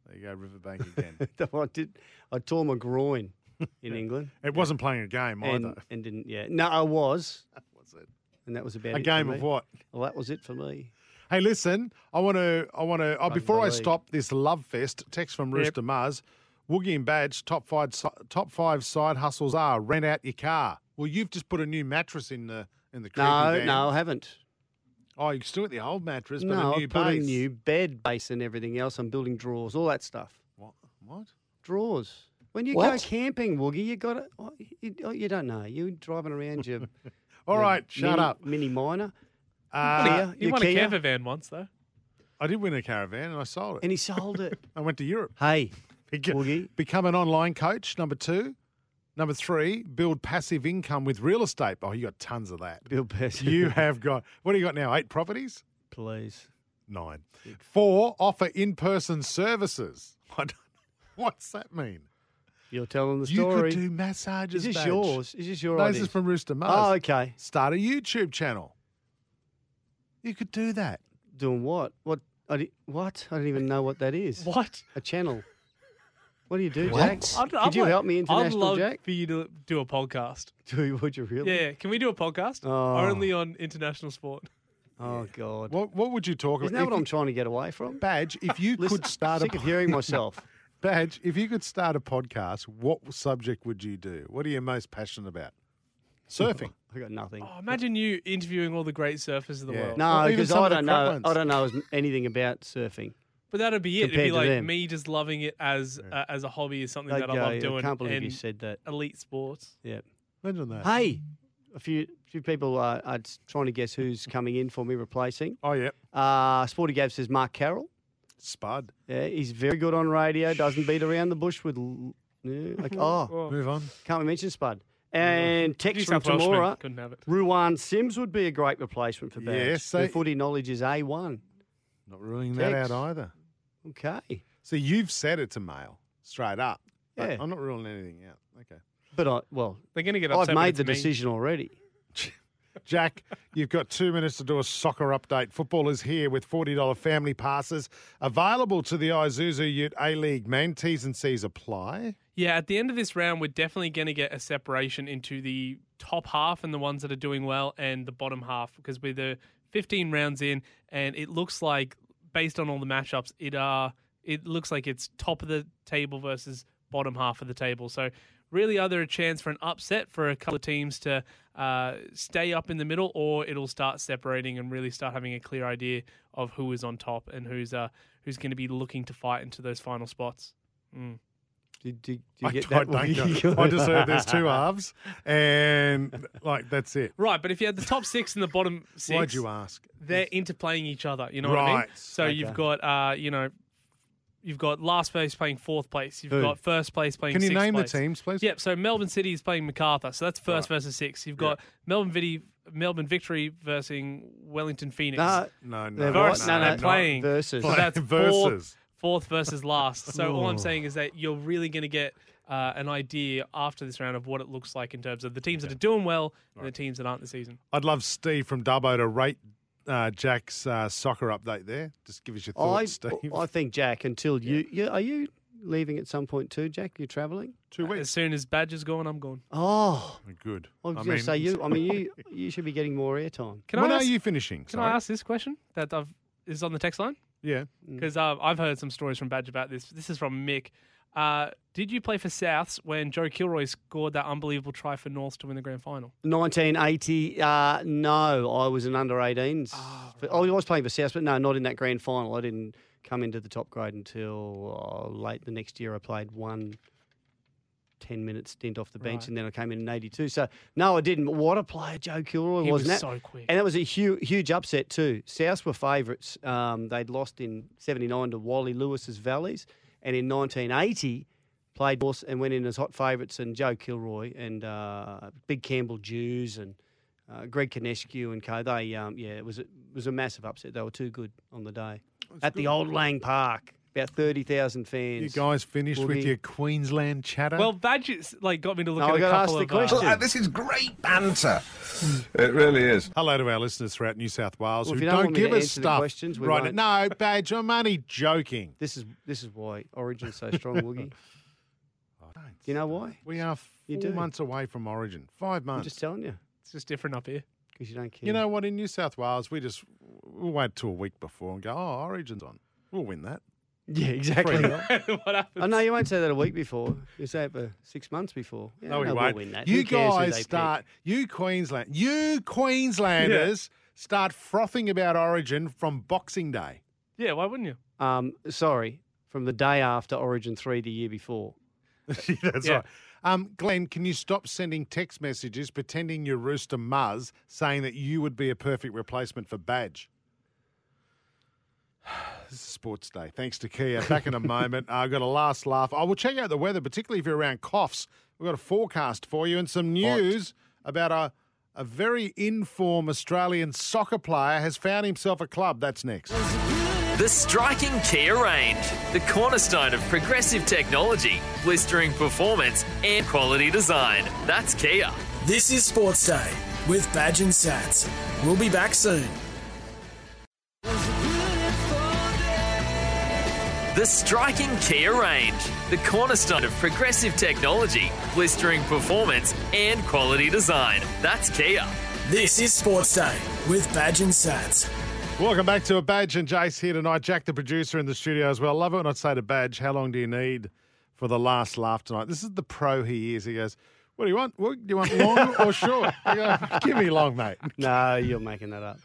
Speaker 4: There you go, Riverbank again.
Speaker 5: I did. I tore my groin in England.
Speaker 4: It wasn't playing a game
Speaker 5: and,
Speaker 4: either.
Speaker 5: and didn't. Yeah, no, I was.
Speaker 4: What's it?
Speaker 5: And that was about
Speaker 4: A
Speaker 5: it for
Speaker 4: game
Speaker 5: me.
Speaker 4: of what?
Speaker 5: Well, that was it for me.
Speaker 4: Hey, listen, I want to, I want to, oh,
Speaker 5: Rugby
Speaker 4: before I
Speaker 5: league.
Speaker 4: stop this love fest, text from Rooster Muzz, Woogie and Badge, top five, si- top five side hustles are rent out your car. Well, you've just put a new mattress in the, in the creepy
Speaker 5: No,
Speaker 4: van.
Speaker 5: no, I haven't.
Speaker 4: Oh, you're still at the old mattress, but
Speaker 5: no,
Speaker 4: a new
Speaker 5: I put
Speaker 4: base.
Speaker 5: a new bed base and everything else. I'm building drawers, all that stuff.
Speaker 4: What? What?
Speaker 5: Drawers. When you
Speaker 4: What?
Speaker 5: go camping, Woogie, you got to, you, oh, you don't know. You're driving around your.
Speaker 4: All
Speaker 5: your
Speaker 4: right, shut
Speaker 5: mini-
Speaker 4: up.
Speaker 5: Mini minor.
Speaker 4: Uh,
Speaker 5: Kia, your Kia.
Speaker 4: van once, though. I did win a caravan and I sold it.
Speaker 5: And he sold it.
Speaker 4: I went to Europe.
Speaker 5: Hey,
Speaker 4: Become an online coach, number two. Number three, build passive income with real estate. Oh, you got tons of that.
Speaker 5: Build passive.
Speaker 4: You have got, what do you got now? Eight properties?
Speaker 5: Please.
Speaker 4: Nine. Four, offer in person services. I don't know. What's that mean?
Speaker 5: You're telling the
Speaker 4: You could
Speaker 5: story.
Speaker 4: do massages.
Speaker 5: Is this
Speaker 4: Badge.
Speaker 5: yours? Is this your
Speaker 4: No, this
Speaker 5: idea?
Speaker 4: is from Rooster Muzz.
Speaker 5: Oh, okay.
Speaker 4: Start a YouTube channel. You could do that.
Speaker 5: Doing what? What? I di- what? I don't even know what that is. What? A channel. What do you do, Jack?
Speaker 15: I'd-
Speaker 5: Could
Speaker 15: I'd
Speaker 5: you
Speaker 15: like-
Speaker 5: help me, international
Speaker 15: I'd love
Speaker 5: Jack?
Speaker 15: for you to do a podcast.
Speaker 5: Do would you really?
Speaker 15: Yeah, can we do a podcast?
Speaker 5: Oh.
Speaker 15: Only on international sport.
Speaker 5: Oh God.
Speaker 4: What What would you talk
Speaker 5: Isn't
Speaker 4: about?
Speaker 5: that
Speaker 4: If
Speaker 5: what I'm
Speaker 4: you-
Speaker 5: trying to get away from?
Speaker 4: Badge, if you
Speaker 5: Listen,
Speaker 4: could start
Speaker 5: sick
Speaker 4: a
Speaker 5: of hearing myself.
Speaker 4: Badge, if you could start a podcast, what subject would you do? What are you most passionate about? Surfing.
Speaker 5: I got nothing.
Speaker 15: Oh, imagine you interviewing all the great surfers of the
Speaker 4: Yeah.
Speaker 15: world.
Speaker 5: No, because I don't know.
Speaker 15: ones.
Speaker 5: I don't know as- anything about surfing.
Speaker 15: But that'd be it. It'd
Speaker 5: compared
Speaker 15: be
Speaker 5: to
Speaker 15: like
Speaker 5: them.
Speaker 15: me just loving it as uh, as a hobby is something
Speaker 5: They'd
Speaker 15: that
Speaker 5: go,
Speaker 15: I love doing.
Speaker 5: can't believe
Speaker 15: and
Speaker 5: you said that.
Speaker 15: Elite sports.
Speaker 5: Yeah.
Speaker 4: Imagine that.
Speaker 5: Hey, a few few people are, are trying to guess who's coming in for me replacing.
Speaker 4: Oh yeah.
Speaker 5: Uh, Sporty Gab says Mark Carroll.
Speaker 4: Spud.
Speaker 5: Yeah, he's very good on radio. Doesn't beat around the bush with. l- Yeah, like, oh,
Speaker 4: move on.
Speaker 5: Can't we mention Spud? And
Speaker 15: New
Speaker 5: text from
Speaker 15: South Welshman.
Speaker 5: Tamora.
Speaker 15: Couldn't have it.
Speaker 5: Ruan Sims would be a great replacement for Badge.
Speaker 4: Yes,
Speaker 5: Their
Speaker 4: they-
Speaker 5: footy knowledge is A one.
Speaker 4: Not ruling that
Speaker 5: Text.
Speaker 4: out either.
Speaker 5: Okay.
Speaker 4: So you've said it's a male, straight up. but
Speaker 5: Yeah.
Speaker 4: I'm not ruling anything out. Okay.
Speaker 5: But I well,
Speaker 15: they're going to get
Speaker 5: I've
Speaker 15: upset.
Speaker 5: made the decision already.
Speaker 4: Jack, you've got two minutes to do a soccer update. Football is here with $40 family passes available to the Izuzu Ute A League men. T's and C's apply.
Speaker 15: Yeah, at the end of this round, we're definitely going to get a separation into the top half and the ones that are doing well and the bottom half because we're the 15 rounds in, and it looks like based on all the matchups, uh, it are it looks like it's top of the table versus bottom half of the table. So really either a chance for an upset for a couple of teams to uh, stay up in the middle, or it'll start separating and really start having a clear idea of who is on top and who's uh, who's going to be looking to fight into those final spots. Mm.
Speaker 5: Did, did,
Speaker 4: I tried Dunker. I just heard there's two halves, and like that's it.
Speaker 15: Right, but if you had the top six and the bottom 6
Speaker 4: Why'd you ask?
Speaker 15: They're interplaying each other. You know what I mean?
Speaker 4: Right,
Speaker 15: So you've
Speaker 4: okay.
Speaker 15: got, uh, you know, you've got last place playing fourth place. You've
Speaker 4: Who?
Speaker 15: got first place playing.
Speaker 4: Can you
Speaker 15: sixth
Speaker 4: name the
Speaker 15: place.
Speaker 4: teams, please?
Speaker 15: Yep. So Melbourne City is playing Macarthur. So that's first versus six. You've got Melbourne Vity, Melbourne Victory versus Wellington Phoenix.
Speaker 5: Nah,
Speaker 4: No,
Speaker 5: they're
Speaker 4: no,
Speaker 5: what?
Speaker 4: no,
Speaker 5: No, no,
Speaker 4: they're
Speaker 5: no.
Speaker 15: playing
Speaker 5: Versus.
Speaker 15: So that's
Speaker 4: Versus.
Speaker 15: Fourth, fourth versus last. So all I'm
Speaker 4: Oh.
Speaker 15: saying is that you're really going to get uh, an idea after this round of what it looks like in terms of the teams that are doing well and the teams that aren't this season.
Speaker 4: I'd love Steve from Dubbo to rate uh, Jack's uh, soccer update there. Just give us your
Speaker 5: I,
Speaker 4: thoughts, Steve.
Speaker 5: I think Jack. Until you, you, are you leaving at some point too, Jack? You're travelling.
Speaker 4: Two weeks.
Speaker 15: Uh, As soon as Badger's gone, I'm gone.
Speaker 5: Oh,
Speaker 4: Good.
Speaker 5: I was going to say you. I mean, you. You should be getting more airtime.
Speaker 15: Can I When are ask- you
Speaker 4: finishing?
Speaker 15: Can I ask this question that I've, is on the text line?
Speaker 4: Yeah.
Speaker 5: Mm.
Speaker 15: Because uh, I've heard some stories from Badge about this. This is from Mick. Uh, did you play for Souths when Joe Kilroy scored that unbelievable try for Norths to win the grand final?
Speaker 5: 1980. Uh, no, I was an under 18s.
Speaker 15: Oh,
Speaker 5: But I was playing for South, but no, not in that grand final. I didn't come into the top grade until uh, late the next year. I played one 10 minute stint off the bench,
Speaker 15: Right.
Speaker 5: and then I came in in 82. So, no, I didn't. But what a player Joe Kilroy
Speaker 15: He was
Speaker 5: was. and that-
Speaker 15: so quick.
Speaker 5: And that was a huge, huge upset, too. South were favourites. Um, they'd lost in 79 to Wally Lewis's Valleys, and in 1980, played North and went in as hot favourites, and Joe Kilroy and uh, Big Campbell Jews and uh, Greg Konescu and co. They, um, yeah, it was a, it was a massive upset. They were too good on the day at the
Speaker 4: good.
Speaker 5: old Lang Park. About thirty thousand fans.
Speaker 4: You guys finished
Speaker 5: will
Speaker 4: with
Speaker 5: be-
Speaker 4: your Queensland chatter?
Speaker 15: Well, Badger's like got me to look
Speaker 5: No,
Speaker 15: at
Speaker 5: I
Speaker 15: a
Speaker 5: gotta
Speaker 15: couple
Speaker 5: ask the
Speaker 15: of. uh,
Speaker 5: question.
Speaker 4: this is great banter.
Speaker 16: It really is.
Speaker 4: Hello to our listeners throughout New South Wales
Speaker 5: Well, if
Speaker 4: who
Speaker 5: you don't
Speaker 4: don't,
Speaker 5: want me to
Speaker 4: give us
Speaker 5: answer the
Speaker 4: stuff.
Speaker 5: questions, we
Speaker 4: right?
Speaker 5: won't.
Speaker 4: No, badge. I'm only joking.
Speaker 5: This is this is why Origin's so strong, Woogie. you know why?
Speaker 4: We are
Speaker 5: You
Speaker 4: four
Speaker 5: do.
Speaker 4: months away from Origin. Five months.
Speaker 5: I'm just telling you
Speaker 15: It's just different up here.
Speaker 5: because you don't care.
Speaker 4: You know what? In New South Wales, we just we'll wait till a week before and go, "Oh, Origin's on. We'll win that."
Speaker 5: Yeah, exactly. I know you won't say that a week before. You say it for six months before. Yeah,
Speaker 4: no, we
Speaker 5: we'll
Speaker 4: won't.
Speaker 5: win that.
Speaker 4: You
Speaker 5: Who cares who
Speaker 4: guys
Speaker 5: they
Speaker 4: start. You Queensland. You Queenslanders start frothing about Origin from Boxing Day.
Speaker 15: Yeah, why wouldn't you?
Speaker 5: pick. Um, sorry, from the day after Origin three, the year before.
Speaker 4: That's right. Um, Glenn, can you stop sending text messages pretending you're Rooster Muzz saying that you would be a perfect replacement for Badge? This is Sports Day. Thanks to Kia. Back in a moment. I've got a last laugh. I will check out the weather, particularly if you're around coughs. We've got a forecast for you and some news about a, a very informed Australian soccer player has found himself a club. That's next.
Speaker 2: The striking Kia range, the cornerstone of progressive technology, blistering performance, and quality design. That's Kia.
Speaker 3: This is Sports Day with Badge and Sats. We'll be back soon.
Speaker 2: The striking Kia range, the cornerstone of progressive technology, blistering performance, and quality design. That's Kia.
Speaker 3: This is Sports Day with Badge and Sats.
Speaker 4: Welcome back to a Badge and Jace here tonight. Jack, the producer, in the studio as well. Love it when I say to Badge, "How long do you need for the last laugh tonight?" This is the pro he is. He goes, "What do you want? What, do you want long or short?" I go, "Give me long, mate."
Speaker 5: No, you're making that up.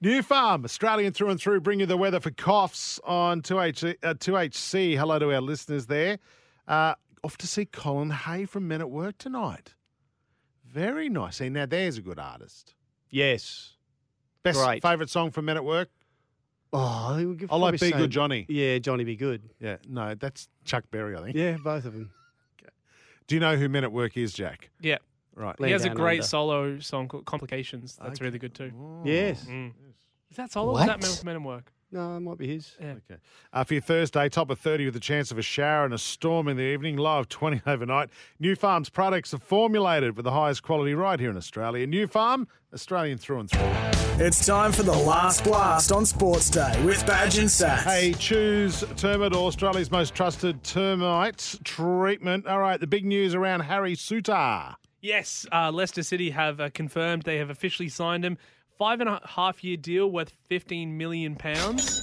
Speaker 4: New Farm, Australian through and through, bring you the weather for coughs on 2H, uh, 2HC. Hello to our listeners there. Uh, off to see Colin Hay from Men at Work tonight. Very nice. See, now there's a good artist.
Speaker 5: Yes.
Speaker 4: Best
Speaker 5: Great.
Speaker 4: favourite song from Men at Work?
Speaker 5: Oh, he would give-
Speaker 4: I like
Speaker 5: probably
Speaker 4: Be
Speaker 5: say-
Speaker 4: Good Johnny.
Speaker 5: Yeah, Johnny Be Good.
Speaker 4: Yeah, no, that's Chuck Berry, I think.
Speaker 5: Yeah, both of them.
Speaker 4: Do you know who Men at Work is, Jack?
Speaker 15: Yeah.
Speaker 4: Right.
Speaker 15: He has a
Speaker 4: Down
Speaker 15: great
Speaker 4: Under.
Speaker 15: solo song called Complications. That's really good too.
Speaker 5: Yes.
Speaker 15: Mm. Is that solo? or
Speaker 5: What?
Speaker 15: Is that Men Men in Work?
Speaker 5: No, it might be his.
Speaker 15: Yeah.
Speaker 4: Okay. Uh, for your Thursday, top of 30 with a chance of a shower and a storm in the evening, low of 20 overnight. New Farm's products are formulated with the highest quality right here in Australia. New Farm, Australian through and through.
Speaker 3: It's time for the last blast on Sports Day with Badge and Sats.
Speaker 4: Hey, choose Termite, Australia's most trusted termite treatment. All right, the big news around Harry Sutar.
Speaker 15: Yes, uh, Leicester City have uh, confirmed they have officially signed him. Five and a half year deal worth fifteen million pounds.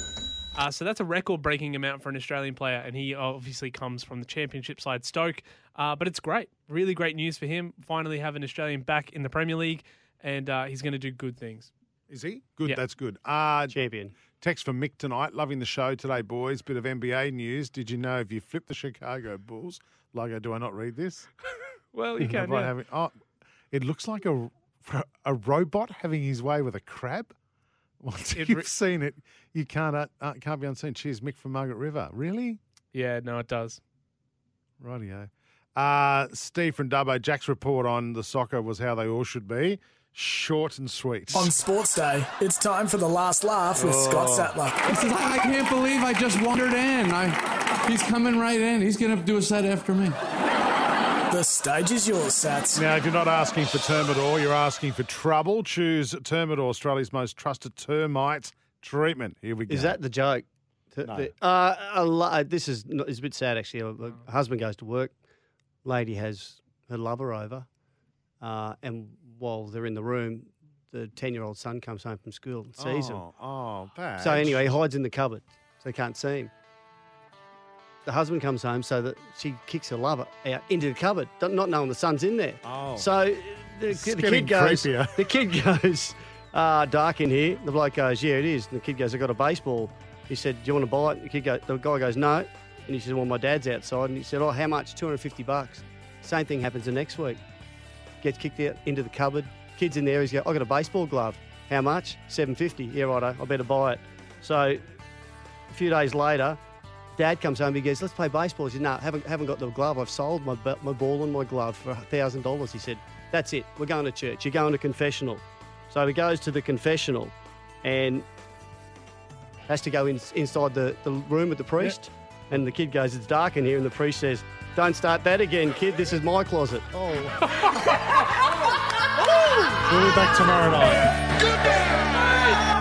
Speaker 15: Uh, so that's a record breaking amount for an Australian player, and he obviously comes from the championship side Stoke. Uh, but it's great, really great news for him. Finally, have an Australian back in the Premier League, and uh, he's going to do good things.
Speaker 4: Is he? Good, that's good. Uh,
Speaker 5: Champion.
Speaker 4: Text from Mick tonight. Loving the show today, boys. Bit of NBA news. Did you know if you flip the Chicago Bulls, Logo, do I not read this?
Speaker 15: Well, you can.
Speaker 4: By
Speaker 15: yeah.
Speaker 4: having- oh, it looks like a, a robot having his way with a crab. Once
Speaker 15: It
Speaker 4: you've
Speaker 15: re-
Speaker 4: seen it, you can't uh, uh, can't be unseen. Cheers, Mick from Margaret River. Really?
Speaker 15: Yeah, no, it does.
Speaker 4: Rightio. Uh, Steve from Dubbo, Jack's report on the soccer was how they all should be. Short and sweet.
Speaker 3: On Sports Day, it's time for the last laugh with Scott
Speaker 4: Oh.
Speaker 3: Sattler.
Speaker 13: I can't believe I just wandered in. I, he's coming right in. He's going to do a set after me.
Speaker 3: The stage is yours, Sats.
Speaker 4: Now, if you're not asking for Termidor, you're asking for trouble. Choose Termidor, Australia's most trusted termite treatment. Here we go.
Speaker 5: Is that the joke? T-
Speaker 4: No.
Speaker 5: the- uh, a lo- this is not, it's a bit sad actually. A-
Speaker 4: Oh.
Speaker 5: A husband goes to work, lady has her lover over, uh, and while they're in the room, the ten-year-old son comes home from school and sees him.
Speaker 4: oh, Oh, bad.
Speaker 5: So anyway, he hides in the cupboard so they can't see him. The husband comes home so that she kicks her lover out into the cupboard, don't- not knowing the son's in there.
Speaker 4: Oh.
Speaker 5: So the,
Speaker 4: It's
Speaker 5: the
Speaker 4: getting
Speaker 5: kid goes,
Speaker 4: creepier.
Speaker 5: the kid goes, uh, dark in here. The bloke goes, yeah, it is. And the kid goes, I got a baseball. He said, do you want to buy it? The kid goes, the guy goes, no. And he said, well, my dad's outside. And he said, oh, how much? 250 bucks. Same thing happens the next week. Gets kicked out into the cupboard. Kid's in there. He's go, I got a baseball glove. How much? 750. Yeah, righto. I better buy it. So a few days later, Dad comes home. He goes, "Let's play baseball." He said, "No, haven't haven't got the glove. I've sold my ba- my ball and my glove for thousand dollars." He said, "That's it. We're going to church. You're going to confessional." So he goes to the confessional, and has to go in, inside the, the room with the priest. And the kid goes, "It's dark in here." And the priest says, "Don't start that again, kid. This is my closet." "Oh."
Speaker 4: We'll be back tomorrow night.
Speaker 13: Goodbye!